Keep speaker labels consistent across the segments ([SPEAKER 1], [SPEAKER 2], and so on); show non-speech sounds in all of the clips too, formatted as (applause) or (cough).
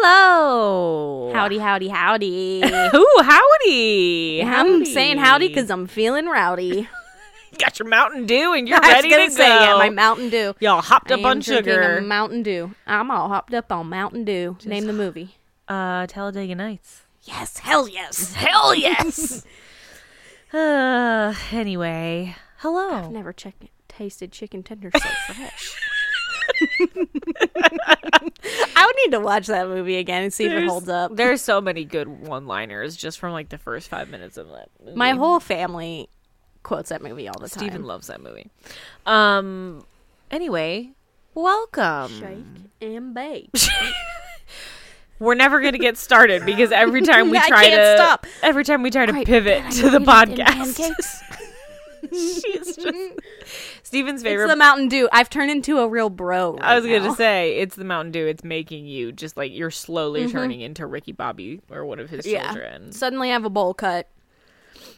[SPEAKER 1] Hello. (laughs)
[SPEAKER 2] Howdy, howdy, howdy.
[SPEAKER 1] Ooh, howdy.
[SPEAKER 2] I'm saying howdy because I'm
[SPEAKER 1] (laughs)
[SPEAKER 2] feeling rowdy.
[SPEAKER 1] you got your Mountain Dew and you're
[SPEAKER 2] (laughs) I was
[SPEAKER 1] ready
[SPEAKER 2] gonna
[SPEAKER 1] to
[SPEAKER 2] say
[SPEAKER 1] go.
[SPEAKER 2] yeah, my Mountain Dew.
[SPEAKER 1] Y'all hopped
[SPEAKER 2] I
[SPEAKER 1] up
[SPEAKER 2] am
[SPEAKER 1] on
[SPEAKER 2] drinking
[SPEAKER 1] sugar.
[SPEAKER 2] A Mountain Dew. I'm all hopped up on Mountain Dew. Name
[SPEAKER 1] (sighs)
[SPEAKER 2] the movie.
[SPEAKER 1] uh, Talladega Nights.
[SPEAKER 2] Yes, hell yes,
[SPEAKER 1] (laughs)
[SPEAKER 2] hell yes.
[SPEAKER 1] Uh, anyway, hello.
[SPEAKER 2] Never checked it. Tasted chicken tender
[SPEAKER 1] (laughs)
[SPEAKER 2] so fresh. (laughs) I would need to watch that movie again and see if it holds up.
[SPEAKER 1] There's so many good one-liners just from like the first five minutes of that. Movie.
[SPEAKER 2] My whole family quotes that movie all the time.
[SPEAKER 1] Steven loves that movie. Um. Anyway, welcome.
[SPEAKER 2] Shake and bake.
[SPEAKER 1] We're never gonna get started because every time we
[SPEAKER 2] (laughs) I
[SPEAKER 1] try
[SPEAKER 2] can't
[SPEAKER 1] to
[SPEAKER 2] stop.
[SPEAKER 1] every time we try to
[SPEAKER 2] Great
[SPEAKER 1] pivot
[SPEAKER 2] God,
[SPEAKER 1] to the
[SPEAKER 2] I hated
[SPEAKER 1] (laughs)
[SPEAKER 2] them (laughs)
[SPEAKER 1] podcast,
[SPEAKER 2] pancakes.
[SPEAKER 1] she's just Steven's
[SPEAKER 2] It's
[SPEAKER 1] favorite.
[SPEAKER 2] the Mountain Dew. I've turned into a real bro.
[SPEAKER 1] I was
[SPEAKER 2] right
[SPEAKER 1] gonna
[SPEAKER 2] now.
[SPEAKER 1] say it's the Mountain Dew. It's making you just like you're slowly
[SPEAKER 2] Mm-hmm.
[SPEAKER 1] turning into Ricky Bobby or one of his children.
[SPEAKER 2] Suddenly I have a bowl cut.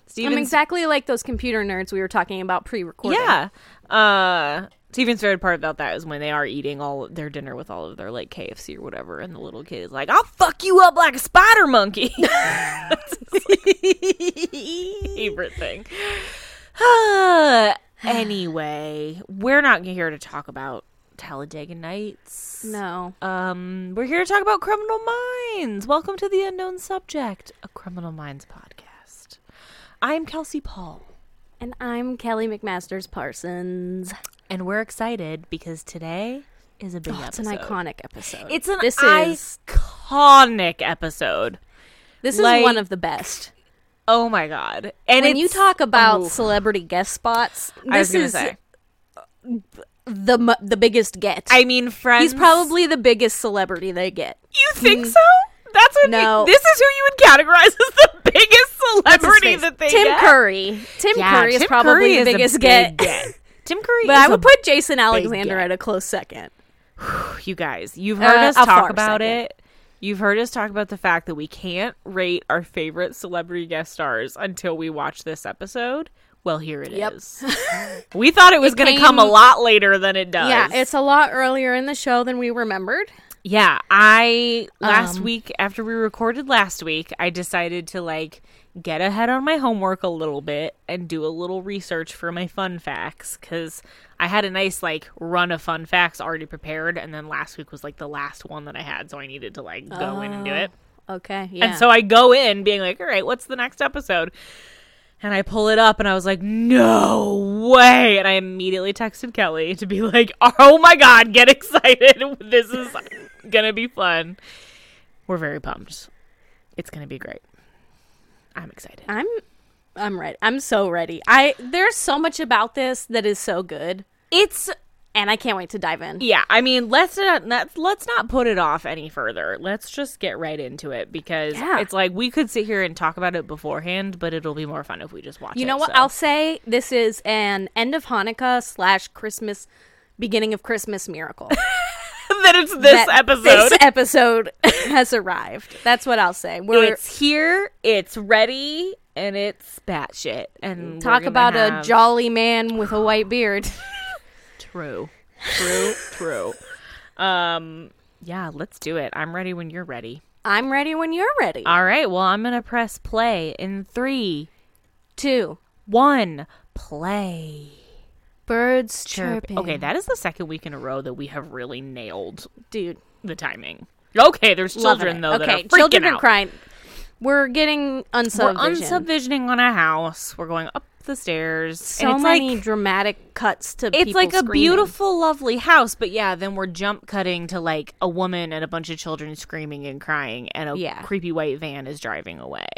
[SPEAKER 1] Steven's,
[SPEAKER 2] I'm exactly like those computer nerds we were talking about pre-recording.
[SPEAKER 1] yeah. Uh, Steven's favorite part about that is when they are eating all their dinner with all of their like KFC or whatever, and the little kid is like, "I'll fuck you up like a spider monkey." That's his like, favorite thing. (sighs) anyway, we're not here to talk about Talladega Nights.
[SPEAKER 2] No.
[SPEAKER 1] Um, we're here to talk about criminal minds. Welcome to the unknown subject, a criminal minds podcast. I am Kelsey Paul,
[SPEAKER 2] And I'm Kelly McMasters Parsons.
[SPEAKER 1] and we're excited because today is a big
[SPEAKER 2] Oh, it's
[SPEAKER 1] episode.
[SPEAKER 2] an iconic episode.
[SPEAKER 1] It's an
[SPEAKER 2] this is
[SPEAKER 1] iconic episode.
[SPEAKER 2] this
[SPEAKER 1] like-
[SPEAKER 2] is one of the best.
[SPEAKER 1] Oh my god! And
[SPEAKER 2] When you
[SPEAKER 1] it's-
[SPEAKER 2] talk about
[SPEAKER 1] Ooh.
[SPEAKER 2] celebrity guest spots,
[SPEAKER 1] I was
[SPEAKER 2] this
[SPEAKER 1] gonna
[SPEAKER 2] is
[SPEAKER 1] say.
[SPEAKER 2] the mo- the biggest get.
[SPEAKER 1] I mean, friends.
[SPEAKER 2] He's probably the biggest celebrity they get.
[SPEAKER 1] You think so? That's what. they-
[SPEAKER 2] No.
[SPEAKER 1] this is who you would categorize as the (laughs) biggest
[SPEAKER 2] What's his
[SPEAKER 1] celebrity
[SPEAKER 2] face?
[SPEAKER 1] that they
[SPEAKER 2] Tim
[SPEAKER 1] get.
[SPEAKER 2] Curry. Tim
[SPEAKER 1] Yeah,
[SPEAKER 2] Curry is
[SPEAKER 1] Tim
[SPEAKER 2] probably
[SPEAKER 1] Curry
[SPEAKER 2] the
[SPEAKER 1] is a
[SPEAKER 2] biggest
[SPEAKER 1] big
[SPEAKER 2] get. (laughs)
[SPEAKER 1] get. Tim Curry,
[SPEAKER 2] but
[SPEAKER 1] is
[SPEAKER 2] I
[SPEAKER 1] a
[SPEAKER 2] would put Jason Alexander
[SPEAKER 1] get.
[SPEAKER 2] at a close second.
[SPEAKER 1] you guys, you've heard
[SPEAKER 2] Uh,
[SPEAKER 1] us
[SPEAKER 2] a
[SPEAKER 1] talk
[SPEAKER 2] far
[SPEAKER 1] about
[SPEAKER 2] second.
[SPEAKER 1] it. You've heard us talk about the fact that we can't rate our favorite celebrity guest stars until we watch this episode. Well, here it is.
[SPEAKER 2] Yep. (laughs)
[SPEAKER 1] we thought it was going to come a
[SPEAKER 2] came-
[SPEAKER 1] lot later than it does.
[SPEAKER 2] Yeah, it's a lot earlier in the show than we remembered.
[SPEAKER 1] Yeah, I last
[SPEAKER 2] Um,
[SPEAKER 1] week after we recorded last week, I decided to like get ahead on my homework a little bit and do a little research for my fun facts cuz I had a nice like run of fun facts already prepared and then last week was like the last one that I had so I needed to like go in and do it.
[SPEAKER 2] Okay, yeah.
[SPEAKER 1] And so I go in being like, all right, what's the next episode? And I pull it up and I was like, no way. And I immediately texted Kelly to be like, oh my God, get (laughs) excited. This is going to be fun. We're very pumped. It's going to be great. I'm excited.
[SPEAKER 2] I'm I'm ready. I'm so ready. I there's so much about this that is so good,
[SPEAKER 1] It's,
[SPEAKER 2] and I can't wait to dive in.
[SPEAKER 1] yeah, I mean, let's not, let's, let's not put it off any further. Let's just get right into it because
[SPEAKER 2] Yeah.
[SPEAKER 1] it's like we could sit here and talk about it beforehand, but it'll be more fun if we just watch it.
[SPEAKER 2] You know what?
[SPEAKER 1] so.
[SPEAKER 2] I'll say this is an end of Hanukkah slash Christmas, beginning of Christmas miracle.
[SPEAKER 1] (laughs) that it's (laughs) this
[SPEAKER 2] That
[SPEAKER 1] episode.
[SPEAKER 2] this episode (laughs) has arrived. That's what I'll say. We're
[SPEAKER 1] it's here, it's ready, and it's batshit. And we're
[SPEAKER 2] talk
[SPEAKER 1] gonna
[SPEAKER 2] about a
[SPEAKER 1] have-
[SPEAKER 2] jolly man with a white beard. (laughs)
[SPEAKER 1] True, true, true. Um, yeah, let's do it. I'm ready when you're ready.
[SPEAKER 2] I'm ready when you're ready.
[SPEAKER 1] All right. Well, I'm gonna press play in three,
[SPEAKER 2] Two
[SPEAKER 1] one, play.
[SPEAKER 2] birds
[SPEAKER 1] Chirp.
[SPEAKER 2] chirping.
[SPEAKER 1] Okay, that is the second week in a row that we have really nailed
[SPEAKER 2] dude.
[SPEAKER 1] the timing. Okay, there's
[SPEAKER 2] Loving
[SPEAKER 1] children
[SPEAKER 2] it.
[SPEAKER 1] though.
[SPEAKER 2] Okay,
[SPEAKER 1] that are freaking
[SPEAKER 2] children are
[SPEAKER 1] out.
[SPEAKER 2] crying. We're getting
[SPEAKER 1] We're
[SPEAKER 2] unsubvision.
[SPEAKER 1] unsubvisioning on a house. We're going up the stairs.
[SPEAKER 2] so
[SPEAKER 1] and it's like-
[SPEAKER 2] many dramatic cuts to
[SPEAKER 1] it's
[SPEAKER 2] people
[SPEAKER 1] like a
[SPEAKER 2] screaming.
[SPEAKER 1] beautiful lovely house but yeah then we're jump cutting to like a woman and a bunch of children screaming and crying and a
[SPEAKER 2] Yeah.
[SPEAKER 1] creepy white van is driving away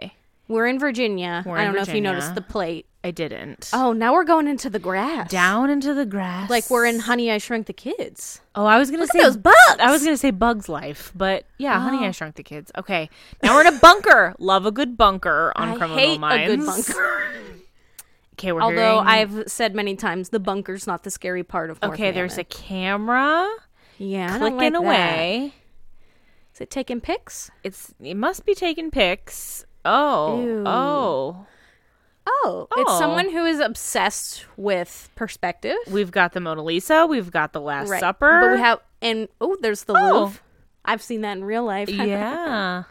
[SPEAKER 2] We're in Virginia.
[SPEAKER 1] We're
[SPEAKER 2] I
[SPEAKER 1] in
[SPEAKER 2] don't know if you
[SPEAKER 1] Virginia.
[SPEAKER 2] noticed the plate.
[SPEAKER 1] I didn't.
[SPEAKER 2] Oh, now we're going into the grass.
[SPEAKER 1] Down into the grass.
[SPEAKER 2] Like we're in Honey I Shrunk the Kids.
[SPEAKER 1] Oh, I was gonna
[SPEAKER 2] Look
[SPEAKER 1] say
[SPEAKER 2] at those bugs. Oh.
[SPEAKER 1] I was gonna say Bugs Life, but yeah, Honey, I Shrunk the Kids. Okay, now we're in a bunker. Love a good bunker on
[SPEAKER 2] I
[SPEAKER 1] Criminal
[SPEAKER 2] hate
[SPEAKER 1] Minds.
[SPEAKER 2] a good bunker.
[SPEAKER 1] Okay, we're
[SPEAKER 2] Although
[SPEAKER 1] hearing-
[SPEAKER 2] I've said many times, the bunker's not the scary part of. Morph
[SPEAKER 1] okay. There's a
[SPEAKER 2] Mammoth.
[SPEAKER 1] camera
[SPEAKER 2] yeah I don't
[SPEAKER 1] clicking
[SPEAKER 2] like that.
[SPEAKER 1] away.
[SPEAKER 2] Is it taking pics?
[SPEAKER 1] It's it must be taking pics. Oh,
[SPEAKER 2] Ew.
[SPEAKER 1] oh,
[SPEAKER 2] Oh,
[SPEAKER 1] Oh.
[SPEAKER 2] it's someone who is obsessed with perspective.
[SPEAKER 1] we've got the Mona Lisa. We've got the Last
[SPEAKER 2] Right.
[SPEAKER 1] Supper.
[SPEAKER 2] But we have (laughs) and oh, there's the
[SPEAKER 1] Oh.
[SPEAKER 2] Louvre. I've seen that in real life.
[SPEAKER 1] yeah.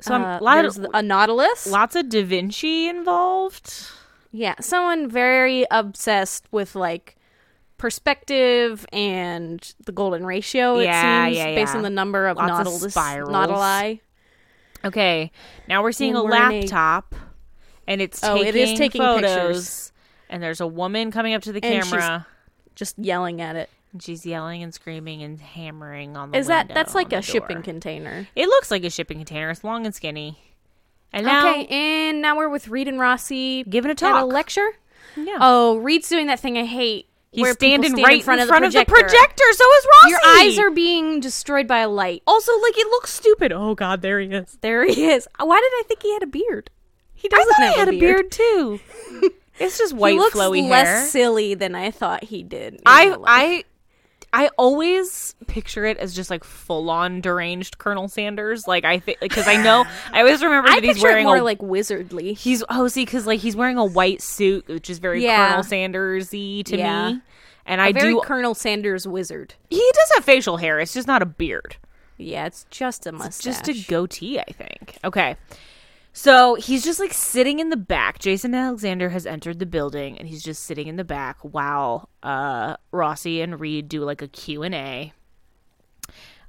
[SPEAKER 1] So I'm
[SPEAKER 2] Uh,
[SPEAKER 1] lot
[SPEAKER 2] there's
[SPEAKER 1] of,
[SPEAKER 2] the- a Nautilus.
[SPEAKER 1] lots of Da Vinci involved.
[SPEAKER 2] Yeah, someone very obsessed with like perspective and the golden ratio. It
[SPEAKER 1] Yeah,
[SPEAKER 2] seems
[SPEAKER 1] yeah,
[SPEAKER 2] based
[SPEAKER 1] yeah.
[SPEAKER 2] on the number of
[SPEAKER 1] Lots of
[SPEAKER 2] nautilus,
[SPEAKER 1] spirals.
[SPEAKER 2] nautili.
[SPEAKER 1] Okay, now we're seeing
[SPEAKER 2] And
[SPEAKER 1] a
[SPEAKER 2] we're in a-
[SPEAKER 1] laptop, and it's
[SPEAKER 2] Oh,
[SPEAKER 1] taking
[SPEAKER 2] it is taking
[SPEAKER 1] photos.
[SPEAKER 2] pictures.
[SPEAKER 1] And there's a woman coming up to the
[SPEAKER 2] And she's-
[SPEAKER 1] camera,
[SPEAKER 2] Just yelling at it.
[SPEAKER 1] and she's yelling and screaming and hammering on the.
[SPEAKER 2] Is that
[SPEAKER 1] window
[SPEAKER 2] that's like
[SPEAKER 1] on the
[SPEAKER 2] a shipping
[SPEAKER 1] door.
[SPEAKER 2] container?
[SPEAKER 1] It looks like a shipping container. It's long and skinny. And now,
[SPEAKER 2] Okay, and now we're with Reed and Rossi
[SPEAKER 1] Giving a
[SPEAKER 2] at
[SPEAKER 1] talk.
[SPEAKER 2] lecture.
[SPEAKER 1] yeah.
[SPEAKER 2] Oh, Reed's doing that thing I hate.
[SPEAKER 1] he's
[SPEAKER 2] where people
[SPEAKER 1] standing
[SPEAKER 2] stand
[SPEAKER 1] right
[SPEAKER 2] in front, of, the
[SPEAKER 1] projector. So is Rossi.
[SPEAKER 2] Your eyes are being destroyed by a light.
[SPEAKER 1] also like it looks stupid. Oh God, there he is.
[SPEAKER 2] There he is. Why did I think he had a beard? He
[SPEAKER 1] I
[SPEAKER 2] doesn't
[SPEAKER 1] thought
[SPEAKER 2] have
[SPEAKER 1] he had a beard,
[SPEAKER 2] (laughs)
[SPEAKER 1] too. it's just white
[SPEAKER 2] he looks
[SPEAKER 1] flowy
[SPEAKER 2] less
[SPEAKER 1] hair.
[SPEAKER 2] silly than I thought he did. in
[SPEAKER 1] I
[SPEAKER 2] real life.
[SPEAKER 1] I I always picture it as just like full on deranged Colonel Sanders. Like I think because I
[SPEAKER 2] (laughs)
[SPEAKER 1] know I always remember
[SPEAKER 2] I
[SPEAKER 1] that he's
[SPEAKER 2] picture it
[SPEAKER 1] wearing
[SPEAKER 2] more
[SPEAKER 1] a
[SPEAKER 2] like wizardly.
[SPEAKER 1] he's oh see because like he's wearing a white suit which is very
[SPEAKER 2] Yeah.
[SPEAKER 1] Colonel Sandersy to
[SPEAKER 2] Yeah.
[SPEAKER 1] me. And I
[SPEAKER 2] Very
[SPEAKER 1] do.
[SPEAKER 2] Colonel Sanders wizard.
[SPEAKER 1] he does have facial hair. It's just not a beard.
[SPEAKER 2] Yeah, it's just a mustache.
[SPEAKER 1] Just a goatee, I think. Okay. So he's just like sitting in the back. Jason Alexander has entered the building and he's just sitting in the back while uh, Rossi and Reed do like a Q&A.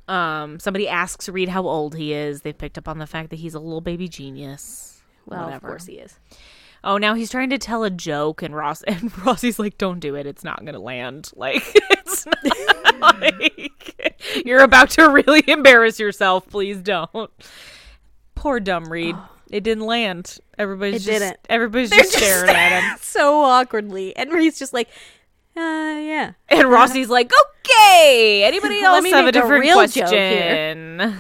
[SPEAKER 1] Um, somebody asks Reed how old he is. They picked up on the fact that he's a little baby genius.
[SPEAKER 2] well,
[SPEAKER 1] whatever.
[SPEAKER 2] of course he is.
[SPEAKER 1] Oh, now he's trying to tell a joke and Ross (laughs) and Rossi's like, "Don't do it. It's not going to land. (laughs) Like it's not (laughs) like you're about to really (laughs) embarrass yourself. Please don't." Poor dumb
[SPEAKER 2] (gasps)
[SPEAKER 1] Reed. It didn't land. Everybody's
[SPEAKER 2] It
[SPEAKER 1] just
[SPEAKER 2] didn't.
[SPEAKER 1] everybody's just staring at
[SPEAKER 2] (laughs)
[SPEAKER 1] him.
[SPEAKER 2] (laughs) so awkwardly, and Reed's just like, uh, yeah.
[SPEAKER 1] And Rossi's like, "Okay, anybody
[SPEAKER 2] Let
[SPEAKER 1] else
[SPEAKER 2] me
[SPEAKER 1] have a
[SPEAKER 2] make a
[SPEAKER 1] different
[SPEAKER 2] real joke here."
[SPEAKER 1] question?"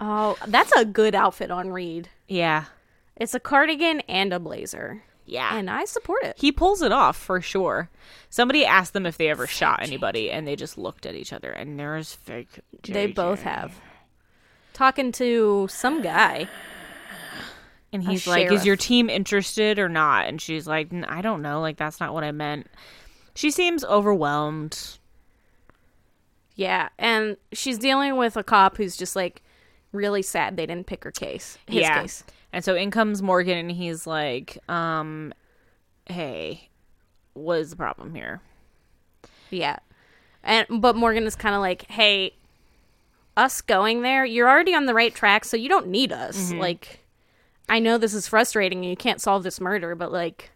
[SPEAKER 2] Oh, that's a good outfit on Reed.
[SPEAKER 1] Yeah.
[SPEAKER 2] It's a cardigan and a blazer,
[SPEAKER 1] Yeah.
[SPEAKER 2] and I support it.
[SPEAKER 1] he pulls it off for sure. Somebody asked them if they ever shot anybody, and they just looked at each other. And there's fake.
[SPEAKER 2] They
[SPEAKER 1] JJ.
[SPEAKER 2] both have talking to some guy.
[SPEAKER 1] And he's like,
[SPEAKER 2] sheriff.
[SPEAKER 1] "Is your team interested or not?" And she's like, "N- "I don't know. Like that's not what I meant." She seems overwhelmed.
[SPEAKER 2] Yeah, and she's dealing with a cop who's just like really sad they didn't pick her case. His
[SPEAKER 1] yeah.
[SPEAKER 2] case.
[SPEAKER 1] And so in comes Morgan, and he's like, "Um, hey, what is the problem here?"
[SPEAKER 2] Yeah. And but Morgan is kind of like, "Hey, us going there, you're already on the right track, so you don't need us."
[SPEAKER 1] Mm-hmm.
[SPEAKER 2] Like I know this is frustrating and you can't solve this murder, but like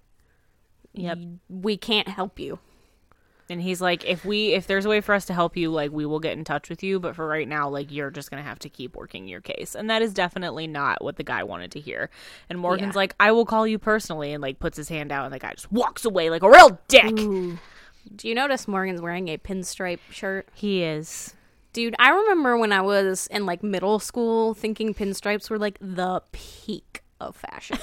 [SPEAKER 1] Yep.
[SPEAKER 2] we can't help you.
[SPEAKER 1] And he's like, "If we, if there's a way for us to help you, like we will get in touch with you. But for right now, like you're just gonna have to keep working your case." And that is definitely not what the guy wanted to hear. And Morgan's
[SPEAKER 2] Yeah.
[SPEAKER 1] like, "I will call you personally," and like puts his hand out, and the guy just walks away like a real dick.
[SPEAKER 2] Do you notice Morgan's wearing a pinstripe shirt?
[SPEAKER 1] He is.
[SPEAKER 2] Dude, I remember when I was in like middle school thinking pinstripes were like the peak of
[SPEAKER 1] (laughs)
[SPEAKER 2] fashion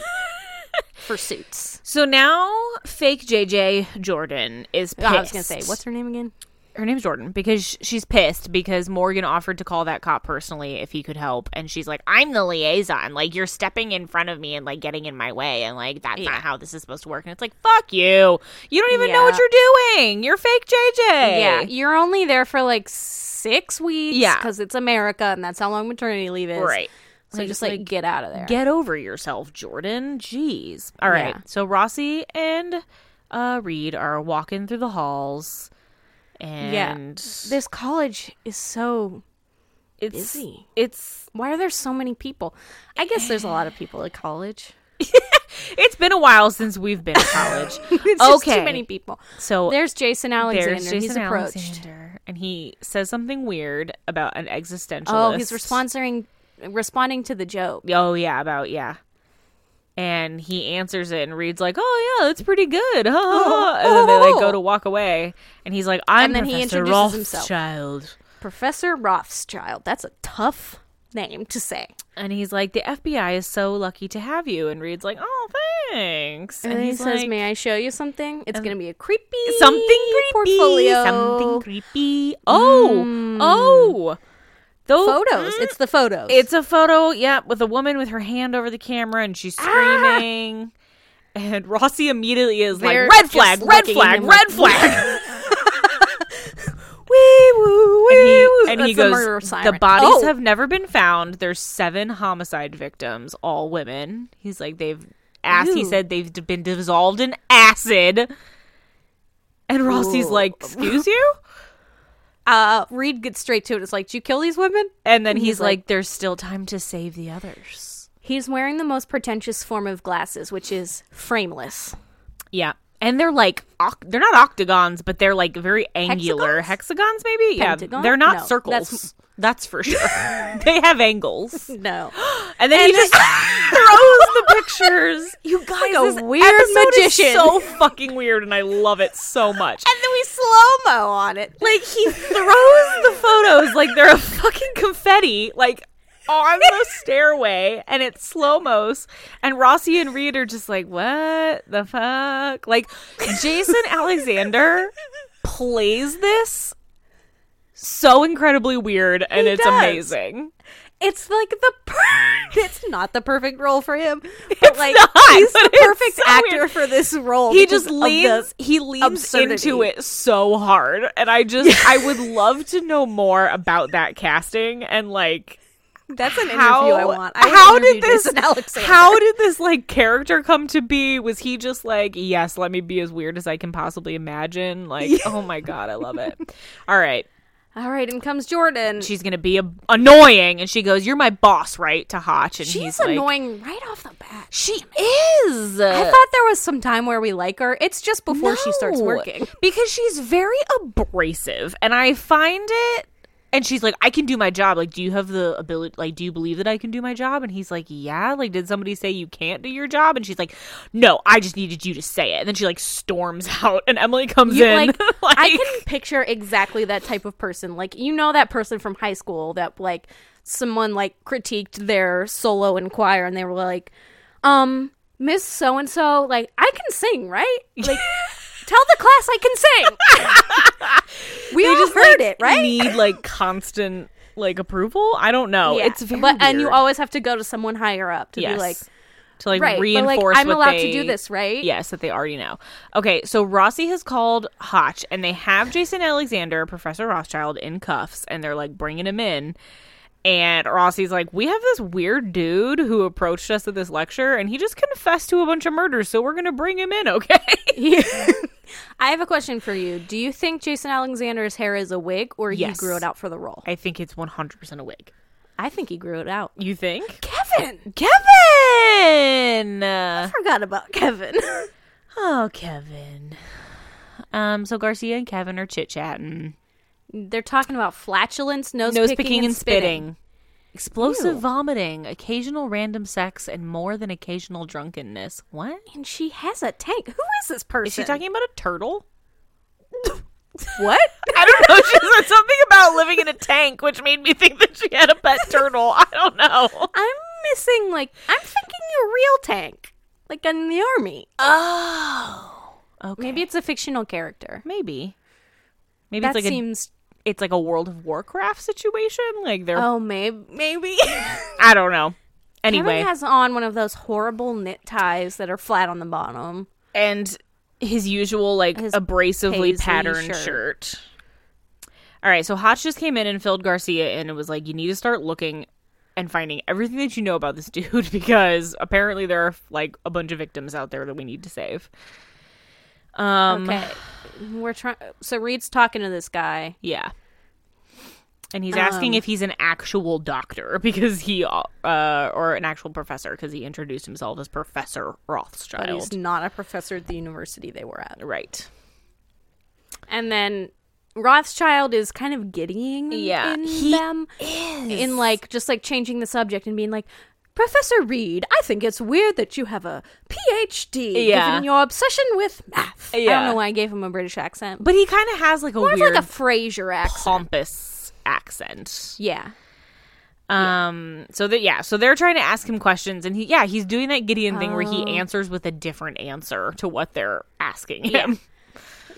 [SPEAKER 2] for suits.
[SPEAKER 1] So now, fake JJ Jordan is pissed.
[SPEAKER 2] I was gonna say, what's her name again?
[SPEAKER 1] her name's Jordan because sh- she's pissed because Morgan offered to call that cop personally if he could help, and she's like, "I'm the liaison. Like you're stepping in front of me and like getting in my way, and like that's not how this is supposed to work." And it's like, "Fuck you! You don't even know what
[SPEAKER 2] Yeah.
[SPEAKER 1] you're doing. You're fake JJ."
[SPEAKER 2] Yeah, you're only there for like six weeks.
[SPEAKER 1] Yeah.
[SPEAKER 2] because it's America, and that's how long maternity leave is.
[SPEAKER 1] right.
[SPEAKER 2] So just like, get out of there.
[SPEAKER 1] Get over yourself, Jordan. Jeez. All right.
[SPEAKER 2] Yeah.
[SPEAKER 1] So Rossi and uh, Reed are walking through the halls, and
[SPEAKER 2] this college is so.
[SPEAKER 1] it's
[SPEAKER 2] busy.
[SPEAKER 1] it's
[SPEAKER 2] Why are there so many people? I guess there's a lot of people at college. (laughs)
[SPEAKER 1] it's been a while since we've been to
[SPEAKER 2] (laughs)
[SPEAKER 1] college.
[SPEAKER 2] It's just
[SPEAKER 1] Okay.
[SPEAKER 2] too many people.
[SPEAKER 1] So
[SPEAKER 2] There's Jason Alexander.
[SPEAKER 1] there's Jason
[SPEAKER 2] he's approached.
[SPEAKER 1] Alexander, and he says something weird about an existentialist.
[SPEAKER 2] Oh, he's responding responding to the joke.
[SPEAKER 1] Oh yeah, about yeah. and he answers it and reads like, "Oh yeah, that's pretty good." (laughs) and then they like go
[SPEAKER 2] (laughs)
[SPEAKER 1] to walk away, and he's like, "I'm
[SPEAKER 2] then he
[SPEAKER 1] Professor
[SPEAKER 2] introduces himself.
[SPEAKER 1] Rothschild,"
[SPEAKER 2] Professor Rothschild. That's a tough name to say.
[SPEAKER 1] and he's like, "The FBI is so lucky to have you," and reads like, "Oh, thanks,"
[SPEAKER 2] And, he says, "May I show you something? It's going to be a creepy
[SPEAKER 1] something creepy,
[SPEAKER 2] portfolio. Hmm.
[SPEAKER 1] something creepy." Oh, oh, those Hmm?
[SPEAKER 2] photos. It's the photos.
[SPEAKER 1] It's a photo, yeah, with a woman with her hand over the camera and
[SPEAKER 2] Ah.
[SPEAKER 1] she's screaming. And Rossi immediately is
[SPEAKER 2] They're
[SPEAKER 1] like, red flag,
[SPEAKER 2] just
[SPEAKER 1] red
[SPEAKER 2] looking at
[SPEAKER 1] flag,
[SPEAKER 2] him
[SPEAKER 1] red
[SPEAKER 2] like, (laughs)
[SPEAKER 1] flag.
[SPEAKER 2] wee woo wee woo.
[SPEAKER 1] and he
[SPEAKER 2] That's the murder
[SPEAKER 1] goes,
[SPEAKER 2] siren.
[SPEAKER 1] the bodies
[SPEAKER 2] Oh,
[SPEAKER 1] have never been found. There's seven homicide victims, all women. He's like, they've, ass, he
[SPEAKER 2] Ew.
[SPEAKER 1] said, they've d- been dissolved in acid. And Rossi's
[SPEAKER 2] Ooh.
[SPEAKER 1] like, excuse you?
[SPEAKER 2] Uh, Reed gets straight to it. It's like, did you kill these women?
[SPEAKER 1] And then he's,
[SPEAKER 2] he's
[SPEAKER 1] like,
[SPEAKER 2] like-
[SPEAKER 1] there's still time to save the others.
[SPEAKER 2] He's wearing the most pretentious form of glasses, which is frameless.
[SPEAKER 1] Yeah. And they're like oc- they're not octagons, but they're like very angular hexagons, maybe.
[SPEAKER 2] Pentagon?
[SPEAKER 1] Yeah, they're not
[SPEAKER 2] No,
[SPEAKER 1] circles. That's,
[SPEAKER 2] that's-
[SPEAKER 1] for sure. (laughs) they have angles.
[SPEAKER 2] No, (gasps)
[SPEAKER 1] And then he (laughs)
[SPEAKER 2] And
[SPEAKER 1] just throws the pictures. You guys,
[SPEAKER 2] a
[SPEAKER 1] this
[SPEAKER 2] weird
[SPEAKER 1] episode is
[SPEAKER 2] magician. (laughs)
[SPEAKER 1] so fucking weird, and I love it so much.
[SPEAKER 2] and then we slow mo on it.
[SPEAKER 1] like he
[SPEAKER 2] (laughs)
[SPEAKER 1] throws the photos like they're a fucking confetti, like on (laughs) the stairway, and it's slow mos. And Rossi and Reed are just like, "What the fuck?" Like Jason Alexander plays this so incredibly weird, and it's
[SPEAKER 2] does.
[SPEAKER 1] amazing.
[SPEAKER 2] It's like the per- it's not the perfect role for (laughs) him, but like
[SPEAKER 1] not,
[SPEAKER 2] he's the (laughs)
[SPEAKER 1] but it's
[SPEAKER 2] perfect
[SPEAKER 1] so
[SPEAKER 2] actor
[SPEAKER 1] weird.
[SPEAKER 2] for this role.
[SPEAKER 1] He
[SPEAKER 2] because
[SPEAKER 1] just
[SPEAKER 2] of the-
[SPEAKER 1] leans he leans into
[SPEAKER 2] absurdity.
[SPEAKER 1] it so hard, and I just I would love to know more about that casting and like
[SPEAKER 2] That's an interview
[SPEAKER 1] how,
[SPEAKER 2] I want. I would
[SPEAKER 1] how
[SPEAKER 2] interview
[SPEAKER 1] did this
[SPEAKER 2] Jason Alexander.
[SPEAKER 1] how did this like character come to be? Was he just like, yes, let me be as weird as I can possibly imagine? Like, oh my god, I love it. All right,
[SPEAKER 2] All right, and comes Jordan.
[SPEAKER 1] she's gonna be a- annoying, and she goes, "You're my boss, right?" To Hotch, and
[SPEAKER 2] She's
[SPEAKER 1] he's like,
[SPEAKER 2] annoying right off the bat.
[SPEAKER 1] She is.
[SPEAKER 2] I thought there was some time where we like her. It's just before she starts
[SPEAKER 1] No, (laughs)
[SPEAKER 2] working.
[SPEAKER 1] because she's very abrasive and i find it and she's like i can do my job like do you have the ability like do you believe that i can do my job and he's like yeah like did somebody say you can't do your job and she's like no i just needed you to say it and then she like storms (laughs) out and emily comes
[SPEAKER 2] You,
[SPEAKER 1] in (laughs)
[SPEAKER 2] like, I
[SPEAKER 1] like-
[SPEAKER 2] can picture exactly that type of person. Like you know that person from high school that like someone like critiqued their solo in choir and they were like, um, Miss So and so, like I can
[SPEAKER 1] (laughs)
[SPEAKER 2] sing, right? Like tell the class I can
[SPEAKER 1] (laughs)
[SPEAKER 2] sing. we all
[SPEAKER 1] just,
[SPEAKER 2] heard
[SPEAKER 1] like,
[SPEAKER 2] it, right?
[SPEAKER 1] need like constant like approval i don't know
[SPEAKER 2] Yeah.
[SPEAKER 1] it's very
[SPEAKER 2] but and you
[SPEAKER 1] weird.
[SPEAKER 2] always have to go to someone higher up to
[SPEAKER 1] yes.
[SPEAKER 2] be like,
[SPEAKER 1] to like
[SPEAKER 2] right? but,
[SPEAKER 1] reinforce
[SPEAKER 2] like I'm
[SPEAKER 1] what
[SPEAKER 2] allowed
[SPEAKER 1] they-
[SPEAKER 2] to do this, right?
[SPEAKER 1] Yes, that they already know. Okay, so Rossi has called Hotch, and they have Jason Alexander, Professor Rothschild, in cuffs, and they're like bringing him in. And Rossi's like, we have this weird dude who approached us at this lecture, and he just confessed to a bunch of murders, so we're gonna bring him in, (laughs) okay?
[SPEAKER 2] (laughs) I have a question for you. Do you think Jason Alexander's hair is a wig, or
[SPEAKER 1] Yes.
[SPEAKER 2] he grew it out for the role?
[SPEAKER 1] I think it's 100% a wig.
[SPEAKER 2] I think he grew it out.
[SPEAKER 1] You think?
[SPEAKER 2] Kevin.
[SPEAKER 1] Kevin! Uh,
[SPEAKER 2] Forgot about Kevin.
[SPEAKER 1] Oh, Kevin. Um, so Garcia and Kevin are chit chatting.
[SPEAKER 2] (laughs) They're talking about flatulence, nose,
[SPEAKER 1] nose
[SPEAKER 2] picking, and spitting.
[SPEAKER 1] explosive
[SPEAKER 2] Ew.
[SPEAKER 1] vomiting, occasional random sex, and more than occasional drunkenness. What
[SPEAKER 2] And she has a tank. Who is this person?
[SPEAKER 1] is she talking about? A turtle?
[SPEAKER 2] (laughs) What?
[SPEAKER 1] (laughs) I don't know. She said something about living in a tank, which made me think that she had a (laughs) pet turtle. I don't know.
[SPEAKER 2] I'm missing like I'm thinking a real tank, like in the army.
[SPEAKER 1] Oh, okay.
[SPEAKER 2] Maybe it's a fictional character.
[SPEAKER 1] maybe. Maybe
[SPEAKER 2] That
[SPEAKER 1] it's like
[SPEAKER 2] seems.
[SPEAKER 1] a it's like a World of Warcraft situation. Like they're
[SPEAKER 2] Oh, maybe maybe. (laughs)
[SPEAKER 1] I don't know. Anyway,
[SPEAKER 2] Kevin has on one of those horrible knit ties that are flat on the bottom.
[SPEAKER 1] and his usual like
[SPEAKER 2] His
[SPEAKER 1] abrasively
[SPEAKER 2] paisley
[SPEAKER 1] patterned shirt.
[SPEAKER 2] shirt.
[SPEAKER 1] All right, so Hotch just came in and filled Garcia in and was like, "You need to start looking and finding everything that you know about this (laughs) dude because apparently there are like a bunch of victims out there that we need to save." Um,
[SPEAKER 2] Okay, we're trying. So Reed's talking to this guy.
[SPEAKER 1] yeah. And he's asking
[SPEAKER 2] Um.
[SPEAKER 1] if he's an actual doctor (laughs) because he uh or an actual professor because he introduced himself as Professor Rothschild.
[SPEAKER 2] But he's not a professor at the university they were at.
[SPEAKER 1] right.
[SPEAKER 2] and then Rothschild is kind of giddying
[SPEAKER 1] Yeah,
[SPEAKER 2] in
[SPEAKER 1] he
[SPEAKER 2] them in like just like changing the subject and being like Professor Reed, I think it's weird that you have a PhD
[SPEAKER 1] Yeah.
[SPEAKER 2] given your obsession with math. I
[SPEAKER 1] Yeah.
[SPEAKER 2] don't know why I gave him a British accent. But
[SPEAKER 1] But he kind of has like a
[SPEAKER 2] more of
[SPEAKER 1] weird
[SPEAKER 2] like a Fraser accent.
[SPEAKER 1] pompous accent.
[SPEAKER 2] Yeah.
[SPEAKER 1] Um. So that yeah. So they're trying to ask him questions, and he yeah he's doing that Gideon thing where
[SPEAKER 2] Oh.
[SPEAKER 1] he answers with a different answer to what they're asking him. (laughs)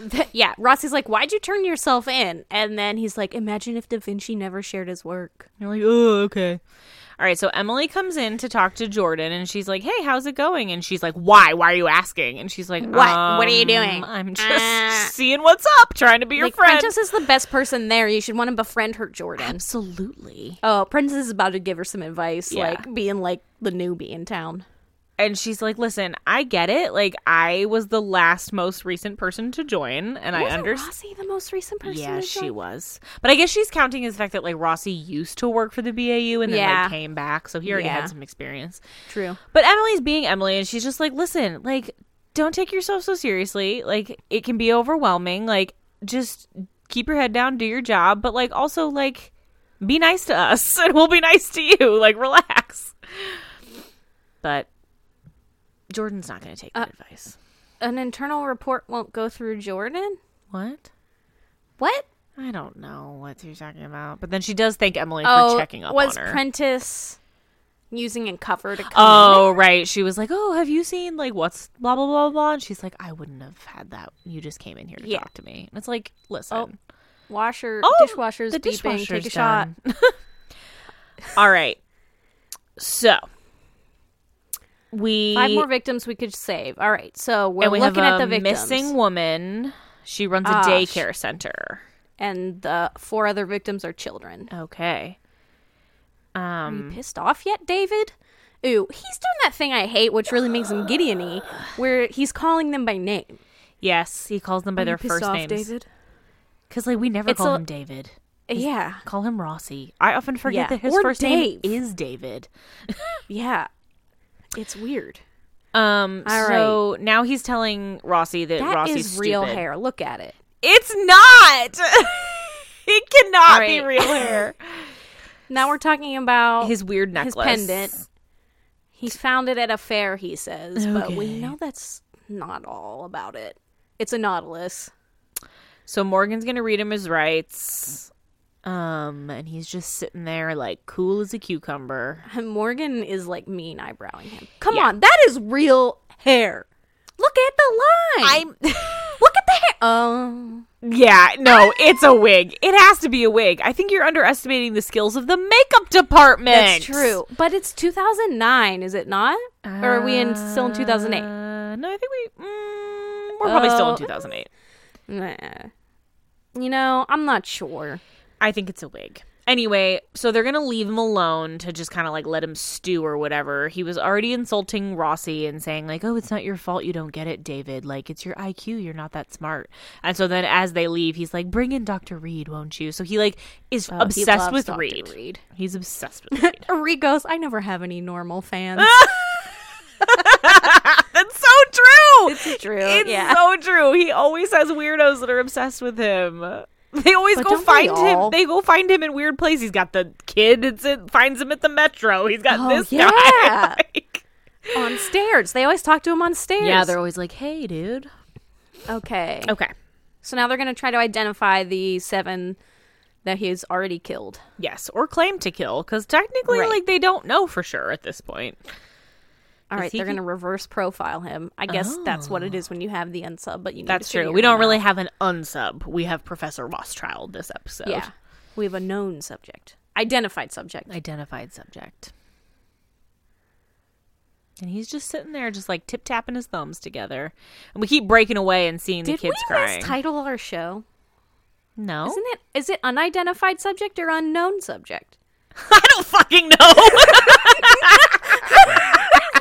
[SPEAKER 2] Th- yeah. Rossi's like, why'd you turn yourself in? And then he's like, imagine if Da Vinci never shared his work.
[SPEAKER 1] You're like, oh okay. All right. So Emily comes in to talk to Jordan, and she's like, hey, how's it going? And she's like, why? Why are you asking? And she's like,
[SPEAKER 2] What? What are you
[SPEAKER 1] "Um,
[SPEAKER 2] doing?
[SPEAKER 1] I'm just
[SPEAKER 2] Ah."
[SPEAKER 1] seeing what's up, trying to be your
[SPEAKER 2] like,
[SPEAKER 1] friend.
[SPEAKER 2] Princess is the best person there. You should want to befriend her, Jordan.
[SPEAKER 1] Absolutely.
[SPEAKER 2] Oh, Princess is about to give her some advice,
[SPEAKER 1] Yeah.
[SPEAKER 2] like being like the newbie in town.
[SPEAKER 1] And she's like, listen, I get it. Like, I was the last most recent person to join, and I
[SPEAKER 2] Wasn't
[SPEAKER 1] understand.
[SPEAKER 2] Rossi the most recent person?
[SPEAKER 1] Yeah,
[SPEAKER 2] to
[SPEAKER 1] she
[SPEAKER 2] join?
[SPEAKER 1] was. But I guess she's counting as the fact that like Rossi used to work for the BAU and then
[SPEAKER 2] Yeah.
[SPEAKER 1] like came back, so he already
[SPEAKER 2] Yeah.
[SPEAKER 1] had some experience.
[SPEAKER 2] True.
[SPEAKER 1] But Emily's being Emily, and she's just like, listen, like, don't take yourself so seriously. Like, it can be overwhelming. Like, just keep your head down, do your job, but like also like be nice to us, (laughs) and we'll be nice to you. Like, relax. But Jordan's not going to take
[SPEAKER 2] Uh,
[SPEAKER 1] that advice.
[SPEAKER 2] An internal report won't go through Jordan?
[SPEAKER 1] What?
[SPEAKER 2] What?
[SPEAKER 1] I don't know what you're talking about. But then she does thank Emily for checking up
[SPEAKER 2] Oh, was
[SPEAKER 1] on her.
[SPEAKER 2] Prentice using a cover to come
[SPEAKER 1] Oh right, she was like, "Oh, have you seen like what's blah blah blah blah?" And she's like, "I wouldn't have had that. You just came in here to
[SPEAKER 2] Yeah.
[SPEAKER 1] talk to me." And it's like, "Listen,
[SPEAKER 2] in? washer
[SPEAKER 1] Oh,
[SPEAKER 2] dishwasher's
[SPEAKER 1] the
[SPEAKER 2] beeping, take a
[SPEAKER 1] dishwasher's
[SPEAKER 2] shot.
[SPEAKER 1] done. (laughs) All right, so we
[SPEAKER 2] Five more victims we could save. All right, so we're
[SPEAKER 1] and we
[SPEAKER 2] looking
[SPEAKER 1] have
[SPEAKER 2] at
[SPEAKER 1] a
[SPEAKER 2] the victims
[SPEAKER 1] missing woman. She runs a
[SPEAKER 2] Ah, sh-
[SPEAKER 1] daycare center.
[SPEAKER 2] and the four other victims are children.
[SPEAKER 1] Uh-huh. Okay. Um.
[SPEAKER 2] you pissed off yet, David? Ooh, he's doing that thing I hate, which really makes him Gideony, where he's calling them by name.
[SPEAKER 1] Yes, he calls them by their
[SPEAKER 2] you pissed
[SPEAKER 1] first
[SPEAKER 2] off,
[SPEAKER 1] names
[SPEAKER 2] David?
[SPEAKER 1] because like we never
[SPEAKER 2] It's
[SPEAKER 1] call
[SPEAKER 2] a-
[SPEAKER 1] him David.
[SPEAKER 2] Yeah,
[SPEAKER 1] Call him Rossi. I often forget
[SPEAKER 2] Yeah.
[SPEAKER 1] that his
[SPEAKER 2] Or
[SPEAKER 1] first name
[SPEAKER 2] Dave.
[SPEAKER 1] is David.
[SPEAKER 2] yeah. It's weird.
[SPEAKER 1] Um.
[SPEAKER 2] All
[SPEAKER 1] so now he's telling Rossi that,
[SPEAKER 2] That is
[SPEAKER 1] Rossi's
[SPEAKER 2] real
[SPEAKER 1] stupid.
[SPEAKER 2] hair. Look at it.
[SPEAKER 1] It's not. (laughs) it cannot be
[SPEAKER 2] Right.
[SPEAKER 1] real (laughs) hair.
[SPEAKER 2] Now we're talking about
[SPEAKER 1] His weird necklace,
[SPEAKER 2] pendant. He found it at a fair, he says, but we
[SPEAKER 1] Okay.
[SPEAKER 2] know that's not all about it. It's a Nautilus.
[SPEAKER 1] So Morgan's gonna read him his rights. Um, and he's just sitting there like cool as a cucumber.
[SPEAKER 2] And Morgan is like mean eyebrowing him. Come
[SPEAKER 1] Yeah.
[SPEAKER 2] on, that is real hair. Look at the line.
[SPEAKER 1] I'm.
[SPEAKER 2] (laughs) Look at the hair. Oh,
[SPEAKER 1] yeah, no, it's a wig. It has to be a wig. I think you're underestimating the skills of the makeup department.
[SPEAKER 2] that's true. But it's 2009, is it not? or are we in still in 2008?
[SPEAKER 1] Uh, no, I think we. Mm, we're probably still
[SPEAKER 2] Oh.
[SPEAKER 1] in 2008.
[SPEAKER 2] Nah. You know, I'm not sure.
[SPEAKER 1] I think it's a wig. Anyway, so they're gonna leave him alone to just kind of like let him stew or whatever. He was already insulting Rossi and saying like, "Oh, it's not your fault. You don't get it, David. Like it's your IQ. You're not that smart." And so then as they leave, he's like, "Bring in Doctor Reed, won't you?" So he like is
[SPEAKER 2] Oh, he
[SPEAKER 1] obsessed
[SPEAKER 2] loves
[SPEAKER 1] with
[SPEAKER 2] Dr.
[SPEAKER 1] Reed.
[SPEAKER 2] Reed.
[SPEAKER 1] He's obsessed
[SPEAKER 2] (laughs)
[SPEAKER 1] with Reed.
[SPEAKER 2] Reed goes, I never have any normal fans.
[SPEAKER 1] That's so true.
[SPEAKER 2] (laughs)
[SPEAKER 1] (laughs)
[SPEAKER 2] It's true,
[SPEAKER 1] It's
[SPEAKER 2] yeah.
[SPEAKER 1] so true. He always has weirdos that are obsessed with him. (laughs) They always
[SPEAKER 2] But
[SPEAKER 1] go
[SPEAKER 2] don't they
[SPEAKER 1] find
[SPEAKER 2] all?
[SPEAKER 1] him. They go find him in weird places. He's got the kid. It's it finds him at the metro. He's got
[SPEAKER 2] Oh,
[SPEAKER 1] this
[SPEAKER 2] yeah.
[SPEAKER 1] guy. (laughs) Like-
[SPEAKER 2] on stairs. They always talk to him on stairs.
[SPEAKER 1] yeah, they're Oh. always like, "Hey, dude."
[SPEAKER 2] okay.
[SPEAKER 1] Okay.
[SPEAKER 2] So now they're going to try to identify the seven that he's already killed.
[SPEAKER 1] Yes, or claim to kill because technically,
[SPEAKER 2] Right.
[SPEAKER 1] like, they don't know for sure at this point.
[SPEAKER 2] All right,
[SPEAKER 1] he
[SPEAKER 2] they're
[SPEAKER 1] con-
[SPEAKER 2] going to reverse profile him. I guess that's what it is when you have the unsub, but you need
[SPEAKER 1] That's
[SPEAKER 2] to figure
[SPEAKER 1] true. We don't
[SPEAKER 2] him
[SPEAKER 1] really
[SPEAKER 2] out.
[SPEAKER 1] have an unsub. We have Professor Rothschild this episode.
[SPEAKER 2] Yeah, we have a known subject, identified subject.
[SPEAKER 1] identified subject. And he's just sitting there, just like tip tapping his thumbs together. And we keep breaking away and seeing
[SPEAKER 2] Did
[SPEAKER 1] the kids
[SPEAKER 2] we
[SPEAKER 1] crying. Oh.
[SPEAKER 2] mistitle our show?
[SPEAKER 1] no, (laughs)
[SPEAKER 2] Isn't it? Is it unidentified subject or unknown subject?
[SPEAKER 1] I don't fucking know. (laughs)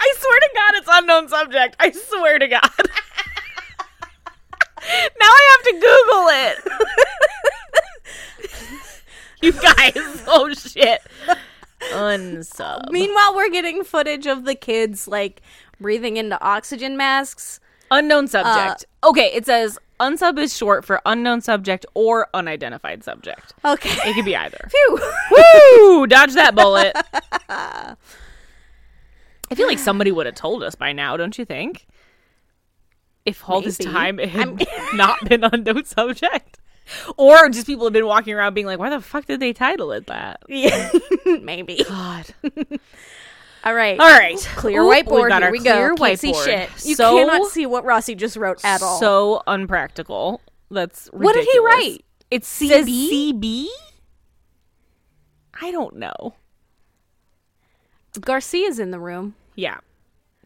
[SPEAKER 1] I swear to God, it's unknown subject. I swear to God. (laughs) now I have to Google it. (laughs) you guys, oh
[SPEAKER 2] (laughs)
[SPEAKER 1] shit, unsub. Oh,
[SPEAKER 2] Meanwhile, we're getting footage of the kids like breathing into oxygen masks Uh,
[SPEAKER 1] Unknown subject. okay, it says unsub is short for unknown subject or unidentified subject. It
[SPEAKER 2] Okay.
[SPEAKER 1] could be either.
[SPEAKER 2] (laughs) Phew.
[SPEAKER 1] (laughs) Woo! Dodge that
[SPEAKER 2] (laughs)
[SPEAKER 1] bullet. I feel like somebody would have told us by now, don't you think? If all this
[SPEAKER 2] Maybe.
[SPEAKER 1] time it had
[SPEAKER 2] (laughs)
[SPEAKER 1] (laughs) not been unknown subject. Or just people have been walking around being like, why the fuck did they title it that?
[SPEAKER 2] Yeah. (laughs) Maybe.
[SPEAKER 1] God.
[SPEAKER 2] All right.
[SPEAKER 1] All right.
[SPEAKER 2] Clear
[SPEAKER 1] Oop,
[SPEAKER 2] whiteboard.
[SPEAKER 1] We got
[SPEAKER 2] Here
[SPEAKER 1] our clear
[SPEAKER 2] we go. Can't see
[SPEAKER 1] whiteboard.
[SPEAKER 2] shit. You
[SPEAKER 1] so,
[SPEAKER 2] cannot see what Rossi just wrote at all.
[SPEAKER 1] So unpractical. That's ridiculous.
[SPEAKER 2] What did he write?
[SPEAKER 1] It's CB?
[SPEAKER 2] Says
[SPEAKER 1] CB? I don't know.
[SPEAKER 2] Garcia's in the room.
[SPEAKER 1] Yeah.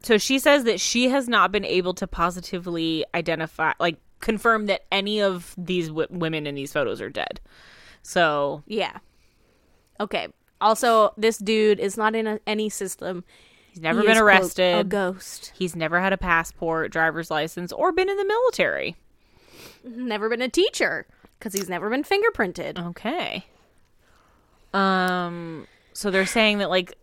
[SPEAKER 1] So she says that she has not been able to positively identify, like, confirm that any of these w- women in these photos are dead. So
[SPEAKER 2] Yeah. Okay. Also, this dude is not in a, any system.
[SPEAKER 1] he's never
[SPEAKER 2] He
[SPEAKER 1] been
[SPEAKER 2] is, quote, a
[SPEAKER 1] arrested.
[SPEAKER 2] ghost.
[SPEAKER 1] he's never had a passport, driver's license, or been in the military.
[SPEAKER 2] Never been a teacher because he's never been fingerprinted.
[SPEAKER 1] Okay. Um. So they're saying that like,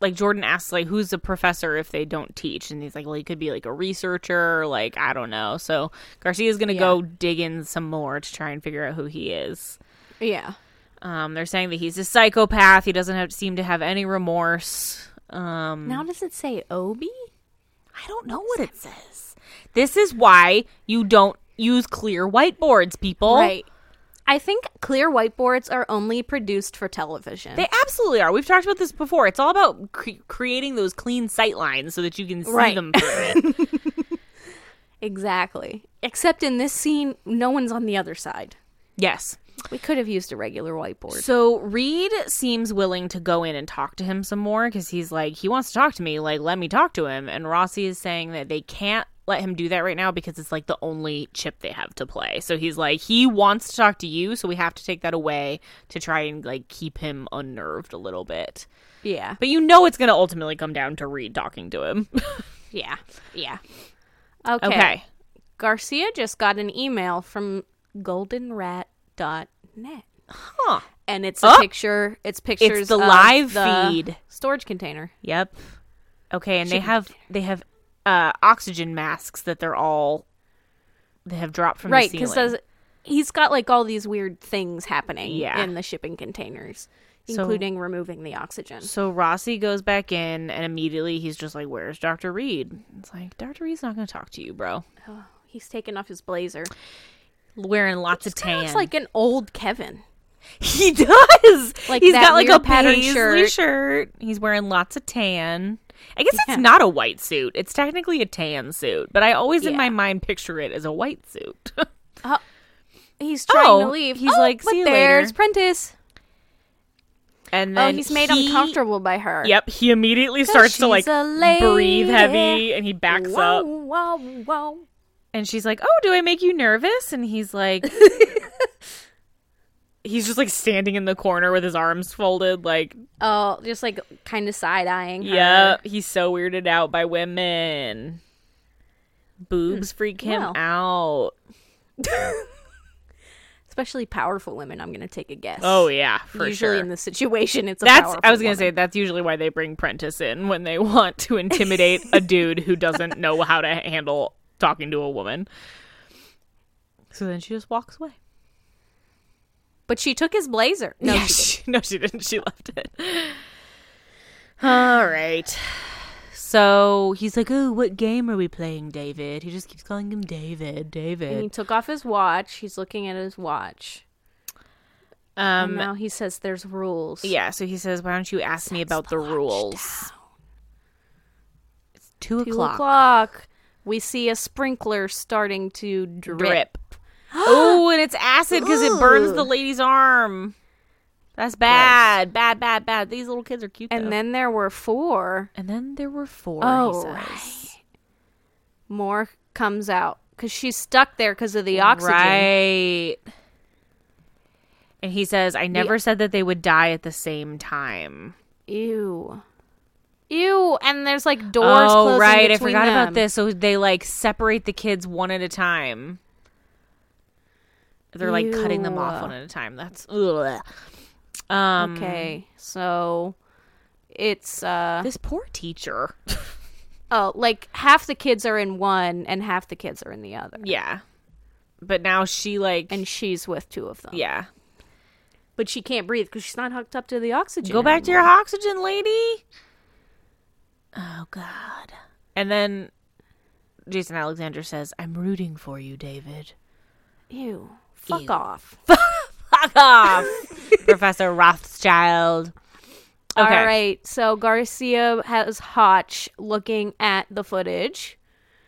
[SPEAKER 1] like Jordan asks like, who's the professor if they don't teach, and he's like, well, he could be like a researcher, like I don't know. So Garcia's gonna go dig in some more to try and figure out who he is.
[SPEAKER 2] Yeah.
[SPEAKER 1] Um. They're saying that he's a psychopath. He doesn't have, seem to have any remorse. Um.
[SPEAKER 2] Now does it say Obi?
[SPEAKER 1] I don't know what it says. This is why you don't use clear whiteboards, people.
[SPEAKER 2] Right. I think clear whiteboards are only produced for television.
[SPEAKER 1] They absolutely are. We've talked about this before. It's all about cre- creating those clean sight lines so that you can see (laughs)
[SPEAKER 2] Right.
[SPEAKER 1] them through it.
[SPEAKER 2] exactly. Except in this scene, no one's on the other side.
[SPEAKER 1] yes.
[SPEAKER 2] We could have used a regular whiteboard.
[SPEAKER 1] So Reed seems willing to go in and talk to him some more because he's like, he wants to talk to me. Like, let me talk to him. And Rossi is saying that they can't let him do that right now because it's like the only chip they have to play. So he's like, he wants to talk to you, so we have to take that away to try and like keep him unnerved a little bit.
[SPEAKER 2] Yeah.
[SPEAKER 1] But you know it's going to ultimately come down to Reed talking to him. (laughs)
[SPEAKER 2] Yeah. Yeah. Okay.
[SPEAKER 1] okay.
[SPEAKER 2] Garcia just got an email from goldenrat.net.
[SPEAKER 1] Huh.
[SPEAKER 2] And it's a
[SPEAKER 1] Oh!
[SPEAKER 2] picture. It's pictures
[SPEAKER 1] the
[SPEAKER 2] of
[SPEAKER 1] live
[SPEAKER 2] the
[SPEAKER 1] feed.
[SPEAKER 2] storage container.
[SPEAKER 1] Yep. Okay, and they have they have uh oxygen masks that they're all they have dropped from
[SPEAKER 2] right
[SPEAKER 1] the
[SPEAKER 2] because
[SPEAKER 1] ceiling.
[SPEAKER 2] he's got like all these weird things happening
[SPEAKER 1] Yeah.
[SPEAKER 2] in the shipping containers
[SPEAKER 1] So-
[SPEAKER 2] including removing the oxygen
[SPEAKER 1] so Rossi goes back in and immediately he's just like, "Where's Dr. Reed?" It's like, "Dr. Reed's not going to talk to you, bro."
[SPEAKER 2] oh, he's taken off his blazer
[SPEAKER 1] Wearing lots of
[SPEAKER 2] Kinda
[SPEAKER 1] tan.
[SPEAKER 2] looks like an old kevin
[SPEAKER 1] (laughs) he does.
[SPEAKER 2] Like
[SPEAKER 1] he's
[SPEAKER 2] that
[SPEAKER 1] got like a
[SPEAKER 2] weird pattern
[SPEAKER 1] paisley shirt.
[SPEAKER 2] shirt.
[SPEAKER 1] He's wearing lots of tan. I guess
[SPEAKER 2] Yeah.
[SPEAKER 1] it's not a white suit. It's technically a tan suit, but I always in
[SPEAKER 2] Yeah.
[SPEAKER 1] my mind picture it as a white suit. (laughs)
[SPEAKER 2] he's trying
[SPEAKER 1] Oh,
[SPEAKER 2] to leave
[SPEAKER 1] he's
[SPEAKER 2] Oh,
[SPEAKER 1] like,
[SPEAKER 2] but
[SPEAKER 1] "See you
[SPEAKER 2] there's
[SPEAKER 1] later."
[SPEAKER 2] prentice
[SPEAKER 1] and then
[SPEAKER 2] oh he's made
[SPEAKER 1] he-
[SPEAKER 2] uncomfortable by her
[SPEAKER 1] Yep, he immediately starts to
[SPEAKER 2] she's
[SPEAKER 1] like
[SPEAKER 2] a lady.
[SPEAKER 1] breathe heavy and he backs
[SPEAKER 2] whoa
[SPEAKER 1] up.
[SPEAKER 2] whoa whoa
[SPEAKER 1] And she's like, "Oh, do I make you nervous?" And he's
[SPEAKER 2] (laughs)
[SPEAKER 1] like He's just like standing in the corner with his arms folded like,
[SPEAKER 2] oh just like kind of side-eyeing her.
[SPEAKER 1] "Yep, he's so weirded out by women." Boobs
[SPEAKER 2] Hmm.
[SPEAKER 1] freak him
[SPEAKER 2] Well.
[SPEAKER 1] out.
[SPEAKER 2] especially powerful women i'm gonna take a guess
[SPEAKER 1] Oh yeah, for
[SPEAKER 2] usually
[SPEAKER 1] sure.
[SPEAKER 2] in this situation it's a
[SPEAKER 1] that's
[SPEAKER 2] powerful
[SPEAKER 1] I was gonna
[SPEAKER 2] woman.
[SPEAKER 1] say that's usually why they bring Prentice in when they (laughs) want to intimidate a dude who doesn't know how to handle talking to a woman. So then she just walks away.
[SPEAKER 2] but she took his blazer no
[SPEAKER 1] Yeah,
[SPEAKER 2] she didn't.
[SPEAKER 1] she- no, she didn't. She left it. All right. So he's like, "Oh, what game are we playing, David?" He just keeps calling him David,
[SPEAKER 2] And he
[SPEAKER 1] David.
[SPEAKER 2] took off his watch. He's looking at his watch. And
[SPEAKER 1] Um,
[SPEAKER 2] now he says there's rules.
[SPEAKER 1] yeah. So he says, "Why don't you ask me about the, rules?" It's two,
[SPEAKER 2] Two
[SPEAKER 1] o'clock.
[SPEAKER 2] o'clock. We see a sprinkler starting to drip.
[SPEAKER 1] Drip. oh, and it's acid because it burns the lady's arm. That's bad, bad, bad, bad. These little kids are cute.
[SPEAKER 2] And
[SPEAKER 1] though.
[SPEAKER 2] then there were four.
[SPEAKER 1] and then there were four.
[SPEAKER 2] Oh,
[SPEAKER 1] he says.
[SPEAKER 2] right. More comes out because she's stuck there because of the oxygen.
[SPEAKER 1] Right. And he says, I never said that they would die at the same time.
[SPEAKER 2] Ew. Ew. And there's like doors closing
[SPEAKER 1] Oh, right. I
[SPEAKER 2] between
[SPEAKER 1] forgot about
[SPEAKER 2] them.
[SPEAKER 1] this. So they like separate the kids one at a time. They're like cutting them off
[SPEAKER 2] Ew.
[SPEAKER 1] one at a time. That's. Ugh. Um,
[SPEAKER 2] Mm. Okay. So it's uh
[SPEAKER 1] This poor teacher.
[SPEAKER 2] Oh, like half the kids are in one and half the kids are in the other.
[SPEAKER 1] Yeah. But now she like
[SPEAKER 2] And she's with two of them.
[SPEAKER 1] yeah.
[SPEAKER 2] But she can't breathe because she's not hooked up to the oxygen.
[SPEAKER 1] Go back to
[SPEAKER 2] anymore.
[SPEAKER 1] your oxygen, lady. Oh god. And then Jason Alexander says, "I'm rooting for you, David."
[SPEAKER 2] Ew. Fuck
[SPEAKER 1] Ew.
[SPEAKER 2] off.
[SPEAKER 1] Fuck off, (laughs) Professor Rothschild. Okay.
[SPEAKER 2] All right. So Garcia has Hotch looking at the footage.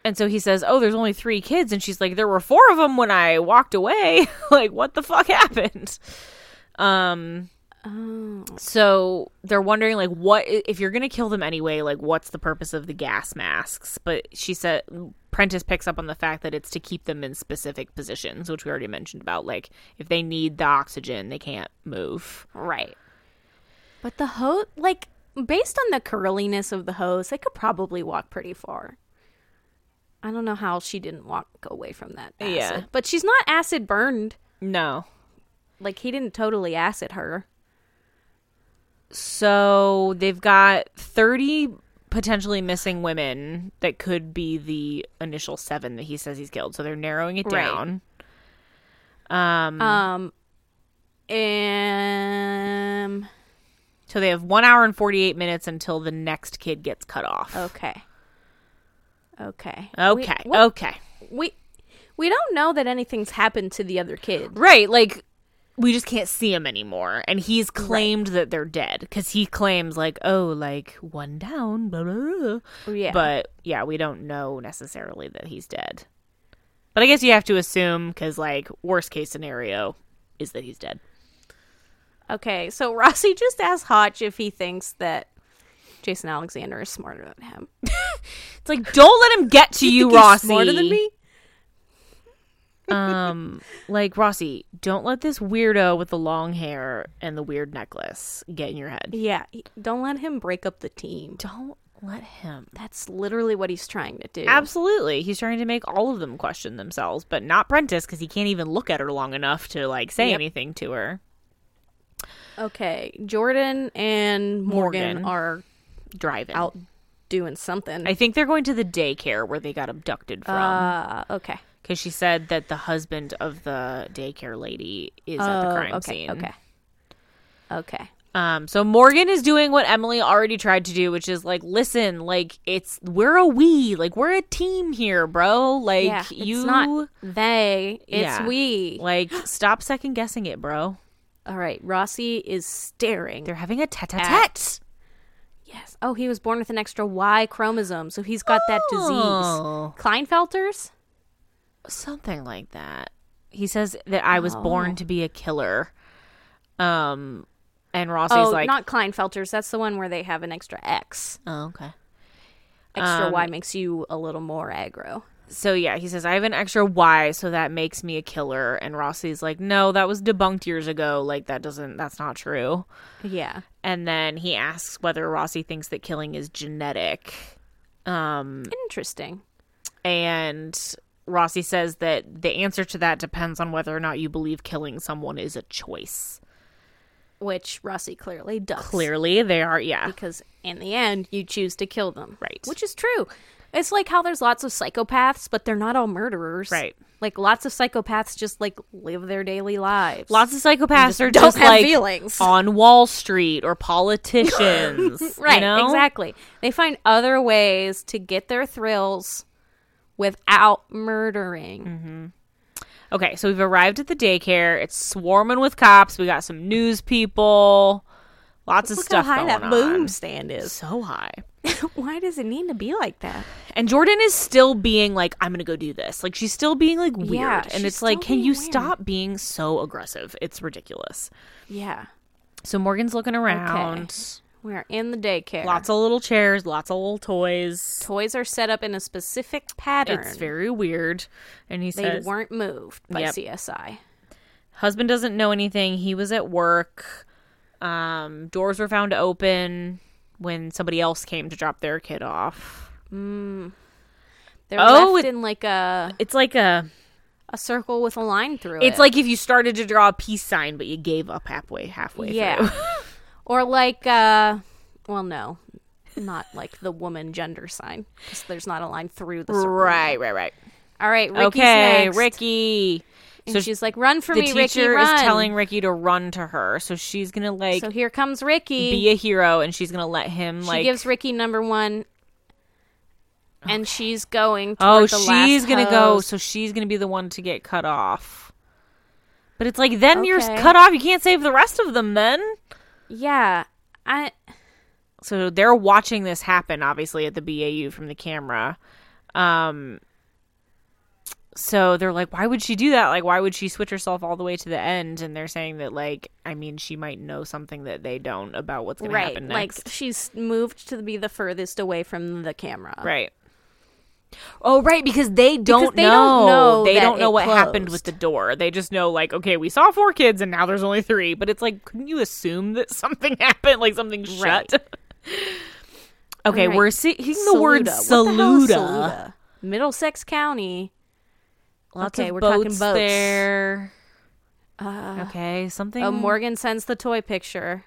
[SPEAKER 1] And so he says, "Oh, there's only 3 kids." And she's like, "There were 4 of them when I walked away." (laughs) like, what the fuck happened? Um
[SPEAKER 2] Oh.
[SPEAKER 1] so they're wondering like what if you're gonna kill them anyway like what's the purpose of the gas masks but she said prentice picks up on the fact that it's to keep them in specific positions which we already mentioned about like if they need the oxygen they can't move
[SPEAKER 2] Right. But the host, like, based on the curliness of the hose, they could probably walk pretty far. I don't know how she didn't walk away from that. Acid.
[SPEAKER 1] Yeah.
[SPEAKER 2] But she's not acid burned.
[SPEAKER 1] no
[SPEAKER 2] Like, he didn't totally acid her.
[SPEAKER 1] so they've got 30 potentially missing women that could be the initial seven that he says he's killed so they're narrowing it
[SPEAKER 2] Right.
[SPEAKER 1] down um
[SPEAKER 2] Um, and.
[SPEAKER 1] so they have one hour and 48 minutes until the next kid gets cut off
[SPEAKER 2] Okay. Okay.
[SPEAKER 1] Okay.
[SPEAKER 2] We, Oh, what-
[SPEAKER 1] okay.
[SPEAKER 2] we, we don't know that anything's happened to the other kid.
[SPEAKER 1] Right. Like we just can't see him anymore, and he's claimed that they're dead because he claims like, oh, like one down, blah blah. blah.
[SPEAKER 2] Yeah.
[SPEAKER 1] But yeah, we don't know necessarily that he's dead. But I guess you have to assume because like worst case scenario is that he's dead.
[SPEAKER 2] Okay, so (laughs) Rossi just asked Hotch if he thinks that Jason Alexander is smarter than him.
[SPEAKER 1] It's like don't let him
[SPEAKER 2] (laughs)
[SPEAKER 1] get to you,
[SPEAKER 2] Think he's
[SPEAKER 1] Rossi.
[SPEAKER 2] smarter than me?
[SPEAKER 1] (laughs) um, like Rossi, don't let this weirdo with the long hair and the weird necklace get in your head.
[SPEAKER 2] Yeah, he- don't let him break up the team.
[SPEAKER 1] Don't let him.
[SPEAKER 2] That's literally what he's trying to do.
[SPEAKER 1] Absolutely. He's trying to make all of them question themselves, but not Prentice because he can't even look at her long enough to like say
[SPEAKER 2] Yep.
[SPEAKER 1] anything to her.
[SPEAKER 2] okay, Jordan and Morgan,
[SPEAKER 1] Morgan.
[SPEAKER 2] are
[SPEAKER 1] Driving.
[SPEAKER 2] out doing something.
[SPEAKER 1] I think they're going to the daycare where they got abducted from
[SPEAKER 2] uh, okay.
[SPEAKER 1] because she said that the husband of the daycare lady is at the
[SPEAKER 2] Oh,
[SPEAKER 1] crime
[SPEAKER 2] okay,
[SPEAKER 1] scene.
[SPEAKER 2] Okay. Okay.
[SPEAKER 1] Um, so Morgan is doing what Emily already tried to do, which is like, listen, like it's we're a we, like we're a team here, bro. Like
[SPEAKER 2] yeah,
[SPEAKER 1] you,
[SPEAKER 2] it's not they, it's
[SPEAKER 1] Yeah.
[SPEAKER 2] we.
[SPEAKER 1] like stop second guessing it, bro.
[SPEAKER 2] All right, Rossi is staring.
[SPEAKER 1] They're having a tete-a-tete.
[SPEAKER 2] Yes. Oh, he was born with an extra Y chromosome, so he's got that disease.
[SPEAKER 1] Oh.
[SPEAKER 2] Kleinfelters?
[SPEAKER 1] something like that. He says that I was
[SPEAKER 2] Oh.
[SPEAKER 1] born to be a killer. Um, and Rossi's
[SPEAKER 2] oh,
[SPEAKER 1] like,
[SPEAKER 2] not Kleinfelters. That's the one where they have an extra X.
[SPEAKER 1] oh, okay.
[SPEAKER 2] Extra Y
[SPEAKER 1] Um,
[SPEAKER 2] makes you a little more aggro.
[SPEAKER 1] So yeah, he says I have an extra Y, so that makes me a killer. And Rossi's like, no, that was debunked years ago. Like that doesn't, that's not true.
[SPEAKER 2] Yeah.
[SPEAKER 1] And then he asks whether Rossi thinks that killing is genetic. Um,
[SPEAKER 2] Interesting.
[SPEAKER 1] and Rossi says that the answer to that depends on whether or not you believe killing someone is a choice.
[SPEAKER 2] Which Rossi clearly does.
[SPEAKER 1] Clearly, they are. Yeah,
[SPEAKER 2] Because in the end, you choose to kill them.
[SPEAKER 1] Right.
[SPEAKER 2] Which is true. It's like how there's lots of psychopaths, but they're not all murderers.
[SPEAKER 1] Right.
[SPEAKER 2] Like lots of psychopaths just like live their daily lives.
[SPEAKER 1] Lots of psychopaths are
[SPEAKER 2] don't
[SPEAKER 1] just
[SPEAKER 2] have
[SPEAKER 1] like
[SPEAKER 2] feelings.
[SPEAKER 1] on Wall Street or
[SPEAKER 2] (laughs)
[SPEAKER 1] politicians,
[SPEAKER 2] Right,
[SPEAKER 1] you know?
[SPEAKER 2] exactly. They find other ways to get their thrills without murdering.
[SPEAKER 1] Okay, so we've arrived at the daycare. It's swarming with cops. We got some news people, lots of
[SPEAKER 2] Look
[SPEAKER 1] stuff
[SPEAKER 2] how high
[SPEAKER 1] going
[SPEAKER 2] that
[SPEAKER 1] on.
[SPEAKER 2] boom stand is.
[SPEAKER 1] So high.
[SPEAKER 2] Why does it need to be like that?
[SPEAKER 1] And Jordan is still being like, "I'm gonna go do this." Like she's still being like weird,
[SPEAKER 2] Yeah,
[SPEAKER 1] and
[SPEAKER 2] she's
[SPEAKER 1] it's like,
[SPEAKER 2] still
[SPEAKER 1] "Can
[SPEAKER 2] being
[SPEAKER 1] you
[SPEAKER 2] weird.
[SPEAKER 1] stop being so aggressive?" It's ridiculous.
[SPEAKER 2] Yeah.
[SPEAKER 1] So Morgan's looking around.
[SPEAKER 2] We are in the daycare.
[SPEAKER 1] Lots of little chairs, lots of little toys.
[SPEAKER 2] toys are set up in a specific pattern.
[SPEAKER 1] It's very weird. And he
[SPEAKER 2] they
[SPEAKER 1] says,
[SPEAKER 2] weren't moved by
[SPEAKER 1] Yep.
[SPEAKER 2] CSI.
[SPEAKER 1] husband doesn't know anything he was at work um doors were found open when somebody else came to drop their kid off
[SPEAKER 2] They're
[SPEAKER 1] Oh,
[SPEAKER 2] left
[SPEAKER 1] it-
[SPEAKER 2] in like a
[SPEAKER 1] it's like a
[SPEAKER 2] a circle with a line through
[SPEAKER 1] it's
[SPEAKER 2] it.
[SPEAKER 1] like if you started to draw a peace sign but you (laughs)
[SPEAKER 2] (laughs)
[SPEAKER 1] gave up halfway halfway
[SPEAKER 2] yeah.
[SPEAKER 1] through.
[SPEAKER 2] or like uh well no. not like the woman gender sign. 'cause there's not a line through the circle.
[SPEAKER 1] Right, right, right.
[SPEAKER 2] All right, Ricky's
[SPEAKER 1] okay,
[SPEAKER 2] next.
[SPEAKER 1] Ricky.
[SPEAKER 2] And
[SPEAKER 1] So
[SPEAKER 2] she's like, "Run for
[SPEAKER 1] the
[SPEAKER 2] me, Ricky!
[SPEAKER 1] teacher
[SPEAKER 2] Run!"
[SPEAKER 1] is telling Ricky to run to her, so she's gonna like
[SPEAKER 2] so here comes Ricky.
[SPEAKER 1] be a hero, and she's gonna let him
[SPEAKER 2] she
[SPEAKER 1] like.
[SPEAKER 2] gives Ricky number one, and she's going.
[SPEAKER 1] oh,
[SPEAKER 2] toward the last
[SPEAKER 1] she's gonna go,
[SPEAKER 2] hose.
[SPEAKER 1] so she's gonna be the one to get cut off. But it's like then you're
[SPEAKER 2] Okay.
[SPEAKER 1] cut off. You can't save the rest of them then.
[SPEAKER 2] Yeah, I
[SPEAKER 1] So they're watching this happen, obviously at the BAU from the camera. Um. So they're like, why would she do that? Like, why would she switch herself all the way to the end? And they're saying that, like, I mean, she might know something that they don't about what's going to
[SPEAKER 2] right
[SPEAKER 1] happen
[SPEAKER 2] like
[SPEAKER 1] next.
[SPEAKER 2] she's moved to be the furthest away from the camera.
[SPEAKER 1] Right. Oh, right, because they don't
[SPEAKER 2] they
[SPEAKER 1] know.
[SPEAKER 2] don't know
[SPEAKER 1] they
[SPEAKER 2] that
[SPEAKER 1] don't know
[SPEAKER 2] it
[SPEAKER 1] what happened with the door. They just know, like, okay, we saw four kids and now there's only three. But it's like, couldn't you assume that (laughs) something happened? Like something
[SPEAKER 2] Right.
[SPEAKER 1] shut? (laughs) okay,
[SPEAKER 2] Alright.
[SPEAKER 1] we're seeing the word
[SPEAKER 2] Saluda. What the hell
[SPEAKER 1] saluda.
[SPEAKER 2] is Saluda? Middlesex County.
[SPEAKER 1] Lots
[SPEAKER 2] Okay,
[SPEAKER 1] of
[SPEAKER 2] we're
[SPEAKER 1] boats
[SPEAKER 2] talking boats. Uh,
[SPEAKER 1] there. okay, something.
[SPEAKER 2] Oh, Morgan sends the toy picture.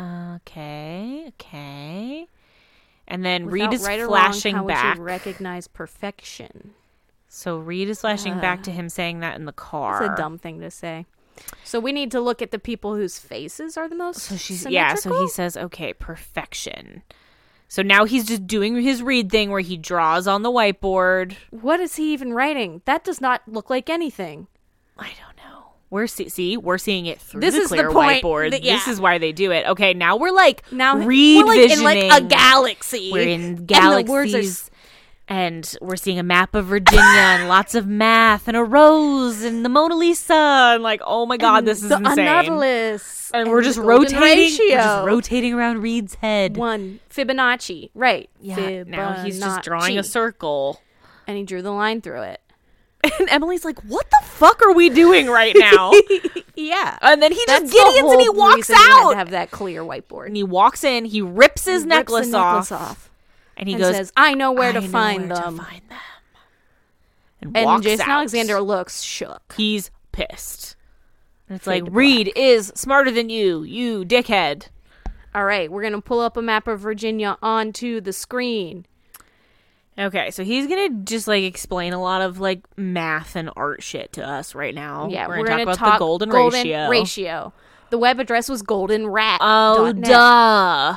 [SPEAKER 1] okay, okay. And then Reed
[SPEAKER 2] Without
[SPEAKER 1] is
[SPEAKER 2] right or wrong,
[SPEAKER 1] flashing
[SPEAKER 2] how
[SPEAKER 1] back.
[SPEAKER 2] Would you recognize perfection.
[SPEAKER 1] so Reed is flashing back to him saying that in the car.
[SPEAKER 2] It's Uh, a dumb thing to say. So we need to look at the people whose faces are the most.
[SPEAKER 1] So she's yeah. So
[SPEAKER 2] symmetrical?
[SPEAKER 1] he says, "Okay, perfection." So now he's just doing his read thing where he draws on the whiteboard.
[SPEAKER 2] What is he even writing? That does not look like anything.
[SPEAKER 1] I don't know. We're see, see we're seeing it through
[SPEAKER 2] This
[SPEAKER 1] the
[SPEAKER 2] is the
[SPEAKER 1] clear
[SPEAKER 2] point
[SPEAKER 1] whiteboard.
[SPEAKER 2] that-
[SPEAKER 1] This
[SPEAKER 2] yeah.
[SPEAKER 1] is why they do it. Okay, now we're like
[SPEAKER 2] Now
[SPEAKER 1] read
[SPEAKER 2] we're like in like a
[SPEAKER 1] visioning.
[SPEAKER 2] galaxy.
[SPEAKER 1] We're in
[SPEAKER 2] And the words are
[SPEAKER 1] galaxies.
[SPEAKER 2] s-
[SPEAKER 1] And we're seeing a map of Virginia and lots of math and a rose and the Mona Lisa and like oh my god this is
[SPEAKER 2] the
[SPEAKER 1] insane
[SPEAKER 2] Nautilus.
[SPEAKER 1] and we're just
[SPEAKER 2] the golden
[SPEAKER 1] rotating we're just
[SPEAKER 2] ratio.
[SPEAKER 1] rotating around Reed's head
[SPEAKER 2] One Fibonacci, right?
[SPEAKER 1] yeah now he's just drawing a
[SPEAKER 2] Fibonacci.
[SPEAKER 1] circle
[SPEAKER 2] and he drew the line through it.
[SPEAKER 1] (laughs) And Emily's like, "What the fuck are we doing (laughs) right now?"
[SPEAKER 2] Yeah,
[SPEAKER 1] and then he
[SPEAKER 2] That's
[SPEAKER 1] just Gideon's
[SPEAKER 2] the
[SPEAKER 1] and he
[SPEAKER 2] whole
[SPEAKER 1] walks
[SPEAKER 2] reason we had to
[SPEAKER 1] out.
[SPEAKER 2] have that clear whiteboard.
[SPEAKER 1] and he walks in, he rips his
[SPEAKER 2] Rips the
[SPEAKER 1] necklace, off,
[SPEAKER 2] necklace off
[SPEAKER 1] and he
[SPEAKER 2] and
[SPEAKER 1] goes,
[SPEAKER 2] says, "I know where
[SPEAKER 1] "I
[SPEAKER 2] to
[SPEAKER 1] know
[SPEAKER 2] find
[SPEAKER 1] where to
[SPEAKER 2] them."
[SPEAKER 1] find them." And,
[SPEAKER 2] and
[SPEAKER 1] walks
[SPEAKER 2] Jason
[SPEAKER 1] out.
[SPEAKER 2] Alexander looks shook.
[SPEAKER 1] he's pissed. And it's like,
[SPEAKER 2] Fade to
[SPEAKER 1] Reed is smarter than you, you dickhead.
[SPEAKER 2] All right, we're gonna pull up a map of Virginia onto the screen.
[SPEAKER 1] Okay, so he's gonna just like explain a lot of like math and art shit to us right now.
[SPEAKER 2] Yeah,
[SPEAKER 1] Oh, we're gonna talk about the golden, ratio.
[SPEAKER 2] ratio. The web address was golden rat.
[SPEAKER 1] Oh,
[SPEAKER 2] dot net.
[SPEAKER 1] duh.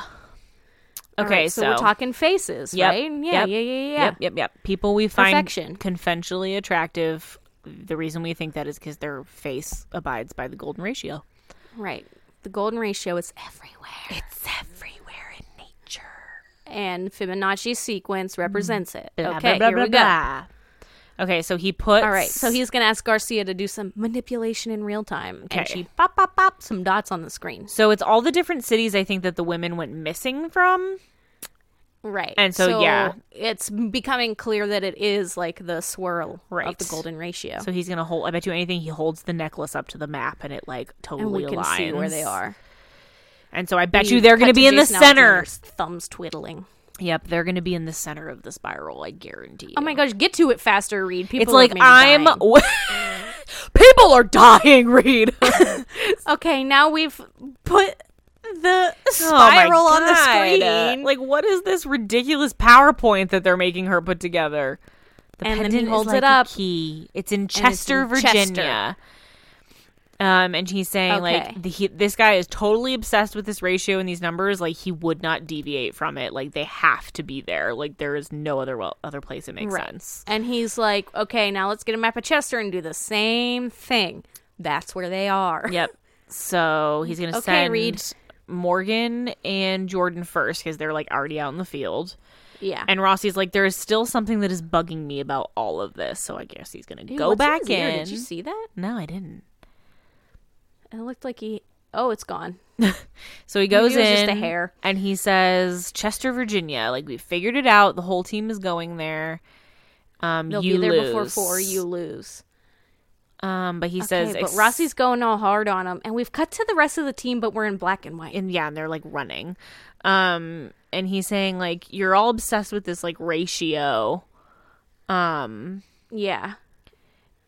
[SPEAKER 2] All
[SPEAKER 1] Okay,
[SPEAKER 2] right, so, we're talking faces,
[SPEAKER 1] Yep,
[SPEAKER 2] right? Yeah,
[SPEAKER 1] yep,
[SPEAKER 2] yeah, yeah, yeah.
[SPEAKER 1] Yep, yep, yep. People we find
[SPEAKER 2] Perfection.
[SPEAKER 1] conventionally attractive. The reason we think that is because their face abides by the golden ratio.
[SPEAKER 2] Right. The golden ratio is everywhere,
[SPEAKER 1] It's everywhere in nature. Mm.
[SPEAKER 2] and Fibonacci sequence represents it.
[SPEAKER 1] Blah,
[SPEAKER 2] okay,
[SPEAKER 1] blah,
[SPEAKER 2] here
[SPEAKER 1] blah,
[SPEAKER 2] we go.
[SPEAKER 1] blah, blah. Okay, so he puts.
[SPEAKER 2] All right, so he's gonna ask Garcia to do some manipulation in real time, and
[SPEAKER 1] Okay.
[SPEAKER 2] she pop, pop, pop some dots on the screen.
[SPEAKER 1] So it's all the different cities I think that the women went missing from.
[SPEAKER 2] Right.
[SPEAKER 1] And so, yeah.
[SPEAKER 2] It's becoming clear that it is like the swirl of
[SPEAKER 1] Right.
[SPEAKER 2] the golden ratio.
[SPEAKER 1] So he's gonna hold. I bet you anything, he holds the necklace up to the map, and it like
[SPEAKER 2] and
[SPEAKER 1] totally
[SPEAKER 2] we can
[SPEAKER 1] aligns.
[SPEAKER 2] see where they are.
[SPEAKER 1] And so I bet you
[SPEAKER 2] We
[SPEAKER 1] they're
[SPEAKER 2] cut
[SPEAKER 1] gonna be in the
[SPEAKER 2] Jason
[SPEAKER 1] center.
[SPEAKER 2] Alexander's Thumbs twiddling.
[SPEAKER 1] Yep, they're gonna be in the center of the spiral. I guarantee. You.
[SPEAKER 2] Oh my gosh, get to it faster, Reed. People
[SPEAKER 1] It's like
[SPEAKER 2] are maybe
[SPEAKER 1] I'm.
[SPEAKER 2] dying.
[SPEAKER 1] (laughs) People are dying,
[SPEAKER 2] (laughs)
[SPEAKER 1] Reed.
[SPEAKER 2] Oh Okay, now we've put the
[SPEAKER 1] Oh my
[SPEAKER 2] spiral on the
[SPEAKER 1] God.
[SPEAKER 2] screen.
[SPEAKER 1] Like, what is this ridiculous PowerPoint that they're making her put together? The
[SPEAKER 2] And then he
[SPEAKER 1] pendant is
[SPEAKER 2] holds
[SPEAKER 1] like
[SPEAKER 2] it
[SPEAKER 1] a
[SPEAKER 2] up.
[SPEAKER 1] key. It's in
[SPEAKER 2] in
[SPEAKER 1] Chester,
[SPEAKER 2] Chester.
[SPEAKER 1] Virginia. Um, and he's saying
[SPEAKER 2] Okay.
[SPEAKER 1] like the, he, this guy is totally obsessed with this ratio and these numbers. Like he would not deviate from it. Like they have to be there. Like there is no other well, other place it makes
[SPEAKER 2] Right.
[SPEAKER 1] sense.
[SPEAKER 2] and he's like, okay, now let's get a map of Chester and do the same thing. That's where they are.
[SPEAKER 1] Yep. So he's gonna
[SPEAKER 2] Okay,
[SPEAKER 1] send
[SPEAKER 2] Reed.
[SPEAKER 1] Morgan and Jordan first because they're like already out in the field.
[SPEAKER 2] Yeah.
[SPEAKER 1] And Rossi's like, there is still something that is bugging me about all of this. So I guess he's gonna
[SPEAKER 2] Ew,
[SPEAKER 1] go
[SPEAKER 2] what's in
[SPEAKER 1] back
[SPEAKER 2] his ear?
[SPEAKER 1] in.
[SPEAKER 2] Did you see that?
[SPEAKER 1] No, I didn't.
[SPEAKER 2] It looked like he. Oh, it's gone.
[SPEAKER 1] So he goes
[SPEAKER 2] it was just
[SPEAKER 1] in
[SPEAKER 2] a hair.
[SPEAKER 1] and he says, Chester, Virginia. Like we figured it out. The whole team is going there. Um,
[SPEAKER 2] They'll
[SPEAKER 1] you
[SPEAKER 2] be there
[SPEAKER 1] lose.
[SPEAKER 2] before four. You lose.
[SPEAKER 1] Um, but he
[SPEAKER 2] Okay,
[SPEAKER 1] says,
[SPEAKER 2] but
[SPEAKER 1] "Ex-
[SPEAKER 2] Rossi's going all hard on him, and we've cut to the rest of the team, but we're in black and white.
[SPEAKER 1] and yeah, and they're like running. Um, and he's saying like, you're all obsessed with this like ratio. Um,
[SPEAKER 2] yeah,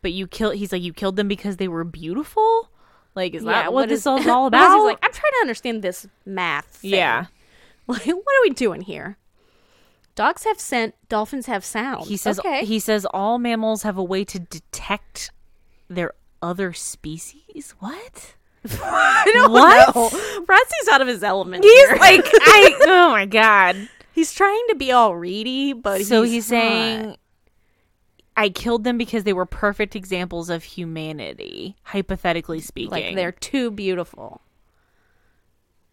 [SPEAKER 1] but you kill. He's like, you killed them because they were beautiful. Like, is
[SPEAKER 2] yeah.
[SPEAKER 1] that what, this
[SPEAKER 2] is
[SPEAKER 1] (laughs)
[SPEAKER 2] (laughs)
[SPEAKER 1] is all about?
[SPEAKER 2] Rossi's like, I'm trying to understand this math. thing."
[SPEAKER 1] Yeah.
[SPEAKER 2] (laughs) Like, what are we doing here? Dogs have scent, dolphins have sound.
[SPEAKER 1] He says
[SPEAKER 2] okay. (gasps)
[SPEAKER 1] he says all mammals have a way to detect their other species. What?
[SPEAKER 2] (laughs) I don't
[SPEAKER 1] What?
[SPEAKER 2] know. Ratsy's out of his element.
[SPEAKER 1] He's
[SPEAKER 2] here.
[SPEAKER 1] like, I, oh my god.
[SPEAKER 2] (laughs) he's trying to be all reedy, but
[SPEAKER 1] so
[SPEAKER 2] he's,
[SPEAKER 1] he's,
[SPEAKER 2] not.
[SPEAKER 1] saying I killed them because they were perfect examples of humanity, hypothetically speaking.
[SPEAKER 2] like they're too beautiful.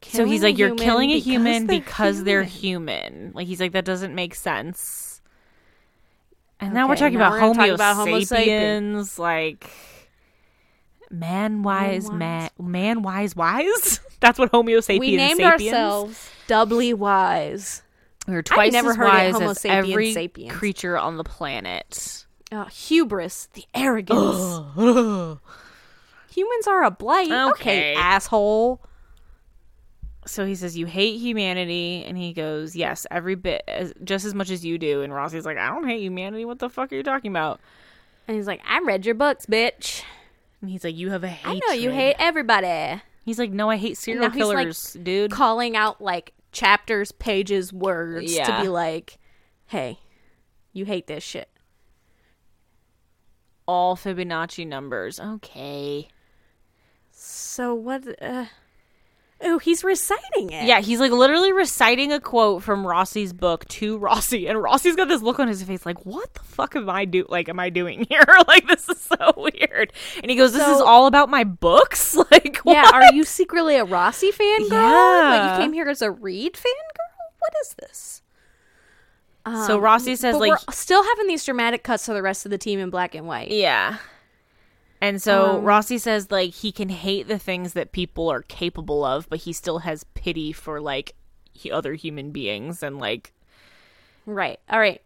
[SPEAKER 1] so he's like, you're killing a human
[SPEAKER 2] they're
[SPEAKER 1] because they're
[SPEAKER 2] human."
[SPEAKER 1] human. Like he's like, that doesn't make sense. And now we're
[SPEAKER 2] Okay,
[SPEAKER 1] talking
[SPEAKER 2] now
[SPEAKER 1] about,
[SPEAKER 2] we're
[SPEAKER 1] homo
[SPEAKER 2] gonna talk about Homo
[SPEAKER 1] sapiens, like man wise, man, man wise, wise. (laughs) That's what Homo sapiens.
[SPEAKER 2] We named
[SPEAKER 1] sapiens.
[SPEAKER 2] ourselves doubly wise.
[SPEAKER 1] We were twice
[SPEAKER 2] never
[SPEAKER 1] as
[SPEAKER 2] heard it,
[SPEAKER 1] wise
[SPEAKER 2] Homo
[SPEAKER 1] as
[SPEAKER 2] sapiens
[SPEAKER 1] every
[SPEAKER 2] sapiens.
[SPEAKER 1] creature on the planet.
[SPEAKER 2] Uh, hubris, the arrogance.
[SPEAKER 1] (gasps)
[SPEAKER 2] Humans are a blight.
[SPEAKER 1] Okay.
[SPEAKER 2] okay asshole.
[SPEAKER 1] so he says you hate humanity and he goes yes every bit as, just as much as you do and rossi's like i don't hate humanity what the fuck are you talking about
[SPEAKER 2] And he's like, I read your books, bitch.
[SPEAKER 1] and he's like you have a
[SPEAKER 2] I
[SPEAKER 1] hatred
[SPEAKER 2] know you hate everybody.
[SPEAKER 1] he's like no i hate serial
[SPEAKER 2] now he's like,
[SPEAKER 1] killers dude
[SPEAKER 2] Calling out like chapters, pages, words
[SPEAKER 1] Yeah.
[SPEAKER 2] to be like, hey, you hate this shit.
[SPEAKER 1] all fibonacci numbers okay
[SPEAKER 2] So what? Uh, oh, he's reciting it.
[SPEAKER 1] (laughs) yeah he's like literally reciting a quote from rossi's book to rossi and rossi's got this look on his face like what the fuck am i do like am i doing here (laughs) like this is so weird and he goes this is
[SPEAKER 2] So-
[SPEAKER 1] all about my books (laughs) like
[SPEAKER 2] Yeah,
[SPEAKER 1] what?
[SPEAKER 2] are you secretly a Rossi fangirl? Like,
[SPEAKER 1] Yeah.
[SPEAKER 2] you came here as a Reed fangirl? What is this?
[SPEAKER 1] so rossi says
[SPEAKER 2] uh-huh. But
[SPEAKER 1] like
[SPEAKER 2] we're still having these dramatic cuts to the rest of the team in black and white.
[SPEAKER 1] Yeah. And
[SPEAKER 2] Um,
[SPEAKER 1] so Rossi says like he can hate the things that people are capable of, but he still has pity for like hu- other human beings and like
[SPEAKER 2] Right. All right.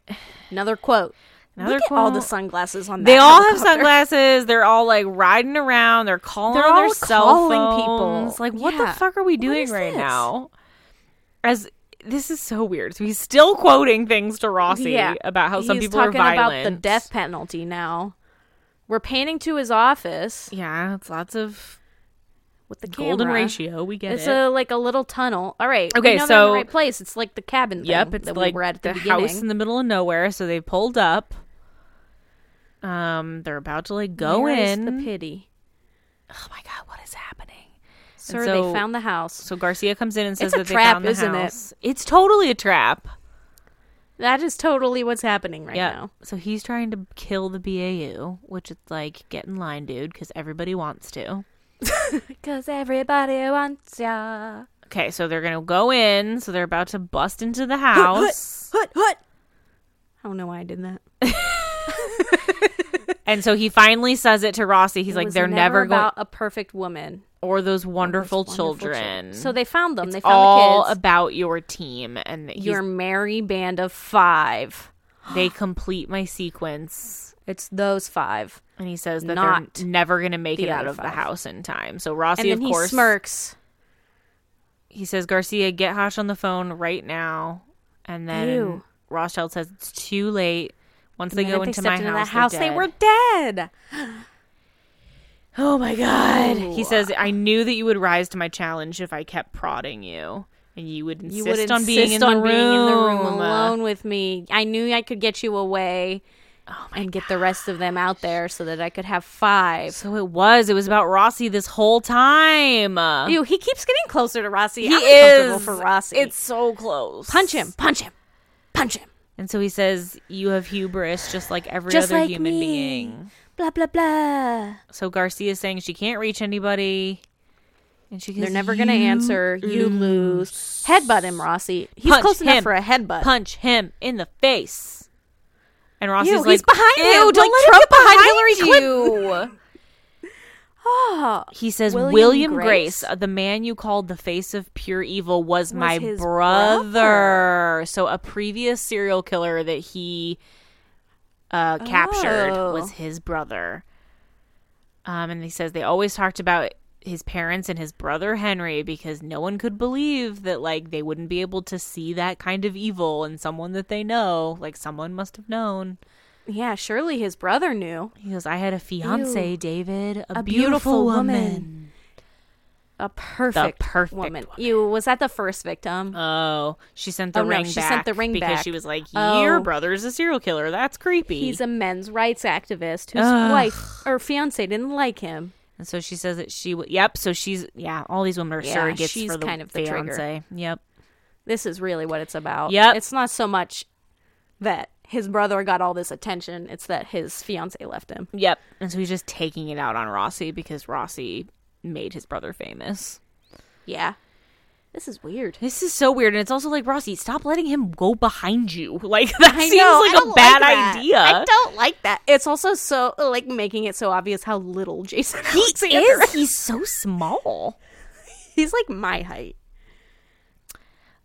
[SPEAKER 2] Another quote.
[SPEAKER 1] Another
[SPEAKER 2] Look at all the
[SPEAKER 1] quote.
[SPEAKER 2] sunglasses on that.
[SPEAKER 1] they all have
[SPEAKER 2] helicopter.
[SPEAKER 1] sunglasses. They're all like riding around. They're calling
[SPEAKER 2] They're
[SPEAKER 1] on their
[SPEAKER 2] all
[SPEAKER 1] cell
[SPEAKER 2] calling
[SPEAKER 1] phones.
[SPEAKER 2] people.
[SPEAKER 1] Like what the
[SPEAKER 2] Yeah.
[SPEAKER 1] fuck are we
[SPEAKER 2] What
[SPEAKER 1] doing
[SPEAKER 2] is
[SPEAKER 1] right
[SPEAKER 2] this?
[SPEAKER 1] now? As this is so weird. So he's still quoting things to Rossi about how some
[SPEAKER 2] He's
[SPEAKER 1] people are
[SPEAKER 2] talking
[SPEAKER 1] violent.
[SPEAKER 2] about the death penalty now. We're painting to his office
[SPEAKER 1] Yeah, it's lots of
[SPEAKER 2] with the camera.
[SPEAKER 1] golden ratio. We get
[SPEAKER 2] It's
[SPEAKER 1] it.
[SPEAKER 2] a like a little tunnel. All right.
[SPEAKER 1] Okay,
[SPEAKER 2] we know they're in
[SPEAKER 1] so-
[SPEAKER 2] the right place. It's like the cabin.
[SPEAKER 1] Yep,
[SPEAKER 2] thing
[SPEAKER 1] it's
[SPEAKER 2] that
[SPEAKER 1] like
[SPEAKER 2] we were at, at
[SPEAKER 1] the,
[SPEAKER 2] the,
[SPEAKER 1] house
[SPEAKER 2] beginning.
[SPEAKER 1] in the middle of nowhere. So they pulled up. Um, they're about to like go
[SPEAKER 2] Where is
[SPEAKER 1] in.
[SPEAKER 2] the pity.
[SPEAKER 1] oh my god, what is happening?
[SPEAKER 2] Sir,
[SPEAKER 1] so-
[SPEAKER 2] they found the house.
[SPEAKER 1] So Garcia comes in and says
[SPEAKER 2] a
[SPEAKER 1] that
[SPEAKER 2] trap,
[SPEAKER 1] they found the
[SPEAKER 2] isn't it?
[SPEAKER 1] house. It's totally a trap.
[SPEAKER 2] That is totally what's happening right
[SPEAKER 1] Yeah.
[SPEAKER 2] now.
[SPEAKER 1] So he's trying to kill the BAU, which is like get in line, dude, because everybody wants to.
[SPEAKER 2] Because everybody wants ya.
[SPEAKER 1] Okay, so they're gonna go in. So they're about to bust into
[SPEAKER 2] (laughs)
[SPEAKER 1] the house,
[SPEAKER 2] Hut, hut. I don't know why I did that.
[SPEAKER 1] and so he finally says it to Rossi. He's
[SPEAKER 2] It
[SPEAKER 1] like,
[SPEAKER 2] was
[SPEAKER 1] "They're never, going
[SPEAKER 2] about a perfect woman.
[SPEAKER 1] or those wonderful,
[SPEAKER 2] Wonderful
[SPEAKER 1] children."
[SPEAKER 2] So they found them. they found
[SPEAKER 1] all
[SPEAKER 2] the kids.
[SPEAKER 1] about your team and he's-
[SPEAKER 2] Your merry band of five.
[SPEAKER 1] they complete my sequence
[SPEAKER 2] It's those five.
[SPEAKER 1] and he says that
[SPEAKER 2] Not
[SPEAKER 1] they're never going to make
[SPEAKER 2] the
[SPEAKER 1] it out
[SPEAKER 2] other
[SPEAKER 1] of the
[SPEAKER 2] five.
[SPEAKER 1] house in time so rossi
[SPEAKER 2] And then
[SPEAKER 1] of
[SPEAKER 2] he
[SPEAKER 1] course
[SPEAKER 2] smirks.
[SPEAKER 1] he says garcia get hosh on the phone right now and then
[SPEAKER 2] Ew.
[SPEAKER 1] rothschild says it's too late once they
[SPEAKER 2] The
[SPEAKER 1] go
[SPEAKER 2] minute
[SPEAKER 1] into
[SPEAKER 2] they
[SPEAKER 1] my
[SPEAKER 2] stepped into
[SPEAKER 1] house,
[SPEAKER 2] that house,
[SPEAKER 1] they're
[SPEAKER 2] they
[SPEAKER 1] dead.
[SPEAKER 2] were dead.
[SPEAKER 1] oh my god he
[SPEAKER 2] Ew.
[SPEAKER 1] says i knew that you would rise to my challenge if i kept prodding you and you would insist
[SPEAKER 2] You would
[SPEAKER 1] on being in
[SPEAKER 2] insist
[SPEAKER 1] the
[SPEAKER 2] on
[SPEAKER 1] room
[SPEAKER 2] being in the room alone with me. I knew I could get you away and get the rest of them out there so that I could have five.
[SPEAKER 1] so it was it was about rossi this whole time
[SPEAKER 2] Ew, he keeps getting closer to Rossi.
[SPEAKER 1] He
[SPEAKER 2] I'm
[SPEAKER 1] is
[SPEAKER 2] uncomfortable for Rossi.
[SPEAKER 1] It's so close.
[SPEAKER 2] punch him, punch him, punch him.
[SPEAKER 1] And so he says, "You have hubris, just like every
[SPEAKER 2] Just
[SPEAKER 1] other
[SPEAKER 2] like
[SPEAKER 1] human
[SPEAKER 2] me.
[SPEAKER 1] being."
[SPEAKER 2] Blah blah blah.
[SPEAKER 1] So Garcia is saying she can't reach anybody, and she goes,
[SPEAKER 2] They're never gonna
[SPEAKER 1] "You
[SPEAKER 2] answer. You lose. Headbutt him, Rossi. He's
[SPEAKER 1] Punch
[SPEAKER 2] close
[SPEAKER 1] him.
[SPEAKER 2] enough for a headbutt.
[SPEAKER 1] punch him in the face." And Rossi's
[SPEAKER 2] Ew,
[SPEAKER 1] like,
[SPEAKER 2] he's behind
[SPEAKER 1] Ew,
[SPEAKER 2] him,
[SPEAKER 1] Don't
[SPEAKER 2] like
[SPEAKER 1] let
[SPEAKER 2] Trump
[SPEAKER 1] him get behind
[SPEAKER 2] behind
[SPEAKER 1] Hillary
[SPEAKER 2] (laughs)
[SPEAKER 1] Clinton.
[SPEAKER 2] Oh,
[SPEAKER 1] He says, "William,
[SPEAKER 2] William
[SPEAKER 1] Grace,
[SPEAKER 2] Grace?
[SPEAKER 1] uh, the man you called the face of pure evil, was, my
[SPEAKER 2] his
[SPEAKER 1] brother.
[SPEAKER 2] brother.
[SPEAKER 1] So a previous serial killer that he uh, captured
[SPEAKER 2] Oh.
[SPEAKER 1] was his brother." Um, and he says they always talked about his parents and his brother Henry because no one could believe that like they wouldn't be able to see that kind of evil in someone that they know. Like someone must have known.
[SPEAKER 2] yeah. Surely his brother knew.
[SPEAKER 1] He goes, "I had a fiance, David, a,
[SPEAKER 2] beautiful
[SPEAKER 1] beautiful, woman.
[SPEAKER 2] woman. A perfect,
[SPEAKER 1] perfect
[SPEAKER 2] woman.
[SPEAKER 1] woman.
[SPEAKER 2] You was that the first victim?
[SPEAKER 1] Oh, she sent the
[SPEAKER 2] Oh, no,
[SPEAKER 1] ring.
[SPEAKER 2] she
[SPEAKER 1] back
[SPEAKER 2] sent the ring
[SPEAKER 1] because
[SPEAKER 2] back.
[SPEAKER 1] she was like,
[SPEAKER 2] Oh.
[SPEAKER 1] "Your brother's a serial killer. That's creepy."
[SPEAKER 2] He's a men's rights activist whose
[SPEAKER 1] Ugh.
[SPEAKER 2] wife or fiance didn't like him.
[SPEAKER 1] and so she says that she. W- yep. So she's yeah. All these women are
[SPEAKER 2] Yeah,
[SPEAKER 1] surrogates
[SPEAKER 2] she's
[SPEAKER 1] for the
[SPEAKER 2] kind of the trigger.
[SPEAKER 1] fiance. Yep.
[SPEAKER 2] This is really what it's about.
[SPEAKER 1] Yep.
[SPEAKER 2] It's not so much that his brother got all this attention, it's that his fiance left him.
[SPEAKER 1] Yep. And so he's just taking it out on Rossi because Rossi made his brother famous.
[SPEAKER 2] Yeah. This is weird.
[SPEAKER 1] This is so weird, and it's also like Rossi, stop letting him go behind you. (laughs) Like that
[SPEAKER 2] I
[SPEAKER 1] seems
[SPEAKER 2] know, I
[SPEAKER 1] like
[SPEAKER 2] don't
[SPEAKER 1] a bad
[SPEAKER 2] that.
[SPEAKER 1] idea.
[SPEAKER 2] I don't like that. It's also so like making it so obvious how little Jason
[SPEAKER 1] he
[SPEAKER 2] Alexander
[SPEAKER 1] is. He's so small.
[SPEAKER 2] He's like my height.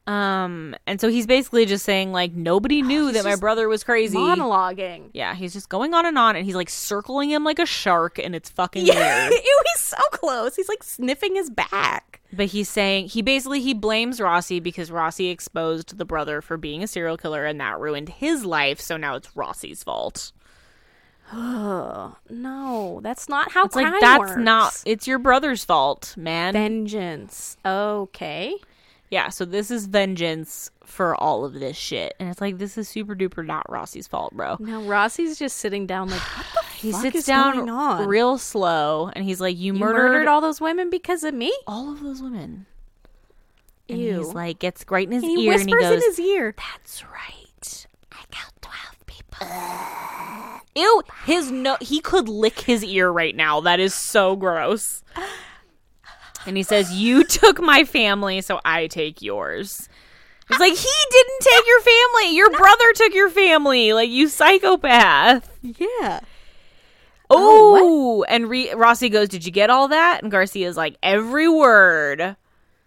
[SPEAKER 1] Um, and so he's basically just saying like
[SPEAKER 2] (sighs)
[SPEAKER 1] nobody knew that my brother was crazy.
[SPEAKER 2] Monologuing.
[SPEAKER 1] Yeah, he's just going on and on, and he's like circling him like a shark, and it's fucking
[SPEAKER 2] (laughs) Yeah.
[SPEAKER 1] weird.
[SPEAKER 2] Ew, he's so close. He's like sniffing his back.
[SPEAKER 1] But he's saying he basically he blames Rossi because Rossi exposed the brother for being a serial killer, and that ruined his life. So now it's Rossi's fault.
[SPEAKER 2] Oh no, that's not how
[SPEAKER 1] It's
[SPEAKER 2] crime
[SPEAKER 1] like that's
[SPEAKER 2] works.
[SPEAKER 1] not. It's your brother's fault, man.
[SPEAKER 2] vengeance. Okay.
[SPEAKER 1] yeah. So this is vengeance for all of this shit, and it's like this is super duper not Rossi's fault, bro.
[SPEAKER 2] Now Rossi's just sitting down like what the
[SPEAKER 1] He
[SPEAKER 2] fuck
[SPEAKER 1] sits
[SPEAKER 2] is
[SPEAKER 1] down
[SPEAKER 2] going on?
[SPEAKER 1] real slow, and he's like, "You,
[SPEAKER 2] you
[SPEAKER 1] murdered,
[SPEAKER 2] murdered
[SPEAKER 1] all-,
[SPEAKER 2] all those women because of me?
[SPEAKER 1] of those women." And
[SPEAKER 2] Ew.
[SPEAKER 1] he's like, gets right in his
[SPEAKER 2] And he
[SPEAKER 1] ear,
[SPEAKER 2] whispers
[SPEAKER 1] and he goes,
[SPEAKER 2] in his ear.
[SPEAKER 1] That's right. I got 12 people. Ew, his no he could lick his ear right now. That is so gross. And he says, "You took my family, so I take yours." It's like he didn't take your family. Your brother took your family. Like you psychopath.
[SPEAKER 2] Yeah. Oh,
[SPEAKER 1] Oh, and Re- Rossi goes, "Did you get all that?" And Garcia's like, "Every word."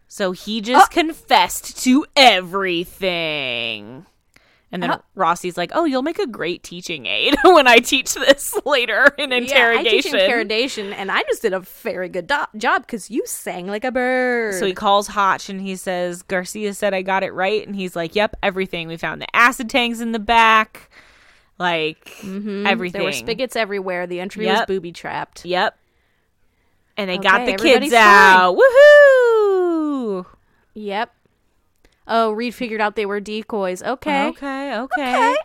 [SPEAKER 1] So he
[SPEAKER 2] Uh,
[SPEAKER 1] just confessed to everything. And then
[SPEAKER 2] Oh.
[SPEAKER 1] Rossi's like, "Oh, you'll make a great teaching aid (laughs) when I teach this later in
[SPEAKER 2] Yeah, I teach
[SPEAKER 1] interrogation."
[SPEAKER 2] interrogation, and I just did a very good do- job because you sang like a bird.
[SPEAKER 1] so he calls Hotch and he says, "Garcia said I got it right." And he's like, "Yep, everything. We found the acid tanks in the back, like everything.
[SPEAKER 2] Mm-hmm. there were spigots everywhere. The entry was
[SPEAKER 1] Yep.
[SPEAKER 2] booby trapped.
[SPEAKER 1] Yep. And they got
[SPEAKER 2] Okay,
[SPEAKER 1] the
[SPEAKER 2] everybody's
[SPEAKER 1] kids out. Woohoo!
[SPEAKER 2] Yep. Oh, Reed figured out they were decoys. Okay.
[SPEAKER 1] Okay, okay.
[SPEAKER 2] Okay.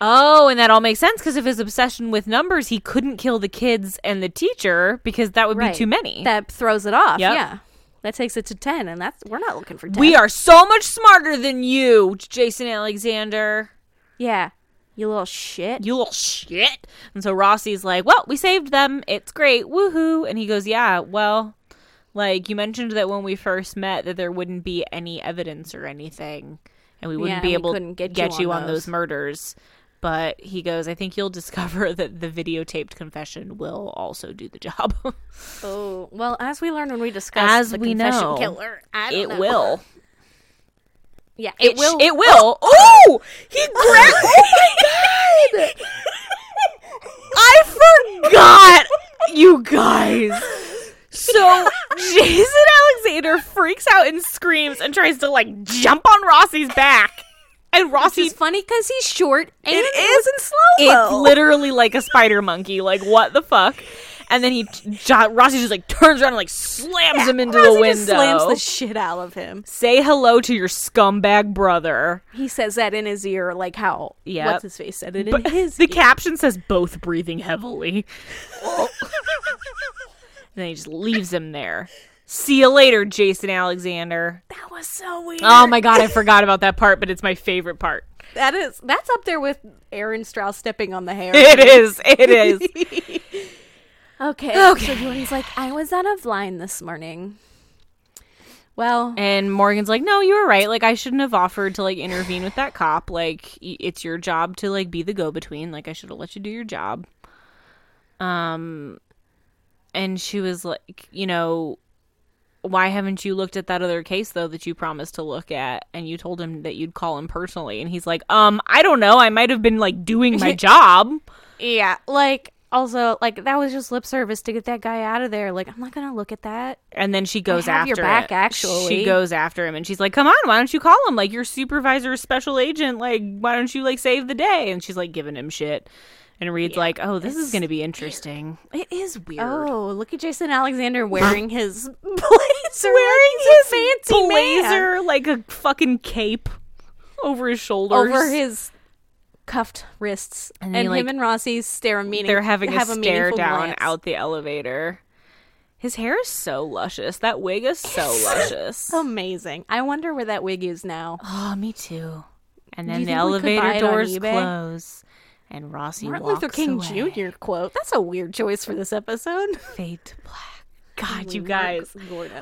[SPEAKER 1] Oh, and that all makes sense because of his obsession with numbers, he couldn't kill the kids and the teacher because that would
[SPEAKER 2] Right.
[SPEAKER 1] be too many.
[SPEAKER 2] That throws it off.
[SPEAKER 1] Yep.
[SPEAKER 2] Yeah. That takes it to ten, and that's we're not looking for ten.
[SPEAKER 1] we are so much smarter than you, Jason Alexander.
[SPEAKER 2] Yeah. You little shit.
[SPEAKER 1] You little shit. And so Rossi's like, Well, we saved them. It's great. Woohoo. And he goes, Yeah, well, like you mentioned that when we first met that there wouldn't be any evidence or anything. And we wouldn't
[SPEAKER 2] Yeah,
[SPEAKER 1] be
[SPEAKER 2] we
[SPEAKER 1] able to
[SPEAKER 2] couldn't get
[SPEAKER 1] get,
[SPEAKER 2] you
[SPEAKER 1] you
[SPEAKER 2] on
[SPEAKER 1] on
[SPEAKER 2] those.
[SPEAKER 1] those murders. But he goes, I think you'll (laughs) discover that the videotaped confession will also do the job. (laughs)
[SPEAKER 2] Oh well, as we learned when we discussed
[SPEAKER 1] As
[SPEAKER 2] the
[SPEAKER 1] we
[SPEAKER 2] confession
[SPEAKER 1] know,
[SPEAKER 2] killer, I don't
[SPEAKER 1] it
[SPEAKER 2] know.
[SPEAKER 1] will.
[SPEAKER 2] Yeah,
[SPEAKER 1] It,
[SPEAKER 2] it, will.
[SPEAKER 1] It
[SPEAKER 2] (laughs)
[SPEAKER 1] will. Oh, he grabbed.
[SPEAKER 2] oh my god!
[SPEAKER 1] I forgot, you guys. So Jason Alexander freaks out and screams and tries to like jump on Rossi's back, and Rossi
[SPEAKER 2] It's funny because he's short and it,
[SPEAKER 1] It is-
[SPEAKER 2] was in slow
[SPEAKER 1] it's literally like a spider monkey. Like what the fuck? And then he jo- Rossi just like turns around and like slams him into the window.
[SPEAKER 2] Just slams the shit out of him.
[SPEAKER 1] Say hello to your scumbag brother.
[SPEAKER 2] He says that in his ear, like how
[SPEAKER 1] Yep.
[SPEAKER 2] what's his face said it in (laughs)
[SPEAKER 1] But
[SPEAKER 2] his.
[SPEAKER 1] the caption says both breathing heavily. and then he just leaves him there. See you later, Jason Alexander.
[SPEAKER 2] That was so weird.
[SPEAKER 1] Oh my god, I forgot about that part, but it's my favorite part.
[SPEAKER 2] that is that's up there with Aaron Strauss stepping on the (laughs) hair.
[SPEAKER 1] It is. It is.
[SPEAKER 2] okay. So
[SPEAKER 1] Okay.
[SPEAKER 2] Jordan's like, I was out of line this morning. Well,
[SPEAKER 1] And Morgan's like, "No, you were right. Like I shouldn't have offered to like intervene with that cop. Like y- it's your job to like be the go-between. Like I should have let you do your job." Um and she was like, "You know, why haven't you looked at that other case though that you promised to look at and you told him that you'd call him personally?" And he's like, "Um, I don't know. I might have been like doing my job."
[SPEAKER 2] yeah, like also like that was just lip service to get that guy out of there. Like I'm not gonna look at that.
[SPEAKER 1] And then she goes
[SPEAKER 2] have
[SPEAKER 1] after
[SPEAKER 2] your back,
[SPEAKER 1] it.
[SPEAKER 2] actually.
[SPEAKER 1] She goes after him and she's like, Come on, why don't you call him? Like your supervisor or special agent, like why don't you like save the day? And she's like giving him shit. and reads like, "Oh, this is going to be interesting." It is weird.
[SPEAKER 2] Oh, look at Jason Alexander (laughs) wearing his blazer.
[SPEAKER 1] Wearing
[SPEAKER 2] his
[SPEAKER 1] Blazer
[SPEAKER 2] fancy man
[SPEAKER 1] like a fucking cape over his shoulders.
[SPEAKER 2] over his cuffed wrists,
[SPEAKER 1] And
[SPEAKER 2] and,
[SPEAKER 1] they, like-
[SPEAKER 2] him and Rossi stare a meaning.
[SPEAKER 1] They're having
[SPEAKER 2] have
[SPEAKER 1] a stare
[SPEAKER 2] meaningful
[SPEAKER 1] down
[SPEAKER 2] glance.
[SPEAKER 1] out the elevator. His hair is so luscious. That wig is so luscious.
[SPEAKER 2] Amazing. I wonder where that wig is now.
[SPEAKER 1] (gasps) Oh, me too. And then
[SPEAKER 2] you
[SPEAKER 1] the
[SPEAKER 2] think we could buy
[SPEAKER 1] elevator
[SPEAKER 2] it on
[SPEAKER 1] doors
[SPEAKER 2] eBay?
[SPEAKER 1] close, and Rossi
[SPEAKER 2] Martin
[SPEAKER 1] walks
[SPEAKER 2] Luther King
[SPEAKER 1] away.
[SPEAKER 2] Jr. quote. That's a weird choice for this episode.
[SPEAKER 1] Fade to black. Oh God, (laughs) you
[SPEAKER 2] (laughs)
[SPEAKER 1] guys!
[SPEAKER 2] Lord,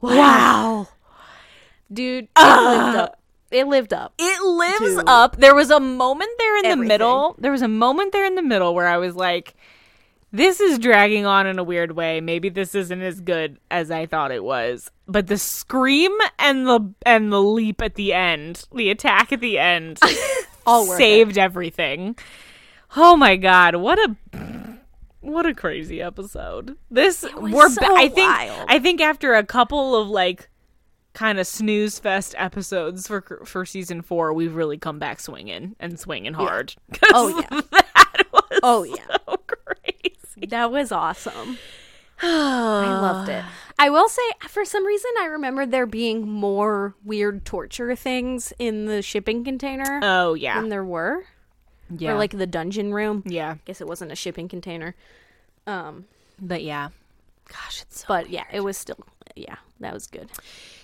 [SPEAKER 1] Wow,
[SPEAKER 2] dude, it
[SPEAKER 1] Ah!
[SPEAKER 2] lived up. It lived up.
[SPEAKER 1] it lives
[SPEAKER 2] Dude.
[SPEAKER 1] up. There was a moment there in the
[SPEAKER 2] Everything.
[SPEAKER 1] middle. There was a moment there in the middle where I was like, "This is dragging on in a weird way. Maybe this isn't as good as I thought it was." But the scream and the and the leap at the end, the attack at the end,
[SPEAKER 2] All Oh, worth it.
[SPEAKER 1] saved everything. Oh my god, what a what a crazy episode. This
[SPEAKER 2] was
[SPEAKER 1] we're
[SPEAKER 2] so
[SPEAKER 1] ba- I think
[SPEAKER 2] wild.
[SPEAKER 1] I think after a couple of like kind of snooze fest episodes for for season 4, we've really come back swinging and swinging hard. (laughs) 'Cause
[SPEAKER 2] Oh, yeah.
[SPEAKER 1] That was
[SPEAKER 2] Oh yeah.
[SPEAKER 1] so (laughs) crazy.
[SPEAKER 2] That
[SPEAKER 1] (sighs)
[SPEAKER 2] was awesome. I loved it. I will say, for some reason, I remember there being more weird torture things in the shipping container
[SPEAKER 1] Oh yeah.
[SPEAKER 2] than there were,
[SPEAKER 1] Yeah.
[SPEAKER 2] or like the dungeon room.
[SPEAKER 1] yeah.
[SPEAKER 2] I guess it wasn't a shipping container,
[SPEAKER 1] But yeah. Gosh, it's so
[SPEAKER 2] but yeah, it was still yeah, that was good.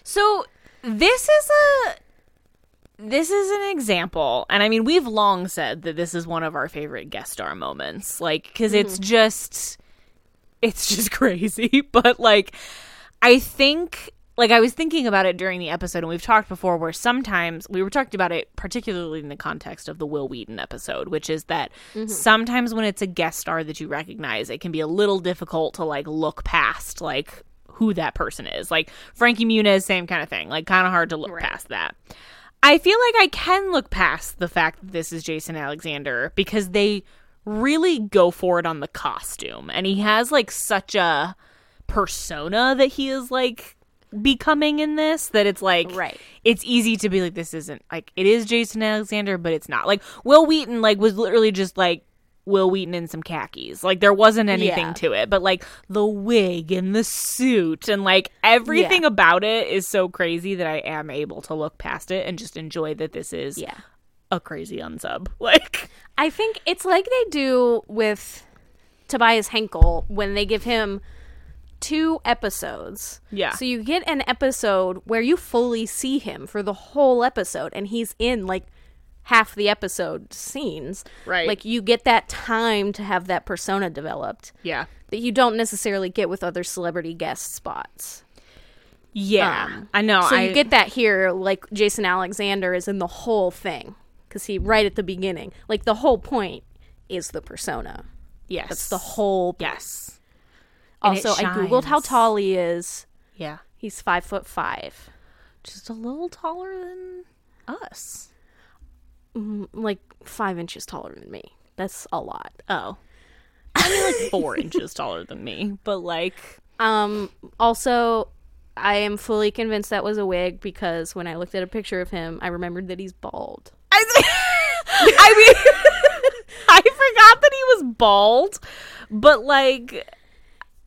[SPEAKER 1] So this is a this is an example, and I mean we've long said that this is one of our favorite guest star moments, like because it's just it's just (laughs) crazy, but like I think like I was thinking about it during the episode, and we've talked before where sometimes we were talking about it, particularly in the context of the Will Wheaton episode, which is that sometimes when it's a guest star that you recognize, it can be a little difficult to like look past like who that person is. Like Frankie Muniz, same kind of thing. Like kind of hard to look past that. I feel like I can look past the fact that this is Jason Alexander because they really go for it on the costume, and he has like such a persona that he is like becoming in this that it's like
[SPEAKER 2] Right.
[SPEAKER 1] it's easy to be like this isn't like it is Jason Alexander but it's not like Will Wheaton like was literally just like Will Wheaton in some khakis like there wasn't anything
[SPEAKER 2] Yeah.
[SPEAKER 1] to it but like the wig and the suit and like everything about it is so crazy that I am able to look past it and just enjoy that this is
[SPEAKER 2] Yeah,
[SPEAKER 1] a crazy unsub (laughs) like
[SPEAKER 2] I think it's like they do with Tobias Henkel when they give him two episodes.
[SPEAKER 1] Yeah.
[SPEAKER 2] So you get an episode where you fully see him for the whole episode and he's in like half the episode scenes.
[SPEAKER 1] Right.
[SPEAKER 2] Like you get that time to have that persona developed
[SPEAKER 1] yeah
[SPEAKER 2] that you don't necessarily get with other celebrity guest spots.
[SPEAKER 1] yeah I know
[SPEAKER 2] Um, So
[SPEAKER 1] I
[SPEAKER 2] you get that here, like Jason Alexander is in the whole thing because he right at the beginning, like the whole point is the persona.
[SPEAKER 1] yes
[SPEAKER 2] The whole.
[SPEAKER 1] yes And it
[SPEAKER 2] Also, I googled how
[SPEAKER 1] shines.
[SPEAKER 2] tall he is.
[SPEAKER 1] yeah
[SPEAKER 2] He's five foot five,
[SPEAKER 1] just a little taller than
[SPEAKER 2] (laughs)
[SPEAKER 1] us.
[SPEAKER 2] like five inches taller than me. That's a lot.
[SPEAKER 1] Oh. I mean, like four inches taller than me, but like,
[SPEAKER 2] Um. Also, I am fully convinced that was a wig because when I looked at a picture of him, I remembered that he's bald.
[SPEAKER 1] I, (laughs) I mean, (laughs) I forgot that he was bald, but like,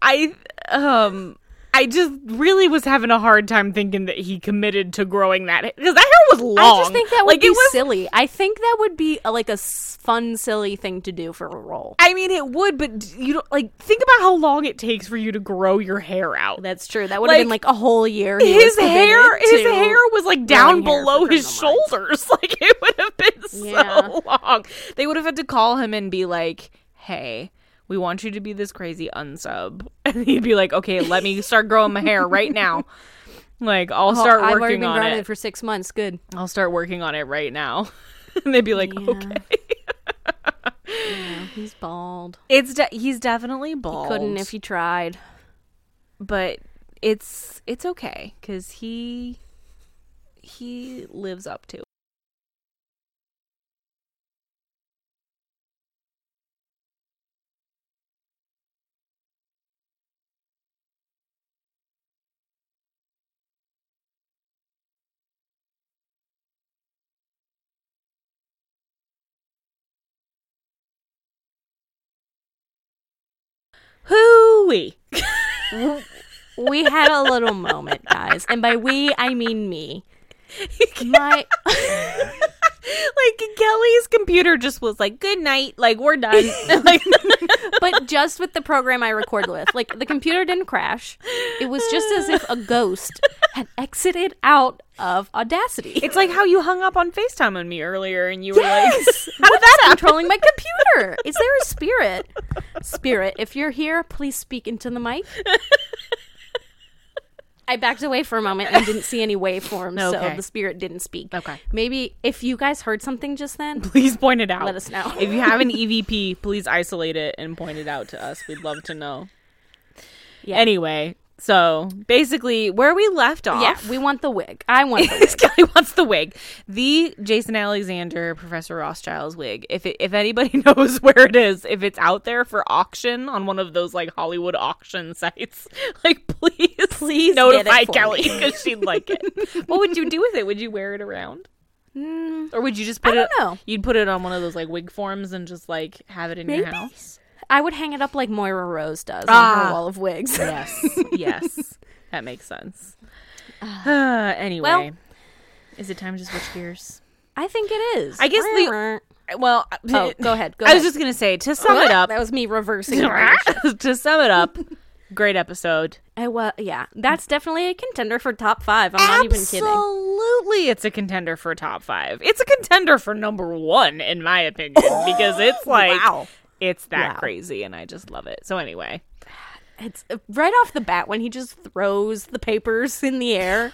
[SPEAKER 1] I, um, I just really was having a hard time thinking that he committed to growing that because that hair was long.
[SPEAKER 2] I just think that would
[SPEAKER 1] like
[SPEAKER 2] be
[SPEAKER 1] it was
[SPEAKER 2] silly. I think that would be a, like a s- fun, silly thing to do for a role.
[SPEAKER 1] I mean, it would, but d- you don't like think about how long it takes for you to grow your hair out.
[SPEAKER 2] That's true. That would have been
[SPEAKER 1] Like,
[SPEAKER 2] like a whole year. he was
[SPEAKER 1] his hair
[SPEAKER 2] committed
[SPEAKER 1] his
[SPEAKER 2] to-
[SPEAKER 1] hair was like down
[SPEAKER 2] growing hair
[SPEAKER 1] below
[SPEAKER 2] for
[SPEAKER 1] his
[SPEAKER 2] criminal
[SPEAKER 1] shoulders (laughs) like it would have been so
[SPEAKER 2] Yeah.
[SPEAKER 1] long they would have had to call him and be like hey we want you to be this crazy unsub (laughs) and he'd be like okay let me start growing my hair right now (laughs) like i'll
[SPEAKER 2] Oh,
[SPEAKER 1] start
[SPEAKER 2] I've already
[SPEAKER 1] working
[SPEAKER 2] been
[SPEAKER 1] on
[SPEAKER 2] grounded
[SPEAKER 1] it
[SPEAKER 2] for six months. Good.
[SPEAKER 1] i'll start working on it right now (laughs) and they'd be like "Oh, okay (laughs)
[SPEAKER 2] Yeah, he's bald.
[SPEAKER 1] it's de- he's definitely bald
[SPEAKER 2] Couldn't if you tried.
[SPEAKER 1] but it's it's okay because he he lives up to (laughs) we?
[SPEAKER 2] we had a little
[SPEAKER 1] (laughs)
[SPEAKER 2] moment, guys. And by we, I mean me. (laughs) My
[SPEAKER 1] Like Kelly's computer just was like, "Good night, like we're
[SPEAKER 2] (laughs)
[SPEAKER 1] done." (laughs) like,
[SPEAKER 2] but just with the program I record with. Like the computer didn't crash. It was just as if a ghost had exited out of Audacity.
[SPEAKER 1] (laughs) it's like how you hung up on Facetime on me earlier, and you were
[SPEAKER 2] Yes!
[SPEAKER 1] like, (laughs) "How did that happen?"
[SPEAKER 2] (laughs) controlling my computer. Is there a spirit? Spirit, if you're here, please speak into
[SPEAKER 1] (laughs)
[SPEAKER 2] the mic. I backed away for a moment and didn't see any waveforms,
[SPEAKER 1] Okay.
[SPEAKER 2] so the spirit didn't speak.
[SPEAKER 1] Okay.
[SPEAKER 2] Maybe if you guys heard something just
[SPEAKER 1] (laughs)
[SPEAKER 2] then,
[SPEAKER 1] Please point it out.
[SPEAKER 2] let us know.
[SPEAKER 1] If you have an EVP, please isolate it and point it out to us. We'd love to know.
[SPEAKER 2] Yeah.
[SPEAKER 1] Anyway, so basically, where we left off,
[SPEAKER 2] yeah, we want the wig. I
[SPEAKER 1] (laughs)
[SPEAKER 2] want the wig.
[SPEAKER 1] this guy wants the wig, the Jason Alexander Professor Rothschild's wig. If it, if anybody (laughs) knows where it is, if it's out there for auction on one of those like Hollywood auction (laughs) sites, like please, please
[SPEAKER 2] get
[SPEAKER 1] notify
[SPEAKER 2] it for
[SPEAKER 1] Kelly because she'd like
[SPEAKER 2] (laughs)
[SPEAKER 1] it. what would you do with it? Would you wear it around?
[SPEAKER 2] Mm,
[SPEAKER 1] Or would you just put
[SPEAKER 2] I
[SPEAKER 1] it?
[SPEAKER 2] don't know.
[SPEAKER 1] You'd put it on one of those like wig forms and just like have it in your
[SPEAKER 2] Maybe.
[SPEAKER 1] house.
[SPEAKER 2] I would hang it up like Moira Rose does on
[SPEAKER 1] Ah.
[SPEAKER 2] her wall of wigs. (laughs)
[SPEAKER 1] Yes, yes, that makes sense.
[SPEAKER 2] Ah.
[SPEAKER 1] Uh, (sighs) anyway, is it time to switch gears?
[SPEAKER 2] I think it is.
[SPEAKER 1] I guess the- Well,
[SPEAKER 2] Oh, (laughs) go ahead. Go
[SPEAKER 1] I
[SPEAKER 2] ahead.
[SPEAKER 1] was just gonna say to sum it up.
[SPEAKER 2] That was me (laughs)
[SPEAKER 1] (laughs)
[SPEAKER 2] reversing. my-
[SPEAKER 1] to sum it up, great episode.
[SPEAKER 2] I was yeah. That's definitely a contender for top five. I'm not even kidding.
[SPEAKER 1] Absolutely, it's a contender for top five. It's a contender for number one, in my opinion, because it's like
[SPEAKER 2] Wow.
[SPEAKER 1] it's that
[SPEAKER 2] Wow.
[SPEAKER 1] crazy, and I just love it. So anyway,
[SPEAKER 2] It's uh, right off the bat when he just throws the papers in the air.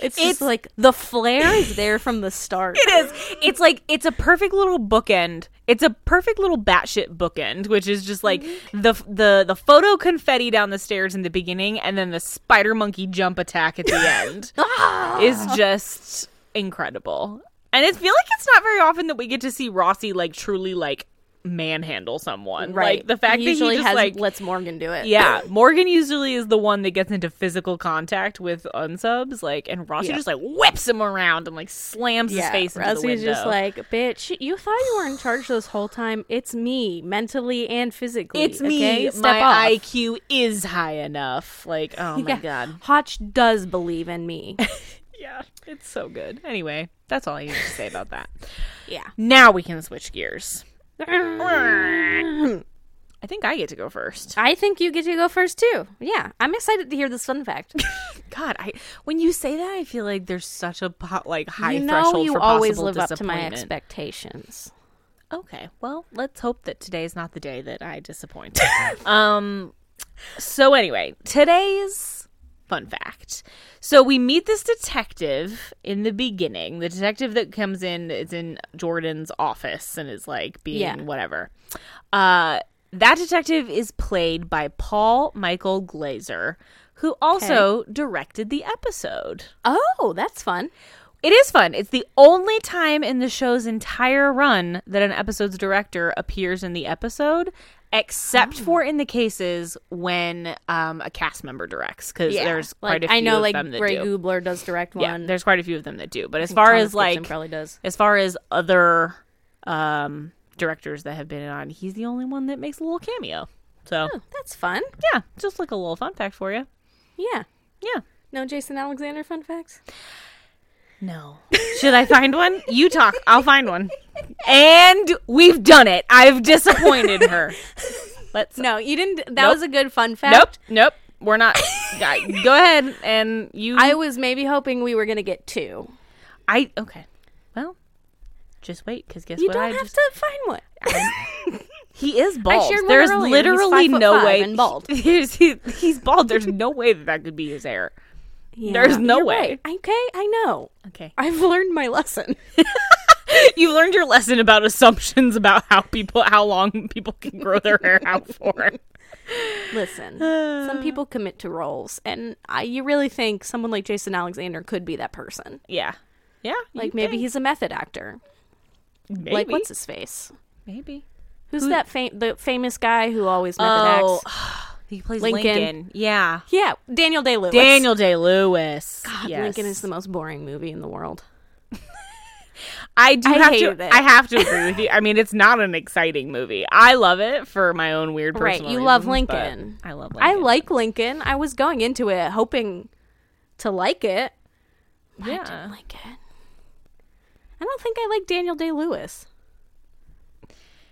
[SPEAKER 2] It's,
[SPEAKER 1] It's-
[SPEAKER 2] just like the flare is there from the start.
[SPEAKER 1] (laughs) it is. It's like it's a perfect little bookend. It's a perfect little batshit bookend, which is just like the the the photo confetti down the stairs in the beginning, and then the spider monkey jump attack
[SPEAKER 2] (laughs)
[SPEAKER 1] at the end.
[SPEAKER 2] Ah!
[SPEAKER 1] is just incredible. And I feel like it's not very often that we get to see Rossi like truly like manhandle someone. Like the fact
[SPEAKER 2] usually
[SPEAKER 1] that he just
[SPEAKER 2] has
[SPEAKER 1] like
[SPEAKER 2] lets Morgan do it.
[SPEAKER 1] yeah, Morgan usually is the one that gets into physical contact with unsubs, like, and Rossi
[SPEAKER 2] Yeah.
[SPEAKER 1] just like whips him around and like slams his face into the
[SPEAKER 2] Rousey's
[SPEAKER 1] window.
[SPEAKER 2] just like, bitch, you thought you were in charge this whole time. It's me, mentally and physically.
[SPEAKER 1] it's me.
[SPEAKER 2] okay? Step
[SPEAKER 1] my
[SPEAKER 2] off. (laughs)
[SPEAKER 1] IQ is high enough. Like, oh my
[SPEAKER 2] Yeah.
[SPEAKER 1] god,
[SPEAKER 2] Hotch does believe in
[SPEAKER 1] (laughs)
[SPEAKER 2] me.
[SPEAKER 1] yeah, it's so good. Anyway, that's all I need to say about that.
[SPEAKER 2] yeah.
[SPEAKER 1] Now we can switch
[SPEAKER 2] (clears throat)
[SPEAKER 1] gears. I think I get to go first.
[SPEAKER 2] I think you get to go first too. Yeah, I'm excited to hear this fun fact.
[SPEAKER 1] God, I when you say that, I feel like there's such a po- like high
[SPEAKER 2] you know,
[SPEAKER 1] threshold
[SPEAKER 2] you
[SPEAKER 1] for
[SPEAKER 2] always
[SPEAKER 1] possible
[SPEAKER 2] live up to my
[SPEAKER 1] disappointment.
[SPEAKER 2] expectations.
[SPEAKER 1] Okay, well, let's hope that today's not the day that I disappoint. (laughs) um, so anyway, today's fun fact. So we meet this detective in the beginning. The detective that comes in is in Jordan's office and is like being
[SPEAKER 2] Yeah.
[SPEAKER 1] whatever. Uh, that detective is played by Paul Michael Glazer, who also directed the episode.
[SPEAKER 2] Oh, that's fun.
[SPEAKER 1] It is fun. It's the only time in the show's entire run that an episode's director appears in the episode, except
[SPEAKER 2] Oh.
[SPEAKER 1] for in the cases when um, a cast member directs, because there's quite
[SPEAKER 2] like
[SPEAKER 1] a few
[SPEAKER 2] I know
[SPEAKER 1] of
[SPEAKER 2] like
[SPEAKER 1] them that
[SPEAKER 2] Gray
[SPEAKER 1] do.
[SPEAKER 2] Goobler does direct
[SPEAKER 1] yeah,
[SPEAKER 2] one.
[SPEAKER 1] there's quite a few of them that do. But as far
[SPEAKER 2] Thomas
[SPEAKER 1] as like,
[SPEAKER 2] Gibson probably does.
[SPEAKER 1] as far as other um, directors that have been on, he's the only one that makes a little cameo. So
[SPEAKER 2] Oh, That's fun.
[SPEAKER 1] yeah, just like a little fun fact for you.
[SPEAKER 2] Yeah.
[SPEAKER 1] Yeah.
[SPEAKER 2] No Jason Alexander fun facts.
[SPEAKER 1] No. Should I find one? You talk. I'll find one. (laughs) And we've done it. I've disappointed her. Let's.
[SPEAKER 2] No, you didn't. That
[SPEAKER 1] Nope.
[SPEAKER 2] was a good fun fact.
[SPEAKER 1] Nope. Nope. We're not. I- Go ahead. And you.
[SPEAKER 2] I was maybe hoping we were gonna get two.
[SPEAKER 1] I. Okay. Well, just wait. Because guess
[SPEAKER 2] You
[SPEAKER 1] what?
[SPEAKER 2] don't
[SPEAKER 1] I
[SPEAKER 2] have
[SPEAKER 1] just.
[SPEAKER 2] to find one. (laughs)
[SPEAKER 1] He is bald.
[SPEAKER 2] shared one
[SPEAKER 1] There's
[SPEAKER 2] earlier. He's
[SPEAKER 1] literally
[SPEAKER 2] five foot
[SPEAKER 1] no
[SPEAKER 2] five
[SPEAKER 1] way.
[SPEAKER 2] and bald.
[SPEAKER 1] (laughs) He's, he- he's bald. There's no way that that could be his hair. There's no
[SPEAKER 2] you're
[SPEAKER 1] way.
[SPEAKER 2] right. Okay, I know.
[SPEAKER 1] Okay.
[SPEAKER 2] I've learned my lesson.
[SPEAKER 1] (laughs) You learned your lesson about assumptions about how people, how long people can grow their hair out
[SPEAKER 2] (laughs)
[SPEAKER 1] for. (sighs)
[SPEAKER 2] Listen, some people commit to roles, and I, you really think someone like Jason Alexander could be that person.
[SPEAKER 1] Yeah. Yeah.
[SPEAKER 2] Like maybe he's a method actor.
[SPEAKER 1] maybe.
[SPEAKER 2] Like what's his face?
[SPEAKER 1] maybe.
[SPEAKER 2] Who's that fam- the famous guy who always method acts?
[SPEAKER 1] Oh.
[SPEAKER 2] (sighs)
[SPEAKER 1] he plays
[SPEAKER 2] Oh, Lincoln.
[SPEAKER 1] Yeah.
[SPEAKER 2] Yeah, Daniel Day Lewis.
[SPEAKER 1] Daniel Day Lewis.
[SPEAKER 2] God, Lincoln is the most boring movie in the world.
[SPEAKER 1] I do
[SPEAKER 2] I
[SPEAKER 1] have
[SPEAKER 2] hated
[SPEAKER 1] to.
[SPEAKER 2] it.
[SPEAKER 1] I have to agree with you. I mean, it's not an exciting movie. I love it for my own weird
[SPEAKER 2] Right,
[SPEAKER 1] personal
[SPEAKER 2] you love
[SPEAKER 1] reasons, but
[SPEAKER 2] Lincoln.
[SPEAKER 1] I love Lincoln.
[SPEAKER 2] I like Lincoln. I was going into it hoping to like it. but I
[SPEAKER 1] Yeah.
[SPEAKER 2] didn't like it. I don't think I like Daniel Day Lewis.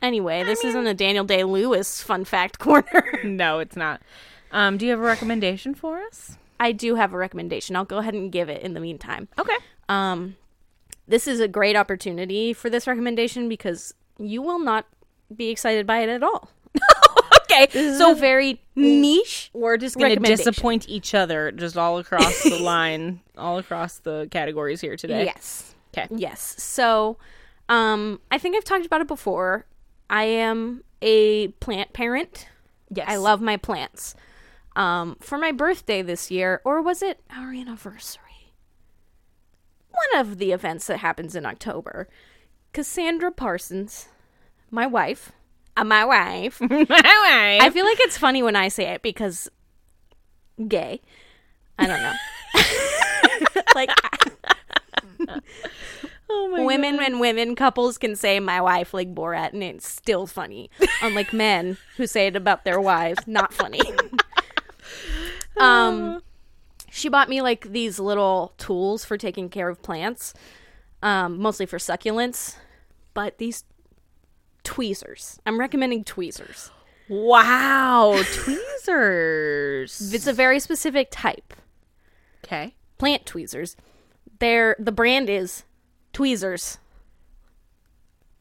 [SPEAKER 2] Anyway, this isn't a Daniel Day Lewis fun fact corner. (laughs)
[SPEAKER 1] No, it's not. Um, do you have a recommendation for us?
[SPEAKER 2] I do have a recommendation. I'll go ahead and give it in the meantime.
[SPEAKER 1] Okay.
[SPEAKER 2] Um, this is a great opportunity for this recommendation because you will not be excited by it at all. (laughs)
[SPEAKER 1] Okay.
[SPEAKER 2] This is so very niche.
[SPEAKER 1] we're just going to
[SPEAKER 2] recommendation.
[SPEAKER 1] disappoint each other just all across
[SPEAKER 2] (laughs)
[SPEAKER 1] the line, all across the categories here today. (laughs)
[SPEAKER 2] Yes.
[SPEAKER 1] Okay.
[SPEAKER 2] Yes. So, um, I think I've talked about it before. I am a plant parent.
[SPEAKER 1] Yes.
[SPEAKER 2] I love my plants. Um, for my birthday this year, or was it our anniversary? One of the events that happens in October. Cassandra Parsons, my wife, uh, my wife. I
[SPEAKER 1] I've
[SPEAKER 2] feel like it's funny when I say it because gay. I don't know. (laughs) like
[SPEAKER 1] oh my
[SPEAKER 2] women and women couples can say my wife like Borat and it's still (laughs) funny. Unlike men who say it about their wives, not (laughs) funny. um she bought me like these little tools for taking care of plants. Um mostly for succulents, but these tweezers. I'm recommending tweezers.
[SPEAKER 1] Wow, tweezers.
[SPEAKER 2] It's a very specific type.
[SPEAKER 1] okay.
[SPEAKER 2] Plant tweezers. They're the brand is Tweezers.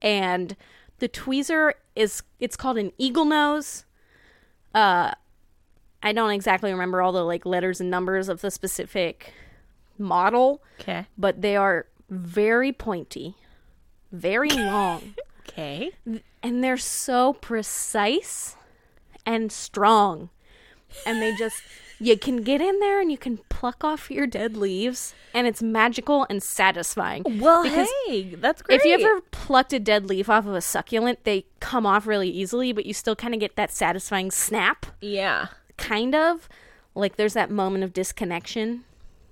[SPEAKER 2] And the tweezer is it's called an eagle nose. Uh I don't exactly remember all the like letters and numbers of the specific model,
[SPEAKER 1] Okay.
[SPEAKER 2] but they are very pointy, very long,
[SPEAKER 1] Okay.
[SPEAKER 2] and they're so precise and strong. And they just you can get in there and you can pluck off your dead leaves and it's magical and satisfying.
[SPEAKER 1] Well,
[SPEAKER 2] Because
[SPEAKER 1] hey, that's great.
[SPEAKER 2] If you ever plucked a dead leaf off of a succulent, they come off really easily, but you still kind of get that satisfying snap,
[SPEAKER 1] yeah,
[SPEAKER 2] kind of. Like there's that moment of disconnection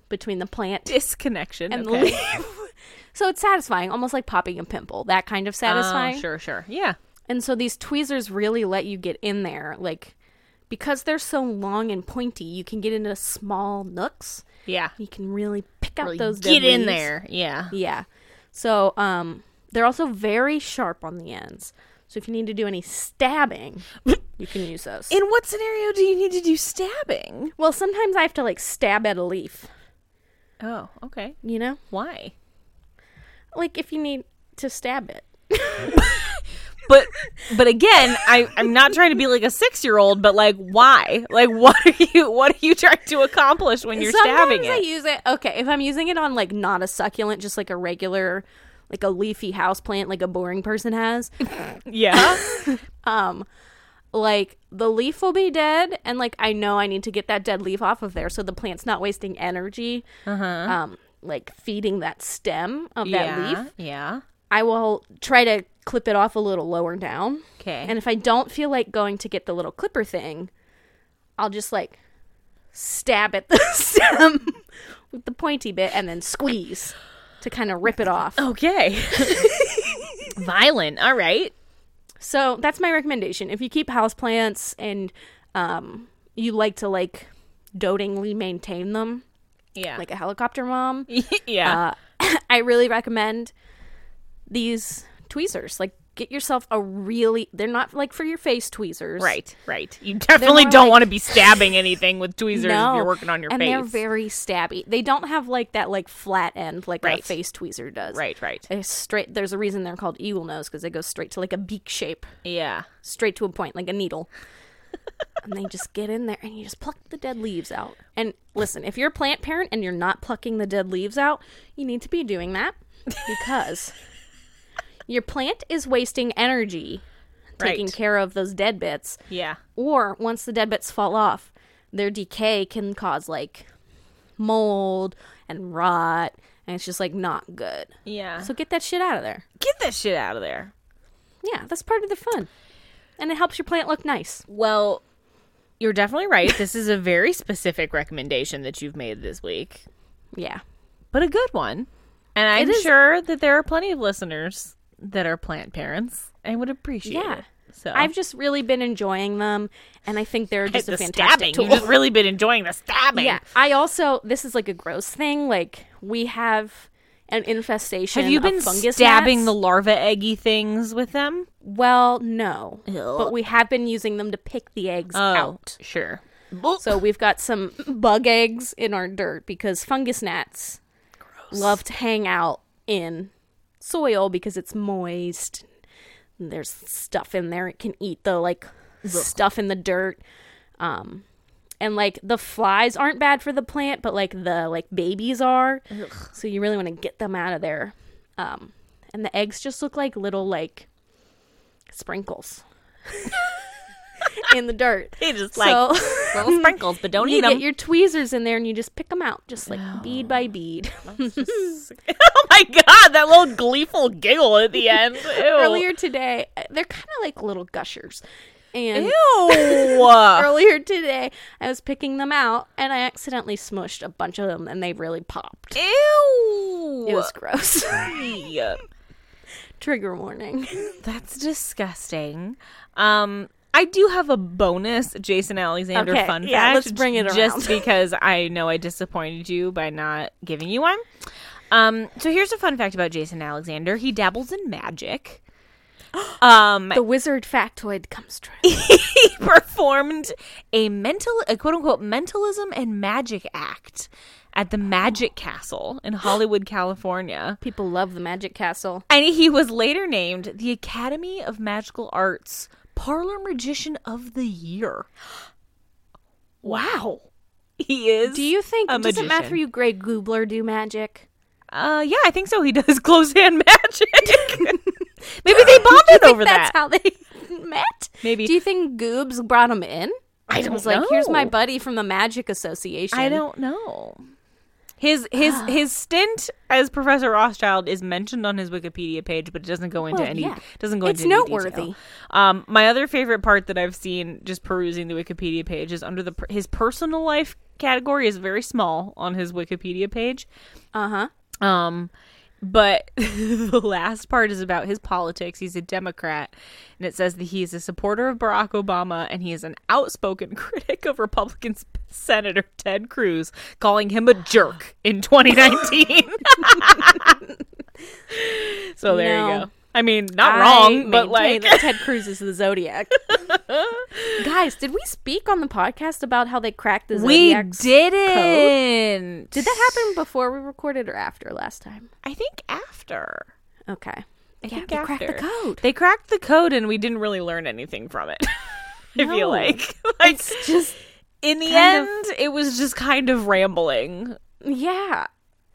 [SPEAKER 2] between the plant
[SPEAKER 1] disconnection
[SPEAKER 2] and
[SPEAKER 1] okay.
[SPEAKER 2] the leaf. (laughs) so it's satisfying, almost like popping a pimple, that kind of
[SPEAKER 1] Oh,
[SPEAKER 2] satisfying.
[SPEAKER 1] sure, sure. Yeah.
[SPEAKER 2] And so these tweezers really let you get in there. Like, because they're so long and pointy, you can get into small nooks.
[SPEAKER 1] Yeah.
[SPEAKER 2] You can really pick out
[SPEAKER 1] Really
[SPEAKER 2] those dead
[SPEAKER 1] get in
[SPEAKER 2] leaves.
[SPEAKER 1] there. Yeah.
[SPEAKER 2] Yeah. So, um, they're also very sharp on the ends. So if you need to do any stabbing, you can use
[SPEAKER 1] (laughs)
[SPEAKER 2] those.
[SPEAKER 1] In what scenario do you need to do stabbing?
[SPEAKER 2] well, sometimes I have to like stab at a leaf,
[SPEAKER 1] Oh, okay.
[SPEAKER 2] you know?
[SPEAKER 1] Why?
[SPEAKER 2] Like if you need to stab it.
[SPEAKER 1] (laughs) But but again, I I'm not trying to be like a 6-year-old, but like why? Like (laughs) what are you what are you trying to accomplish when you're stabbing
[SPEAKER 2] Sometimes I
[SPEAKER 1] it?
[SPEAKER 2] use it. Okay, if I'm using it on like not a succulent, just like a regular, like a leafy houseplant, like a boring person has,
[SPEAKER 1] (laughs) yeah.
[SPEAKER 2] um, like the leaf will be dead, and like I know I need to get that dead leaf off of there, so the plant's not wasting energy, um, like feeding that stem of that
[SPEAKER 1] Uh-huh. yeah.
[SPEAKER 2] leaf.
[SPEAKER 1] Yeah.
[SPEAKER 2] I will try to clip it off a little lower down,
[SPEAKER 1] Okay.
[SPEAKER 2] and if I don't feel like going to get the little clipper thing, I'll just like stab at the (laughs) stem with the pointy bit and then squeeze to kind of rip it off.
[SPEAKER 1] okay. (laughs) Violent. All right.
[SPEAKER 2] So that's my recommendation. If you keep houseplants and um, you like to like dotingly maintain them,
[SPEAKER 1] Yeah.
[SPEAKER 2] like a helicopter mom,
[SPEAKER 1] (laughs) yeah.
[SPEAKER 2] uh, I really recommend these tweezers. Like, get yourself a really, they're not like for your face tweezers.
[SPEAKER 1] Right, right. You definitely
[SPEAKER 2] more
[SPEAKER 1] don't
[SPEAKER 2] like-
[SPEAKER 1] want to be stabbing anything with tweezers if you're working on your
[SPEAKER 2] and
[SPEAKER 1] face.
[SPEAKER 2] they're very stabby. They don't have like that like flat end like a
[SPEAKER 1] Right.
[SPEAKER 2] face tweezer does.
[SPEAKER 1] right, right.
[SPEAKER 2] They're straight. There's a reason they're called eagle nose because they go straight to like a beak shape,
[SPEAKER 1] Yeah.
[SPEAKER 2] straight to a point like a needle. and they just get in there and you just pluck the dead leaves out. And listen, if you're a plant parent and you're not plucking the dead leaves out, you need to be doing that because your plant is wasting energy taking
[SPEAKER 1] Right.
[SPEAKER 2] care of those dead bits
[SPEAKER 1] Yeah.
[SPEAKER 2] or once the dead bits fall off, their decay can cause like mold and rot, and it's just like not good.
[SPEAKER 1] Yeah.
[SPEAKER 2] So get that shit out of there.
[SPEAKER 1] get that shit out of there.
[SPEAKER 2] Yeah, that's part of the fun. And it helps your plant look nice.
[SPEAKER 1] Well, you're definitely right. this is a (laughs) very specific recommendation that you've made this week,
[SPEAKER 2] Yeah.
[SPEAKER 1] but a good one. And I'm
[SPEAKER 2] It is-
[SPEAKER 1] sure that there are plenty of listeners that are plant parents and would appreciate
[SPEAKER 2] Yeah.
[SPEAKER 1] it. So
[SPEAKER 2] I've just really been enjoying them, and I think
[SPEAKER 1] (laughs)
[SPEAKER 2] they're just
[SPEAKER 1] the
[SPEAKER 2] a fantastic
[SPEAKER 1] stabbing.
[SPEAKER 2] tool.
[SPEAKER 1] You've just really been enjoying the stabbing.
[SPEAKER 2] (laughs) yeah, I also this is like a gross thing. Like we have an infestation.
[SPEAKER 1] Have you
[SPEAKER 2] of
[SPEAKER 1] been
[SPEAKER 2] fungus
[SPEAKER 1] stabbing the
[SPEAKER 2] gnats.
[SPEAKER 1] larva eggy things with them?
[SPEAKER 2] Well, no,
[SPEAKER 1] Ew. Oh.
[SPEAKER 2] but we have been using them to pick the eggs out.
[SPEAKER 1] sure.
[SPEAKER 2] So we've got some bug eggs in our dirt because fungus gnats love to hang out in soil because it's moist. There's stuff in there it can eat the like stuff in the dirt. Um and like the flies aren't bad for the plant, but like the like babies are. So you really want to get them out of there. Um and the eggs just look like little like
[SPEAKER 1] (laughs)
[SPEAKER 2] sprinkles in the dirt.
[SPEAKER 1] They just (laughs) like
[SPEAKER 2] so
[SPEAKER 1] little sprinkles, but don't
[SPEAKER 2] you
[SPEAKER 1] eat
[SPEAKER 2] get
[SPEAKER 1] them.
[SPEAKER 2] your tweezers in there and you just pick them out, just like bead by
[SPEAKER 1] (laughs)
[SPEAKER 2] bead.
[SPEAKER 1] (laughs)
[SPEAKER 2] (laughs)
[SPEAKER 1] oh my god, that little gleeful giggle at the (laughs) end. Ew. Oh.
[SPEAKER 2] earlier today, uh, they're kind of like little gushers.
[SPEAKER 1] (laughs)
[SPEAKER 2] And
[SPEAKER 1] Ew.
[SPEAKER 2] earlier today, I was picking them out and I accidentally smushed a bunch of them and they really popped.
[SPEAKER 1] Ew.
[SPEAKER 2] It was gross. (laughs)
[SPEAKER 1] Yeah.
[SPEAKER 2] Trigger
[SPEAKER 1] (laughs)
[SPEAKER 2] warning.
[SPEAKER 1] That's disgusting. Um, I do have a bonus Jason Alexander
[SPEAKER 2] Okay,
[SPEAKER 1] fun
[SPEAKER 2] yeah,
[SPEAKER 1] fact.
[SPEAKER 2] let's bring it
[SPEAKER 1] (laughs)
[SPEAKER 2] around.
[SPEAKER 1] Just because I know I disappointed you by not giving you one. Um, so here's a fun fact about Jason Alexander. He dabbles in (gasps) magic. Um,
[SPEAKER 2] The wizard factoid comes true.
[SPEAKER 1] (laughs) he performed a mental, a quote unquote, mentalism and magic act at the Magic Castle in Hollywood, California.
[SPEAKER 2] People love the magic castle.
[SPEAKER 1] And he was later named the Academy of Magical Arts Parlor Magician of the Year.
[SPEAKER 2] Wow.
[SPEAKER 1] He is.
[SPEAKER 2] Do you think,
[SPEAKER 1] A
[SPEAKER 2] doesn't
[SPEAKER 1] magician.
[SPEAKER 2] Matthew Gray Goobler do magic?
[SPEAKER 1] Uh, yeah, I think so. He does (laughs) close hand
[SPEAKER 2] (laughs)
[SPEAKER 1] magic. Maybe they bonded
[SPEAKER 2] think
[SPEAKER 1] over that.
[SPEAKER 2] that's how they (laughs) met.
[SPEAKER 1] Maybe.
[SPEAKER 2] Do you think Goobs brought him in?
[SPEAKER 1] I don't
[SPEAKER 2] was like, here's my
[SPEAKER 1] know."
[SPEAKER 2] buddy from the Magic Association.
[SPEAKER 1] I don't know. His his
[SPEAKER 2] Ah.
[SPEAKER 1] his stint as Professor Rothschild is mentioned on his Wikipedia page, but it doesn't go into
[SPEAKER 2] Well,
[SPEAKER 1] any
[SPEAKER 2] yeah.
[SPEAKER 1] doesn't go
[SPEAKER 2] It's
[SPEAKER 1] into any
[SPEAKER 2] noteworthy.
[SPEAKER 1] detail. Um, my other favorite part that I've seen just perusing the Wikipedia page is under the per- his personal life category is very small on his Wikipedia page.
[SPEAKER 2] Uh huh.
[SPEAKER 1] Um, but (laughs) the last part is about his politics. He's a Democrat, and it says that he is a supporter of Barack Obama and he is an outspoken (laughs) critic of Republican s- Senator Ted Cruz, calling him a jerk
[SPEAKER 2] (laughs)
[SPEAKER 1] in 2019. (laughs) so there you
[SPEAKER 2] No.
[SPEAKER 1] go. I mean, not
[SPEAKER 2] I
[SPEAKER 1] wrong, but
[SPEAKER 2] maintain
[SPEAKER 1] like,
[SPEAKER 2] that Ted Cruz is
[SPEAKER 1] (laughs)
[SPEAKER 2] the Zodiac. Guys, did we speak on the podcast about how they cracked the
[SPEAKER 1] we
[SPEAKER 2] Zodiac?
[SPEAKER 1] didn't.
[SPEAKER 2] Did that happen before we recorded or after last time?
[SPEAKER 1] I think after.
[SPEAKER 2] Okay.
[SPEAKER 1] I
[SPEAKER 2] yeah,
[SPEAKER 1] think
[SPEAKER 2] they cracked the
[SPEAKER 1] after.
[SPEAKER 2] code.
[SPEAKER 1] They cracked the code and we didn't really learn anything from it. (laughs) I feel
[SPEAKER 2] No.
[SPEAKER 1] like. (laughs) like
[SPEAKER 2] It's just
[SPEAKER 1] in the
[SPEAKER 2] kind of-
[SPEAKER 1] end, it was just kind of rambling.
[SPEAKER 2] yeah.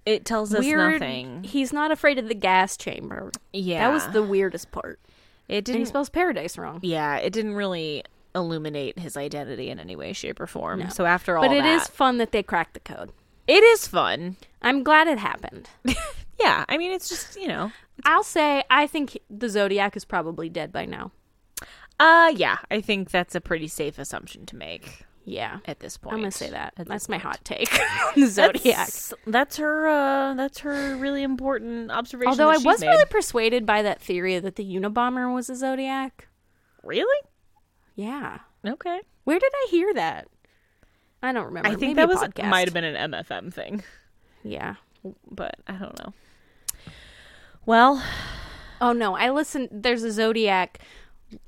[SPEAKER 1] It tells us
[SPEAKER 2] Weird.
[SPEAKER 1] nothing.
[SPEAKER 2] He's not afraid of the gas chamber.
[SPEAKER 1] Yeah. Mm.
[SPEAKER 2] That was the weirdest part.
[SPEAKER 1] it
[SPEAKER 2] And he
[SPEAKER 1] didn't
[SPEAKER 2] spells paradise wrong.
[SPEAKER 1] Yeah, it didn't really illuminate his identity in any way, shape, or form. So after all
[SPEAKER 2] But it
[SPEAKER 1] that-
[SPEAKER 2] is fun that they cracked the code.
[SPEAKER 1] it is fun.
[SPEAKER 2] I'm glad it happened.
[SPEAKER 1] Yeah. I mean it's just, you know.
[SPEAKER 2] I'll say I think the Zodiac is probably dead by now.
[SPEAKER 1] Uh yeah. I think that's a pretty safe assumption to make
[SPEAKER 2] Yeah.
[SPEAKER 1] at this point.
[SPEAKER 2] I'm gonna say that.
[SPEAKER 1] At
[SPEAKER 2] That's
[SPEAKER 1] this
[SPEAKER 2] my hot take. (laughs) on the Zodiac.
[SPEAKER 1] That's, that's her. Uh, that's her really important observation.
[SPEAKER 2] Although
[SPEAKER 1] that
[SPEAKER 2] I
[SPEAKER 1] she's
[SPEAKER 2] was
[SPEAKER 1] made.
[SPEAKER 2] really persuaded by that theory that the Unabomber was a Zodiac.
[SPEAKER 1] really
[SPEAKER 2] Yeah.
[SPEAKER 1] okay.
[SPEAKER 2] Where did I hear that? I don't remember.
[SPEAKER 1] I think
[SPEAKER 2] Maybe
[SPEAKER 1] that
[SPEAKER 2] a
[SPEAKER 1] was
[SPEAKER 2] podcast.
[SPEAKER 1] might have been an MFM thing,
[SPEAKER 2] Yeah.
[SPEAKER 1] but I don't know. Well,
[SPEAKER 2] Oh no, I listened. There's a Zodiac.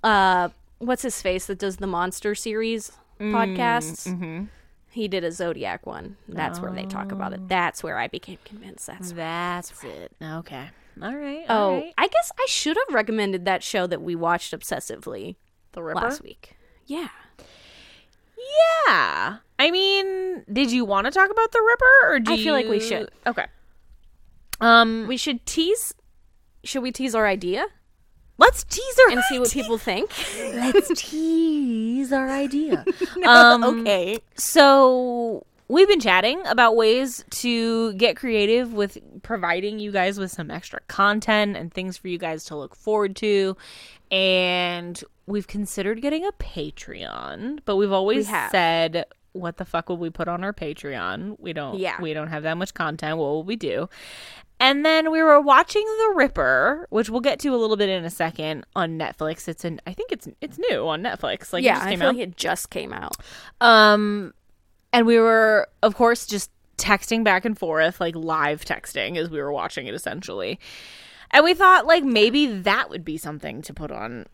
[SPEAKER 2] Uh, what's his face that does the Monster series
[SPEAKER 1] Mm,
[SPEAKER 2] podcasts?
[SPEAKER 1] mm-hmm.
[SPEAKER 2] He did a Zodiac one. That's where they talk about
[SPEAKER 1] Oh.
[SPEAKER 2] it. That's where I became convinced. That's
[SPEAKER 1] that's it. Okay. All right.
[SPEAKER 2] Oh,
[SPEAKER 1] Oh,
[SPEAKER 2] I guess I should have recommended that show that we watched obsessively
[SPEAKER 1] the Ripper.
[SPEAKER 2] last week. Yeah.
[SPEAKER 1] Yeah. I mean, did you want to talk about the Ripper, or do
[SPEAKER 2] I feel like we
[SPEAKER 1] you-
[SPEAKER 2] should.
[SPEAKER 1] Okay. Um,
[SPEAKER 2] We should tease should we tease our idea
[SPEAKER 1] let's tease her
[SPEAKER 2] and see what
[SPEAKER 1] (laughs)
[SPEAKER 2] people think?
[SPEAKER 1] Let's tease our idea. (laughs) um,
[SPEAKER 2] okay.
[SPEAKER 1] So we've been chatting about ways to get creative with providing you guys with some extra content and things for you guys to look forward to. And we've considered getting a Patreon, but we've always
[SPEAKER 2] We have.
[SPEAKER 1] said what the fuck will we put on our Patreon? We don't
[SPEAKER 2] Yeah.
[SPEAKER 1] we don't have that much content. What will we do? And then we were watching The Ripper, which we'll get to a little bit in a second on Netflix. It's an I think it's it's new on Netflix. Like it
[SPEAKER 2] yeah,
[SPEAKER 1] just
[SPEAKER 2] I
[SPEAKER 1] came
[SPEAKER 2] feel
[SPEAKER 1] out.
[SPEAKER 2] like it just came out.
[SPEAKER 1] Um, and we were, of course, just texting back and forth, like live texting as we were watching it, essentially. And we thought, like, maybe that would be something to put on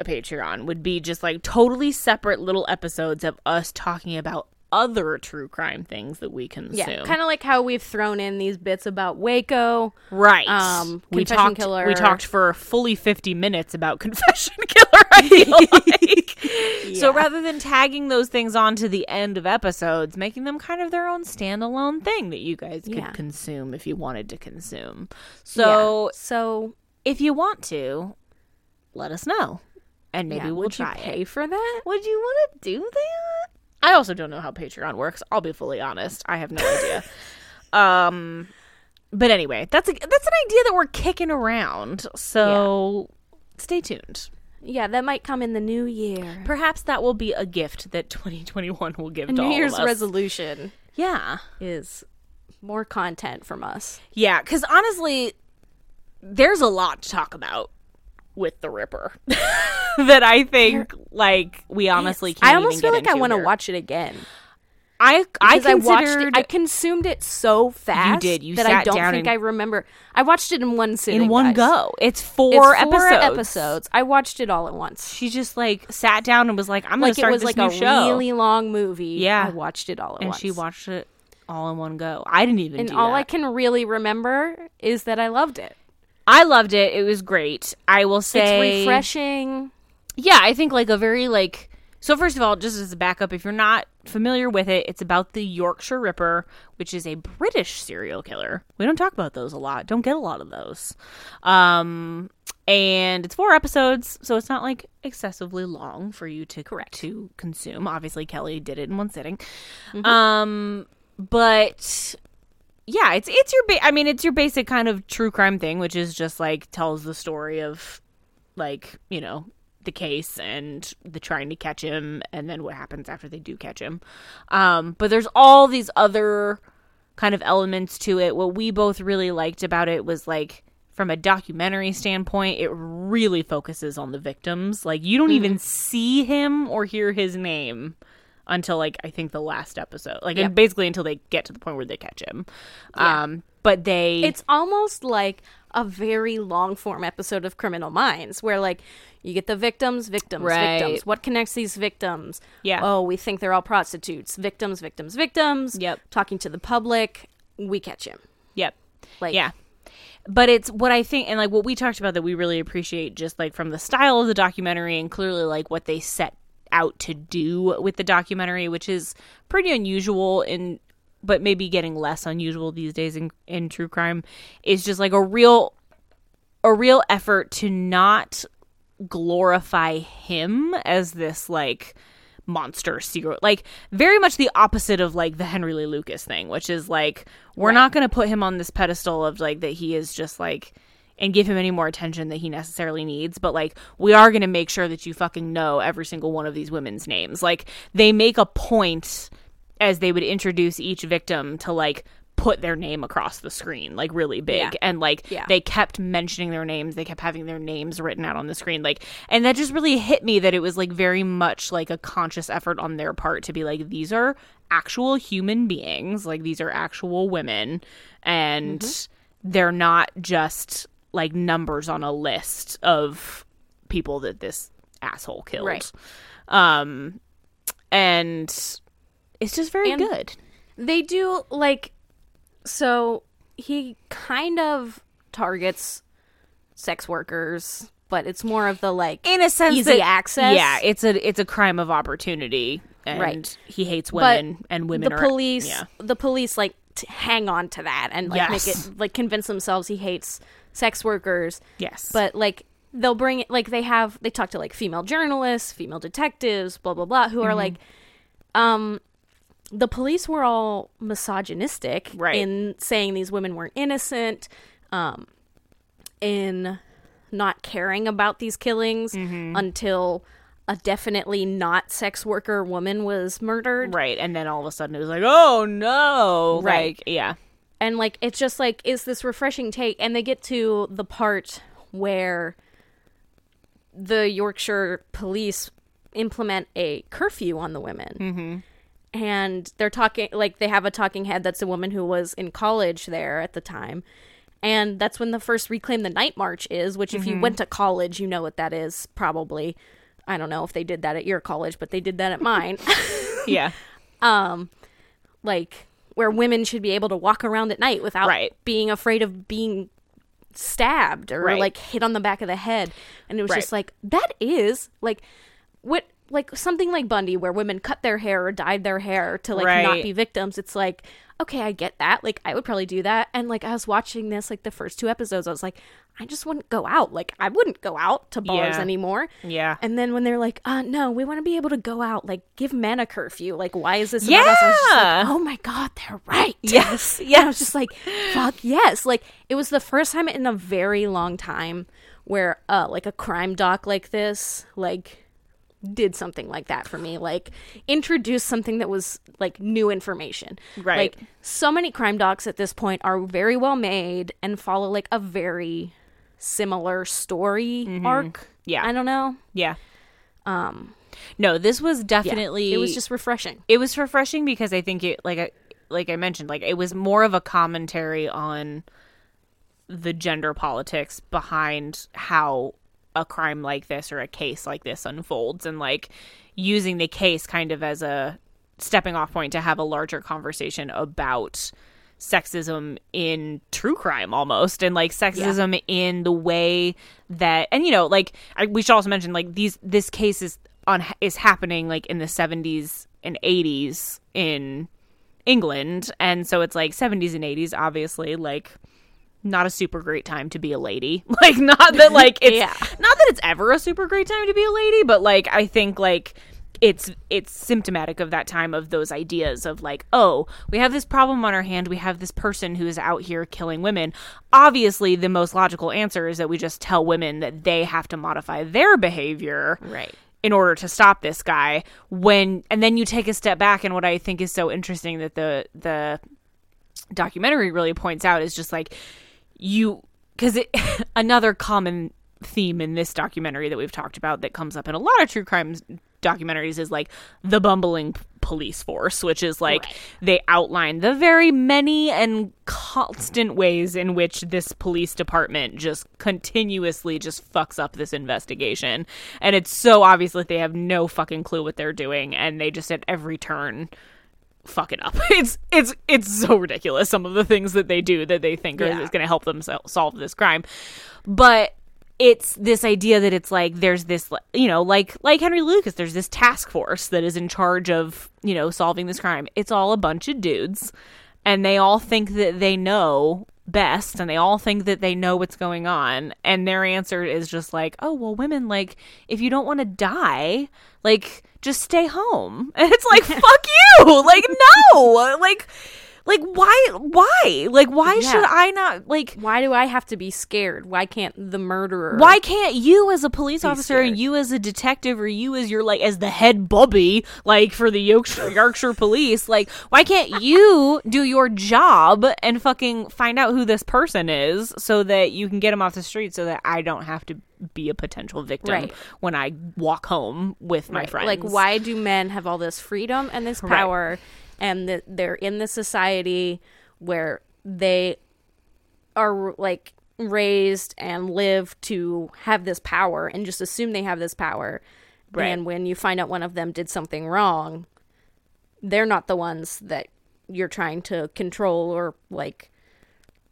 [SPEAKER 1] a Patreon, would be just like totally separate little episodes of us talking about other true crime things that we consume.
[SPEAKER 2] Yeah, kind of like how we've thrown in these bits about Waco.
[SPEAKER 1] Right.
[SPEAKER 2] Um,
[SPEAKER 1] we
[SPEAKER 2] Confession
[SPEAKER 1] talked.
[SPEAKER 2] Killer.
[SPEAKER 1] We talked for fully fifty minutes about (laughs) confession killer. I
[SPEAKER 2] (laughs)
[SPEAKER 1] feel like. So
[SPEAKER 2] Yeah.
[SPEAKER 1] rather than tagging those things on to the end of episodes, making them kind of their own standalone thing that you guys could
[SPEAKER 2] Yeah.
[SPEAKER 1] consume if you wanted to consume.
[SPEAKER 2] Yeah.
[SPEAKER 1] So
[SPEAKER 2] so
[SPEAKER 1] if you want to, let us know, and maybe
[SPEAKER 2] yeah,
[SPEAKER 1] we'll
[SPEAKER 2] would you
[SPEAKER 1] try it.
[SPEAKER 2] pay for that?
[SPEAKER 1] Would you want to do that? I also don't know how Patreon works. I'll be fully honest. I have no (laughs) idea. um, but anyway, that's a, that's an idea that we're kicking around. So stay tuned.
[SPEAKER 2] Yeah, that might come in the new year.
[SPEAKER 1] Perhaps that will be a gift that 2021 will give
[SPEAKER 2] A
[SPEAKER 1] to
[SPEAKER 2] new
[SPEAKER 1] all
[SPEAKER 2] Year's
[SPEAKER 1] of us.
[SPEAKER 2] resolution
[SPEAKER 1] yeah,
[SPEAKER 2] is more content from us.
[SPEAKER 1] yeah. Because honestly, there's a lot to talk about with the Ripper (laughs) that I think like we honestly can't.
[SPEAKER 2] I almost
[SPEAKER 1] even
[SPEAKER 2] feel
[SPEAKER 1] get
[SPEAKER 2] like I
[SPEAKER 1] into
[SPEAKER 2] want to
[SPEAKER 1] here.
[SPEAKER 2] watch it again.
[SPEAKER 1] I I
[SPEAKER 2] because I watched it,
[SPEAKER 1] considered-
[SPEAKER 2] I consumed it so fast.
[SPEAKER 1] did. You
[SPEAKER 2] that I
[SPEAKER 1] sat
[SPEAKER 2] don't
[SPEAKER 1] down
[SPEAKER 2] think
[SPEAKER 1] and-
[SPEAKER 2] I remember. I watched it in one sitting,
[SPEAKER 1] in one
[SPEAKER 2] guys.
[SPEAKER 1] go. It's four,
[SPEAKER 2] It's four
[SPEAKER 1] episodes.
[SPEAKER 2] episodes. I watched it all at once.
[SPEAKER 1] She just like sat down and was like, "I'm
[SPEAKER 2] Like
[SPEAKER 1] gonna
[SPEAKER 2] it
[SPEAKER 1] start
[SPEAKER 2] was
[SPEAKER 1] this
[SPEAKER 2] like
[SPEAKER 1] new
[SPEAKER 2] a
[SPEAKER 1] show,"
[SPEAKER 2] really long movie.
[SPEAKER 1] Yeah.
[SPEAKER 2] I watched it all at
[SPEAKER 1] and
[SPEAKER 2] once.
[SPEAKER 1] she watched it all in one go. I didn't even.
[SPEAKER 2] and
[SPEAKER 1] do
[SPEAKER 2] all
[SPEAKER 1] that.
[SPEAKER 2] I can really remember is that I loved it.
[SPEAKER 1] I loved it. It was great. I will say,
[SPEAKER 2] It's refreshing.
[SPEAKER 1] Yeah, I think like a very like. So first of all, just as a backup, if you're not familiar with it, it's about the Yorkshire Ripper, which is a British serial killer. We don't talk about those a lot. Don't get a lot of those. Um, and it's four episodes, so it's not like excessively long for you to correct to consume. Obviously, Kelly did it in one sitting. Um, but yeah, it's it's your ba- I mean, it's your basic kind of true crime thing, which is just like tells the story of like you know the case and the trying to catch him and then what happens after they do catch him um but there's all these other kind of elements to it what we both really liked about it was like from a documentary standpoint it really focuses on the victims like you don't even see him or hear his name until like i think the last episode like and basically until they get to the point where they catch him um but they
[SPEAKER 2] It's almost like a very long form episode of Criminal Minds where like you get the victims, victims,
[SPEAKER 1] Right.
[SPEAKER 2] victims. What connects these victims?
[SPEAKER 1] Yeah.
[SPEAKER 2] Oh, we think they're all prostitutes. Victims, victims, victims.
[SPEAKER 1] Yep.
[SPEAKER 2] Talking to the public, we catch him.
[SPEAKER 1] yep
[SPEAKER 2] Like
[SPEAKER 1] yeah but it's what i think and like what we talked about that we really appreciate just like from the style of the documentary and clearly like what they set out to do with the documentary which is pretty unusual in but maybe getting less unusual these days in, in true crime is just like a real a real effort to not glorify him as this like monster serial like very much the opposite of like the Henry Lee Lucas thing which is like we're not going to put him on this pedestal of like that he is just like and give him any more attention that he necessarily needs but like we are going to make sure that you fucking know every single one of these women's names like they make a point as they would introduce each victim to like put their name across the screen like really big
[SPEAKER 2] Yeah.
[SPEAKER 1] and like
[SPEAKER 2] Yeah.
[SPEAKER 1] they kept mentioning their names they kept having their names written out on the screen like and that just really hit me that it was like very much like a conscious effort on their part to be like these are actual human beings like these are actual women and they're not just like numbers on a list of people that this asshole killed
[SPEAKER 2] Right.
[SPEAKER 1] um and it's just very
[SPEAKER 2] And-
[SPEAKER 1] good
[SPEAKER 2] They do like so he kind of targets sex workers, but it's more of the like
[SPEAKER 1] in a sense
[SPEAKER 2] Easy
[SPEAKER 1] that-
[SPEAKER 2] access.
[SPEAKER 1] Yeah, it's a it's a crime of opportunity, and
[SPEAKER 2] Right.
[SPEAKER 1] he hates
[SPEAKER 2] But
[SPEAKER 1] women, and women
[SPEAKER 2] the
[SPEAKER 1] are
[SPEAKER 2] police
[SPEAKER 1] Yeah,
[SPEAKER 2] the police like t- hang on to that and like make
[SPEAKER 1] Yes.
[SPEAKER 2] it like convince themselves he hates sex workers
[SPEAKER 1] yes,
[SPEAKER 2] but like they'll bring it like they have they talk to like female journalists female detectives blah blah blah who
[SPEAKER 1] Mm-hmm.
[SPEAKER 2] are like um the police were all misogynistic
[SPEAKER 1] Right.
[SPEAKER 2] in saying these women were innocent um in not caring about these killings
[SPEAKER 1] Mm-hmm.
[SPEAKER 2] until a definitely not sex worker woman was murdered
[SPEAKER 1] right, and then all of a sudden it was like, oh no,
[SPEAKER 2] Right.
[SPEAKER 1] like yeah,
[SPEAKER 2] and like it's just like it's this refreshing take and they get to the part where the yorkshire police implement a curfew on the women and they're talking like they have a talking head that's a woman who was in college there at the time and that's when the first reclaim the night march is which if you went to college you know what that is probably i don't know if they did that at your college but they did that at mine
[SPEAKER 1] Yeah.
[SPEAKER 2] (laughs) like where women should be able to walk around at night without
[SPEAKER 1] Right.
[SPEAKER 2] being afraid of being stabbed or
[SPEAKER 1] Right.
[SPEAKER 2] like hit on the back of the head and it was just
[SPEAKER 1] Right.
[SPEAKER 2] like that is like what like something like Bundy where women cut their hair or dyed their hair to like not
[SPEAKER 1] Right.
[SPEAKER 2] be victims it's like okay I get that like I would probably do that and like I was watching this like the first two episodes I was like I just wouldn't go out like I wouldn't go out to bars
[SPEAKER 1] Yeah.
[SPEAKER 2] anymore
[SPEAKER 1] Yeah.
[SPEAKER 2] and then when they're like, uh, no, we want to be able to go out, like, give men a curfew. Like, why is this? About us? I was just like,
[SPEAKER 1] Yeah.
[SPEAKER 2] oh my God, they're right. (laughs)
[SPEAKER 1] Yes,
[SPEAKER 2] Yeah. I was just like, fuck yes. Like, it was the first time in a very long time where, uh, like a crime doc like this, like, did something like that for me. Like, introduced something that was, like, new information.
[SPEAKER 1] Right.
[SPEAKER 2] Like, so many crime docs at this point are very well made and follow, like, a very similar story arc.
[SPEAKER 1] Yeah.
[SPEAKER 2] I don't know.
[SPEAKER 1] Yeah. Um no, this was
[SPEAKER 2] Um, Yeah.
[SPEAKER 1] definitely
[SPEAKER 2] it was just refreshing
[SPEAKER 1] it was refreshing because I think it like I like I mentioned like it was more of a commentary on the gender politics behind how a crime like this or a case like this unfolds and like using the case kind of as a stepping off point to have a larger conversation about sexism in true crime almost and like sexism in the way that and you know like I, we should also mention like these this case is on is happening like in the 70s and 80s in England and so it's like 70s and 80s obviously like not a super great time to be a lady. (laughs) Like not
[SPEAKER 2] (laughs)
[SPEAKER 1] that like it's
[SPEAKER 2] Yeah.
[SPEAKER 1] not that it's ever a super great time to be a lady, but like I think like it's it's symptomatic of that time of those ideas of like, oh, we have this problem on our hand, we have this person who is out here killing women. Obviously, the most logical answer is that we just tell women that they have to modify their behavior
[SPEAKER 2] Right.
[SPEAKER 1] in order to stop this guy when and then you take a step back and what i think is so interesting that the the documentary really points out is just like you because (laughs) another common theme in this documentary that we've talked about that comes up in a lot of true crimes documentaries is like the bumbling p- police force which is like
[SPEAKER 2] Right.
[SPEAKER 1] they outline the very many and constant ways in which this police department just continuously just fucks up this investigation and it's so obvious that they have no fucking clue what they're doing and they just at every turn fuck it up. (laughs) It's it's it's so ridiculous some of the things that they do that they think
[SPEAKER 2] Yeah.
[SPEAKER 1] are is going to help them sol- solve this crime. But it's this idea that it's like there's this like, you know like like Henry Lucas there's this task force that is in charge of, you know, solving this crime. It's all a bunch of dudes and they all think that they know best and they all think that they know what's going on and their answer is just like oh well women like if you don't want to die like just stay home (laughs) and it's like fuck you like no like like why why like why
[SPEAKER 2] Yeah.
[SPEAKER 1] should i not like
[SPEAKER 2] why do i have to be scared why can't the murderer
[SPEAKER 1] why can't you as a police officer
[SPEAKER 2] scared.
[SPEAKER 1] and you as a detective or you as your like as the head bubby like for the Yorkshire,
[SPEAKER 2] (laughs)
[SPEAKER 1] Yorkshire police like why can't you do your job and fucking find out who this person is so that you can get him off the street so that I don't have to be a potential victim
[SPEAKER 2] Right.
[SPEAKER 1] when I walk home with my friends
[SPEAKER 2] like why do men have all this freedom and this power and that they're in this society where they are like raised and live to have this power and just assume they have this power
[SPEAKER 1] Right.
[SPEAKER 2] and when you find out one of them did something wrong they're not the ones that you're trying to control or like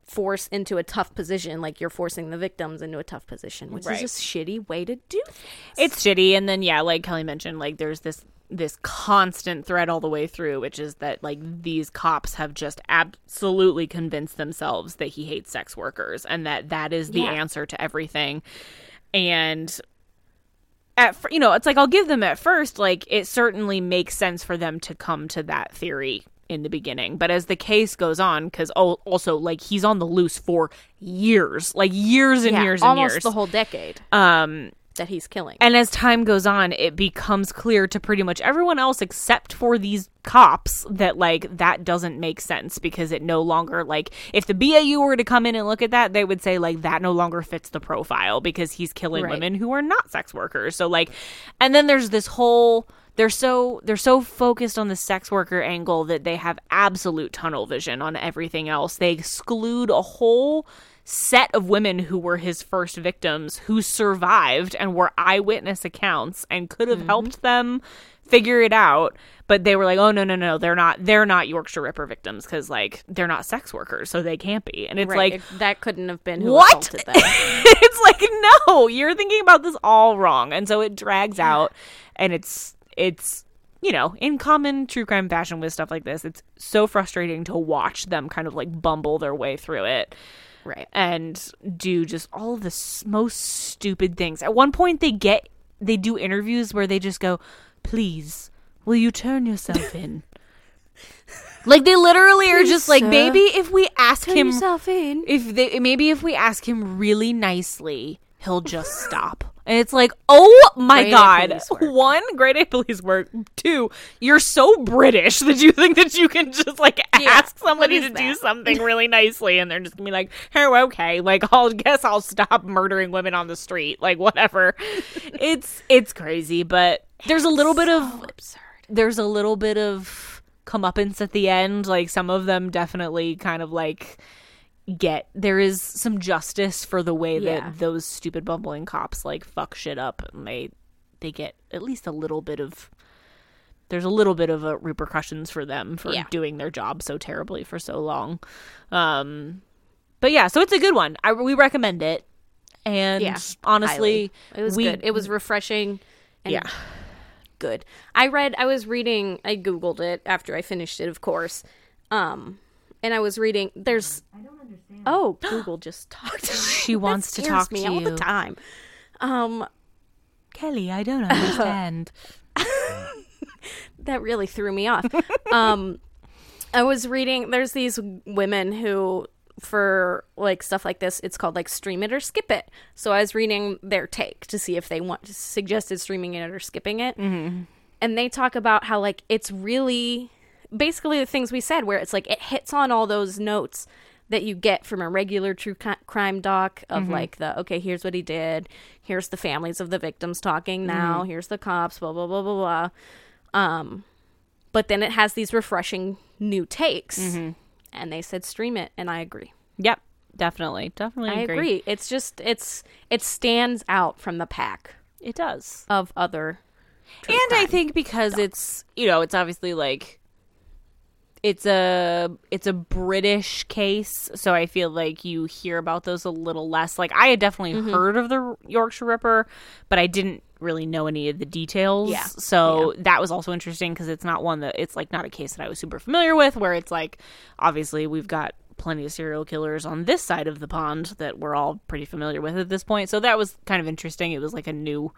[SPEAKER 2] force into a tough position like you're forcing the victims into a tough position which
[SPEAKER 1] Right.
[SPEAKER 2] is just shitty way to do things.
[SPEAKER 1] it's shitty and then yeah like kelly mentioned like there's this this constant thread all the way through which is that like these cops have just absolutely convinced themselves that he hates sex workers and that that is the
[SPEAKER 2] Yeah.
[SPEAKER 1] answer to everything and at fir- you know it's like i'll give them at first like it certainly makes sense for them to come to that theory in the beginning but as the case goes on because also like he's on the loose for years like years and
[SPEAKER 2] Yeah,
[SPEAKER 1] years and
[SPEAKER 2] almost
[SPEAKER 1] years
[SPEAKER 2] the whole decade
[SPEAKER 1] um
[SPEAKER 2] that he's killing.
[SPEAKER 1] And as time goes on, it becomes clear to pretty much everyone else except for these cops that like that doesn't make sense because it no longer like if the BAU were to come in and look at that, they would say like that no longer fits the profile because he's killing
[SPEAKER 2] Right.
[SPEAKER 1] women who are not sex workers. So like and then there's this whole they're so they're so focused on the sex worker angle that they have absolute tunnel vision on everything else. They exclude a whole set of women who were his first victims who survived and were eyewitness accounts and could have helped them figure it out but they were like oh no no no they're not they're not yorkshire ripper victims because like they're not sex workers so they can't be and it's
[SPEAKER 2] right.
[SPEAKER 1] like
[SPEAKER 2] It- that couldn't have been who
[SPEAKER 1] What?
[SPEAKER 2] assaulted them.
[SPEAKER 1] (laughs) it's like no you're thinking about this all wrong and so it drags out and it's it's you know in common true crime fashion with stuff like this it's so frustrating to watch them kind of like bumble their way through it
[SPEAKER 2] right.
[SPEAKER 1] and do just all the s- most stupid things. At one point, they get they do interviews where they just go, "Please, will you turn yourself
[SPEAKER 2] (laughs)
[SPEAKER 1] in?" like they literally are just like,
[SPEAKER 2] sir,
[SPEAKER 1] maybe if we ask
[SPEAKER 2] Turn
[SPEAKER 1] him,
[SPEAKER 2] yourself in.
[SPEAKER 1] if they maybe if we ask him really nicely, he'll just stop. And it's like, oh my
[SPEAKER 2] Great at
[SPEAKER 1] god!
[SPEAKER 2] police work.
[SPEAKER 1] (laughs) One, great at police work. Two, you're so British that you think that you can just like ask somebody
[SPEAKER 2] is
[SPEAKER 1] to do
[SPEAKER 2] that?
[SPEAKER 1] something (laughs) really nicely, and they're just gonna be like, oh okay, like I'll guess I'll stop murdering women on the street, like whatever. (laughs) it's it's crazy, but there's a little bit of
[SPEAKER 2] absurd.
[SPEAKER 1] there's a little bit of comeuppance at the end. Like some of them definitely kind of like get there is some justice for the way
[SPEAKER 2] Yeah.
[SPEAKER 1] that those stupid bumbling cops like fuck shit up and they they get at least a little bit of there's a little bit of a repercussions for them for
[SPEAKER 2] Yeah.
[SPEAKER 1] doing their job so terribly for so long. Um but yeah, so it's a good one. I we recommend it. And
[SPEAKER 2] Yeah,
[SPEAKER 1] honestly,
[SPEAKER 2] Highly. it was
[SPEAKER 1] we,
[SPEAKER 2] good. It was refreshing. And
[SPEAKER 1] Yeah.
[SPEAKER 2] good. I read, I was reading, I Googled it after I finished it, of course. Um, and I was reading, there's, I don't understand. Oh, Google just talked to me.
[SPEAKER 1] she wants to
[SPEAKER 2] Scares
[SPEAKER 1] talk
[SPEAKER 2] me
[SPEAKER 1] to
[SPEAKER 2] all
[SPEAKER 1] you.
[SPEAKER 2] the time. Um,
[SPEAKER 1] Kelly, I don't
[SPEAKER 2] (laughs)
[SPEAKER 1] understand.
[SPEAKER 2] that really threw me off. um, I was reading. There's these women who, for like stuff like this, it's called like stream it or skip it. So I was reading their take to see if they want suggested streaming it or skipping it, and they talk about how like it's really basically the things we said, where it's like it hits on all those notes that you get from a regular true cri- crime doc of like the okay here's what he did here's the families of the victims talking now here's the cops blah blah blah blah blah Um, but then it has these refreshing new takes. And they said stream it, and I agree.
[SPEAKER 1] Yep, definitely, definitely.
[SPEAKER 2] I agree. It's just it's it stands out from the pack
[SPEAKER 1] It does,
[SPEAKER 2] of other. true
[SPEAKER 1] and I
[SPEAKER 2] crime.
[SPEAKER 1] think because it's you know it's obviously like it's a it's a British case, so I feel like you hear about those a little less. Like I had definitely
[SPEAKER 2] Mm-hmm.
[SPEAKER 1] heard of the Yorkshire Ripper, but I didn't really know any of the details.
[SPEAKER 2] Yeah.
[SPEAKER 1] So that was also interesting because it's not one that it's like not a case that I was super familiar with. Where it's like obviously we've got plenty of serial killers on this side of the pond that we're all pretty familiar with at this point. So that was kind of interesting. It was like a new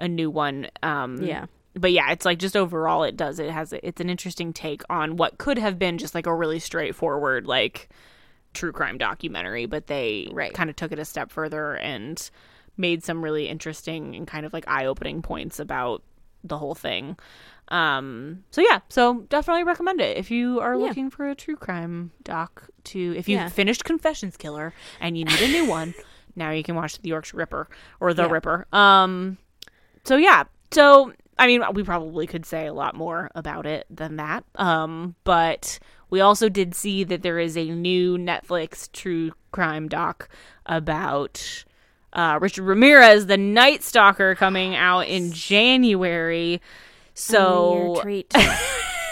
[SPEAKER 1] a new one. Um,
[SPEAKER 2] Yeah.
[SPEAKER 1] but yeah, it's like just overall, it does. It has. It's an interesting take on what could have been just like a really straightforward like true crime documentary, but they
[SPEAKER 2] Right.
[SPEAKER 1] kind of took it a step further and made some really interesting and kind of like eye opening points about the whole thing. Um, so yeah, so definitely recommend it if you are
[SPEAKER 2] Yeah.
[SPEAKER 1] looking for a true crime doc to if you
[SPEAKER 2] Yeah.
[SPEAKER 1] finished Confessions Killer and you need a new
[SPEAKER 2] (laughs)
[SPEAKER 1] one, now you can watch The Yorkshire Ripper or The
[SPEAKER 2] Yeah.
[SPEAKER 1] Ripper. Um so yeah. So I mean, we probably could say a lot more about it than that. Um, but we also did see that there is a new Netflix true crime doc about uh, Richard Ramirez, the Night Stalker, coming out in January. So
[SPEAKER 2] Your treat.
[SPEAKER 1] (laughs)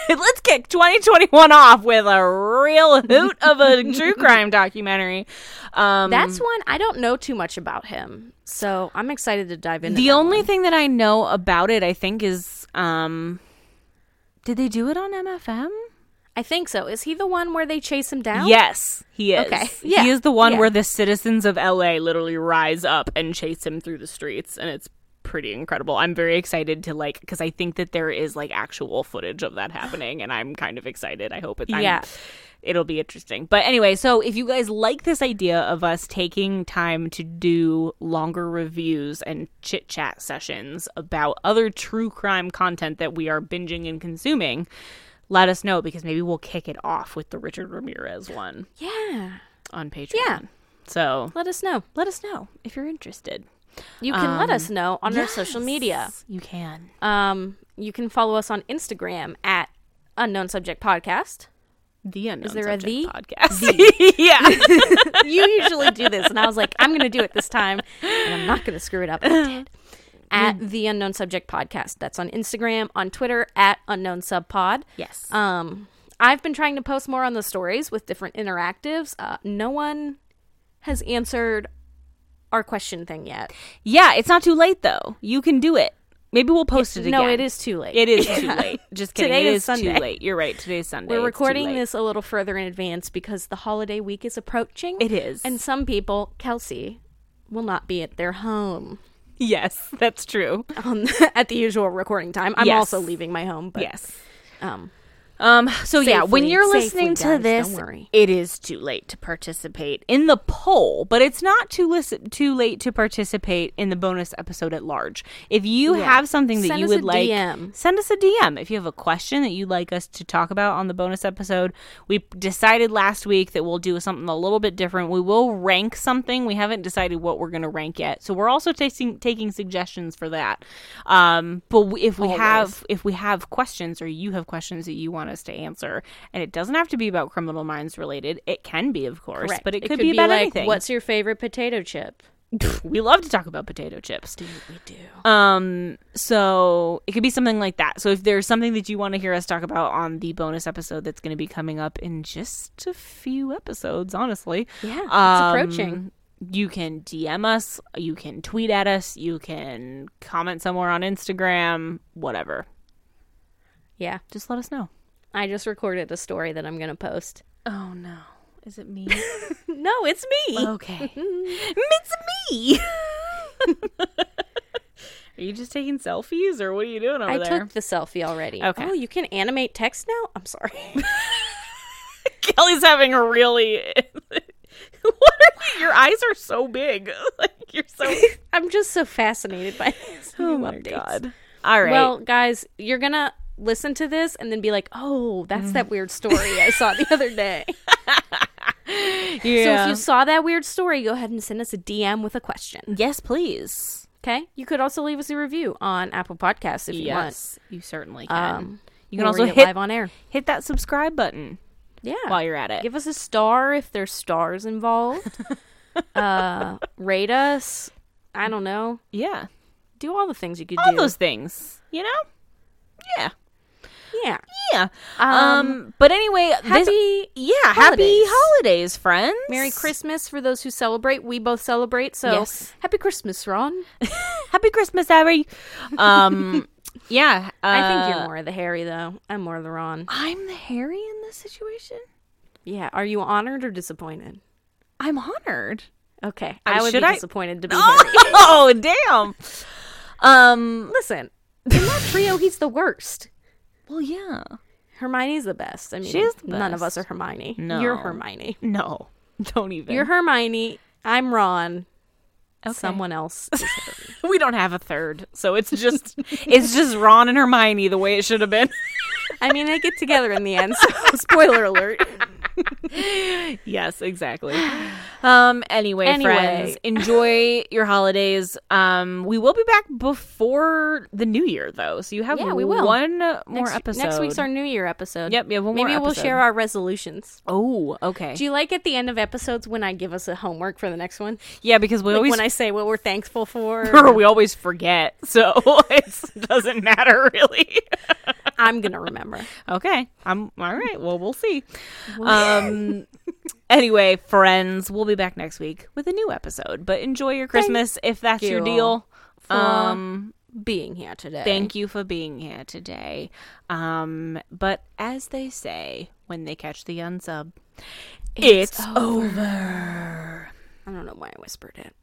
[SPEAKER 1] let's kick 2021 off with a real hoot of a true crime documentary. Um,
[SPEAKER 2] That's one I don't know too much about him, so I'm excited to dive into.
[SPEAKER 1] the
[SPEAKER 2] that
[SPEAKER 1] only
[SPEAKER 2] one.
[SPEAKER 1] thing that I know about it, I think, is um, did they do it on MFM?
[SPEAKER 2] I think so. Is he the one where they chase him down?
[SPEAKER 1] Yes, he is.
[SPEAKER 2] Okay, yeah,
[SPEAKER 1] He is the one
[SPEAKER 2] yeah.
[SPEAKER 1] where the citizens of LA literally rise up and chase him through the streets and it's pretty incredible. I'm very excited to like cuz I think that there is like actual footage of that happening and I'm kind of excited. I hope it I'm
[SPEAKER 2] Yeah.
[SPEAKER 1] it'll be interesting. But anyway, so if you guys like this idea of us taking time to do longer reviews and chit chat sessions about other true crime content that we are binging and consuming, let us know because maybe we'll kick it off with the Richard Ramirez one
[SPEAKER 2] Yeah.
[SPEAKER 1] on Patreon.
[SPEAKER 2] Yeah.
[SPEAKER 1] So
[SPEAKER 2] Let us know.
[SPEAKER 1] let us know if you're interested.
[SPEAKER 2] You can let us know on our social media.
[SPEAKER 1] You can.
[SPEAKER 2] Um, you can follow us on Instagram at Unknown Subject Podcast.
[SPEAKER 1] The unknown is
[SPEAKER 2] there a the?
[SPEAKER 1] (laughs) podcast. (laughs) yeah.
[SPEAKER 2] you usually do this, and I was like, I'm going to do it this time, and I'm not going to screw it up.
[SPEAKER 1] (laughs)
[SPEAKER 2] I did. At
[SPEAKER 1] Mm.
[SPEAKER 2] the Unknown Subject Podcast. That's on Instagram, on Twitter at Unknown Sub Pod.
[SPEAKER 1] yes.
[SPEAKER 2] Um, I've been trying to post more on the stories with different interactives. Uh, no one has answered our question thing yet.
[SPEAKER 1] yeah, it's not too late though. You can do it. Maybe we'll post it again.
[SPEAKER 2] No, it is too
[SPEAKER 1] (laughs)
[SPEAKER 2] late.
[SPEAKER 1] It is too late. Just kidding.
[SPEAKER 2] Today
[SPEAKER 1] it
[SPEAKER 2] is
[SPEAKER 1] is
[SPEAKER 2] Sunday.
[SPEAKER 1] too late. You're right. Today's Sunday.
[SPEAKER 2] We're
[SPEAKER 1] It's too
[SPEAKER 2] recording
[SPEAKER 1] late.
[SPEAKER 2] this a little further in advance because the holiday week is approaching.
[SPEAKER 1] It is.
[SPEAKER 2] And some people, Kelsey, will not be at their home
[SPEAKER 1] (laughs) Yes, that's true.
[SPEAKER 2] on um, (laughs) at the usual recording time. I'm
[SPEAKER 1] Yes.
[SPEAKER 2] also leaving my home, but
[SPEAKER 1] Yes.
[SPEAKER 2] um,
[SPEAKER 1] Um. So yeah, when
[SPEAKER 2] Safely-
[SPEAKER 1] you're
[SPEAKER 2] safely,
[SPEAKER 1] listening to
[SPEAKER 2] guys, don't
[SPEAKER 1] this,
[SPEAKER 2] worry.
[SPEAKER 1] it is too late to participate in the poll, but it's not too listen too late to participate in the bonus episode at large. If you have something that
[SPEAKER 2] Send
[SPEAKER 1] you
[SPEAKER 2] us
[SPEAKER 1] would
[SPEAKER 2] a
[SPEAKER 1] like,
[SPEAKER 2] DM.
[SPEAKER 1] send us a DM. If you have a question that you'd like us to talk about on the bonus episode, we decided last week that we'll do something a little bit different. We will rank something. We haven't decided what we're going to rank yet, so we're also tasting, taking suggestions for that. Um, but we, if we have if we have questions or you have questions that you want us to answer, and it doesn't have to be about criminal minds related, it can be, of course,
[SPEAKER 2] correct.
[SPEAKER 1] but it, could, be, about
[SPEAKER 2] like,
[SPEAKER 1] anything.
[SPEAKER 2] What's your favorite potato chip?
[SPEAKER 1] we love to talk about potato chips.
[SPEAKER 2] We do.
[SPEAKER 1] Um, so it could be something like that. So if there's something that you want to hear us talk about on the bonus episode that's going to be coming up in just a few episodes, honestly.
[SPEAKER 2] Yeah, it's
[SPEAKER 1] um,
[SPEAKER 2] approaching.
[SPEAKER 1] You can DM us, you can tweet at us, you can comment somewhere on Instagram, whatever.
[SPEAKER 2] Yeah,
[SPEAKER 1] Just let us know.
[SPEAKER 2] I just recorded a story that I'm going to post. (laughs)
[SPEAKER 1] Oh no. Is it (laughs) me?
[SPEAKER 2] No, it's me.
[SPEAKER 1] okay. (laughs) it's me. (laughs) Are you just taking selfies or what are you doing over
[SPEAKER 2] I
[SPEAKER 1] there?
[SPEAKER 2] took the selfie already.
[SPEAKER 1] Okay.
[SPEAKER 2] Oh, you can animate text now? I'm sorry. (laughs)
[SPEAKER 1] Kelly's having a really. (laughs) what are you? Your eyes are so big. (laughs) like you're
[SPEAKER 2] (laughs)
[SPEAKER 1] so. oh
[SPEAKER 2] I'm just so fascinated by (laughs) this. new updates.
[SPEAKER 1] All right.
[SPEAKER 2] Oh Well, guys, you're going to listen to this and then be like, oh, that's that weird story I (laughs) saw the other day. So if you saw that weird story, go ahead and send us a DM with a question.
[SPEAKER 1] yes, please.
[SPEAKER 2] Okay. You could also leave us a review on Apple Podcasts if you want.
[SPEAKER 1] you certainly can.
[SPEAKER 2] Um,
[SPEAKER 1] you can
[SPEAKER 2] We'll
[SPEAKER 1] also
[SPEAKER 2] read it
[SPEAKER 1] hit
[SPEAKER 2] live on air.
[SPEAKER 1] hit that subscribe button
[SPEAKER 2] Yeah.
[SPEAKER 1] while you're at it.
[SPEAKER 2] Give us a star if there's stars involved.
[SPEAKER 1] (laughs)
[SPEAKER 2] uh, rate us. I don't know.
[SPEAKER 1] yeah,
[SPEAKER 2] Do all the things you could
[SPEAKER 1] all
[SPEAKER 2] do.
[SPEAKER 1] those things. You know. Yeah.
[SPEAKER 2] yeah.
[SPEAKER 1] Yeah.
[SPEAKER 2] Um,
[SPEAKER 1] Um. But anyway,
[SPEAKER 2] Happy
[SPEAKER 1] this. Yeah. Happy
[SPEAKER 2] holidays.
[SPEAKER 1] holidays, friends.
[SPEAKER 2] Merry Christmas for those who celebrate. We both celebrate, so
[SPEAKER 1] Yes.
[SPEAKER 2] happy Christmas, Ron.
[SPEAKER 1] Happy Christmas, Harry. Um.
[SPEAKER 2] (laughs)
[SPEAKER 1] yeah. Uh,
[SPEAKER 2] I think you're more the Harry though. I'm more the Ron.
[SPEAKER 1] I'm the Harry in this situation.
[SPEAKER 2] Yeah. Are you honored or disappointed?
[SPEAKER 1] I'm honored.
[SPEAKER 2] Okay.
[SPEAKER 1] Uh,
[SPEAKER 2] I would be
[SPEAKER 1] should I-
[SPEAKER 2] disappointed to be Harry.
[SPEAKER 1] (laughs) Oh, damn. Um.
[SPEAKER 2] Listen, in that trio, he's the worst.
[SPEAKER 1] Well, yeah.
[SPEAKER 2] Hermione's the best. I mean,
[SPEAKER 1] She is the
[SPEAKER 2] none of
[SPEAKER 1] best.
[SPEAKER 2] us are Hermione.
[SPEAKER 1] No.
[SPEAKER 2] You're Hermione.
[SPEAKER 1] No, don't even.
[SPEAKER 2] You're Hermione. I'm Ron.
[SPEAKER 1] Okay.
[SPEAKER 2] Someone else. (laughs) is Harry.
[SPEAKER 1] We don't have a third, so it's just
[SPEAKER 2] (laughs)
[SPEAKER 1] it's just Ron and Hermione the way it should have been. (laughs)
[SPEAKER 2] I mean, they get together in the end. So, (laughs) spoiler alert.
[SPEAKER 1] yes, exactly. (sighs) Um. Anyway,
[SPEAKER 2] Anyway.
[SPEAKER 1] friends, enjoy your holidays. Um. We will be back before the new year, though, so you have
[SPEAKER 2] Yeah, we will.
[SPEAKER 1] one more
[SPEAKER 2] next,
[SPEAKER 1] episode.
[SPEAKER 2] Next week's our New Year episode.
[SPEAKER 1] Yep, yeah, one more
[SPEAKER 2] Maybe we'll
[SPEAKER 1] episode.
[SPEAKER 2] share our resolutions.
[SPEAKER 1] oh okay
[SPEAKER 2] Do you like at the end of episodes when I give us a homework for the next one?
[SPEAKER 1] yeah because we
[SPEAKER 2] Like
[SPEAKER 1] always
[SPEAKER 2] when
[SPEAKER 1] (laughs)
[SPEAKER 2] I say what we're thankful
[SPEAKER 1] remember,
[SPEAKER 2] for,
[SPEAKER 1] we always forget, so (laughs) it doesn't matter really.
[SPEAKER 2] I'm gonna remember.
[SPEAKER 1] Okay, I'm all right. Well, we'll see. Um, anyway, friends, we'll be back next week with a new episode. But enjoy your Christmas if that's your
[SPEAKER 2] you
[SPEAKER 1] deal.
[SPEAKER 2] for-
[SPEAKER 1] um,
[SPEAKER 2] Being here today,
[SPEAKER 1] thank you for being here today. Um, but as they say when they catch the unsub, it's, over.
[SPEAKER 2] I don't know why I whispered it.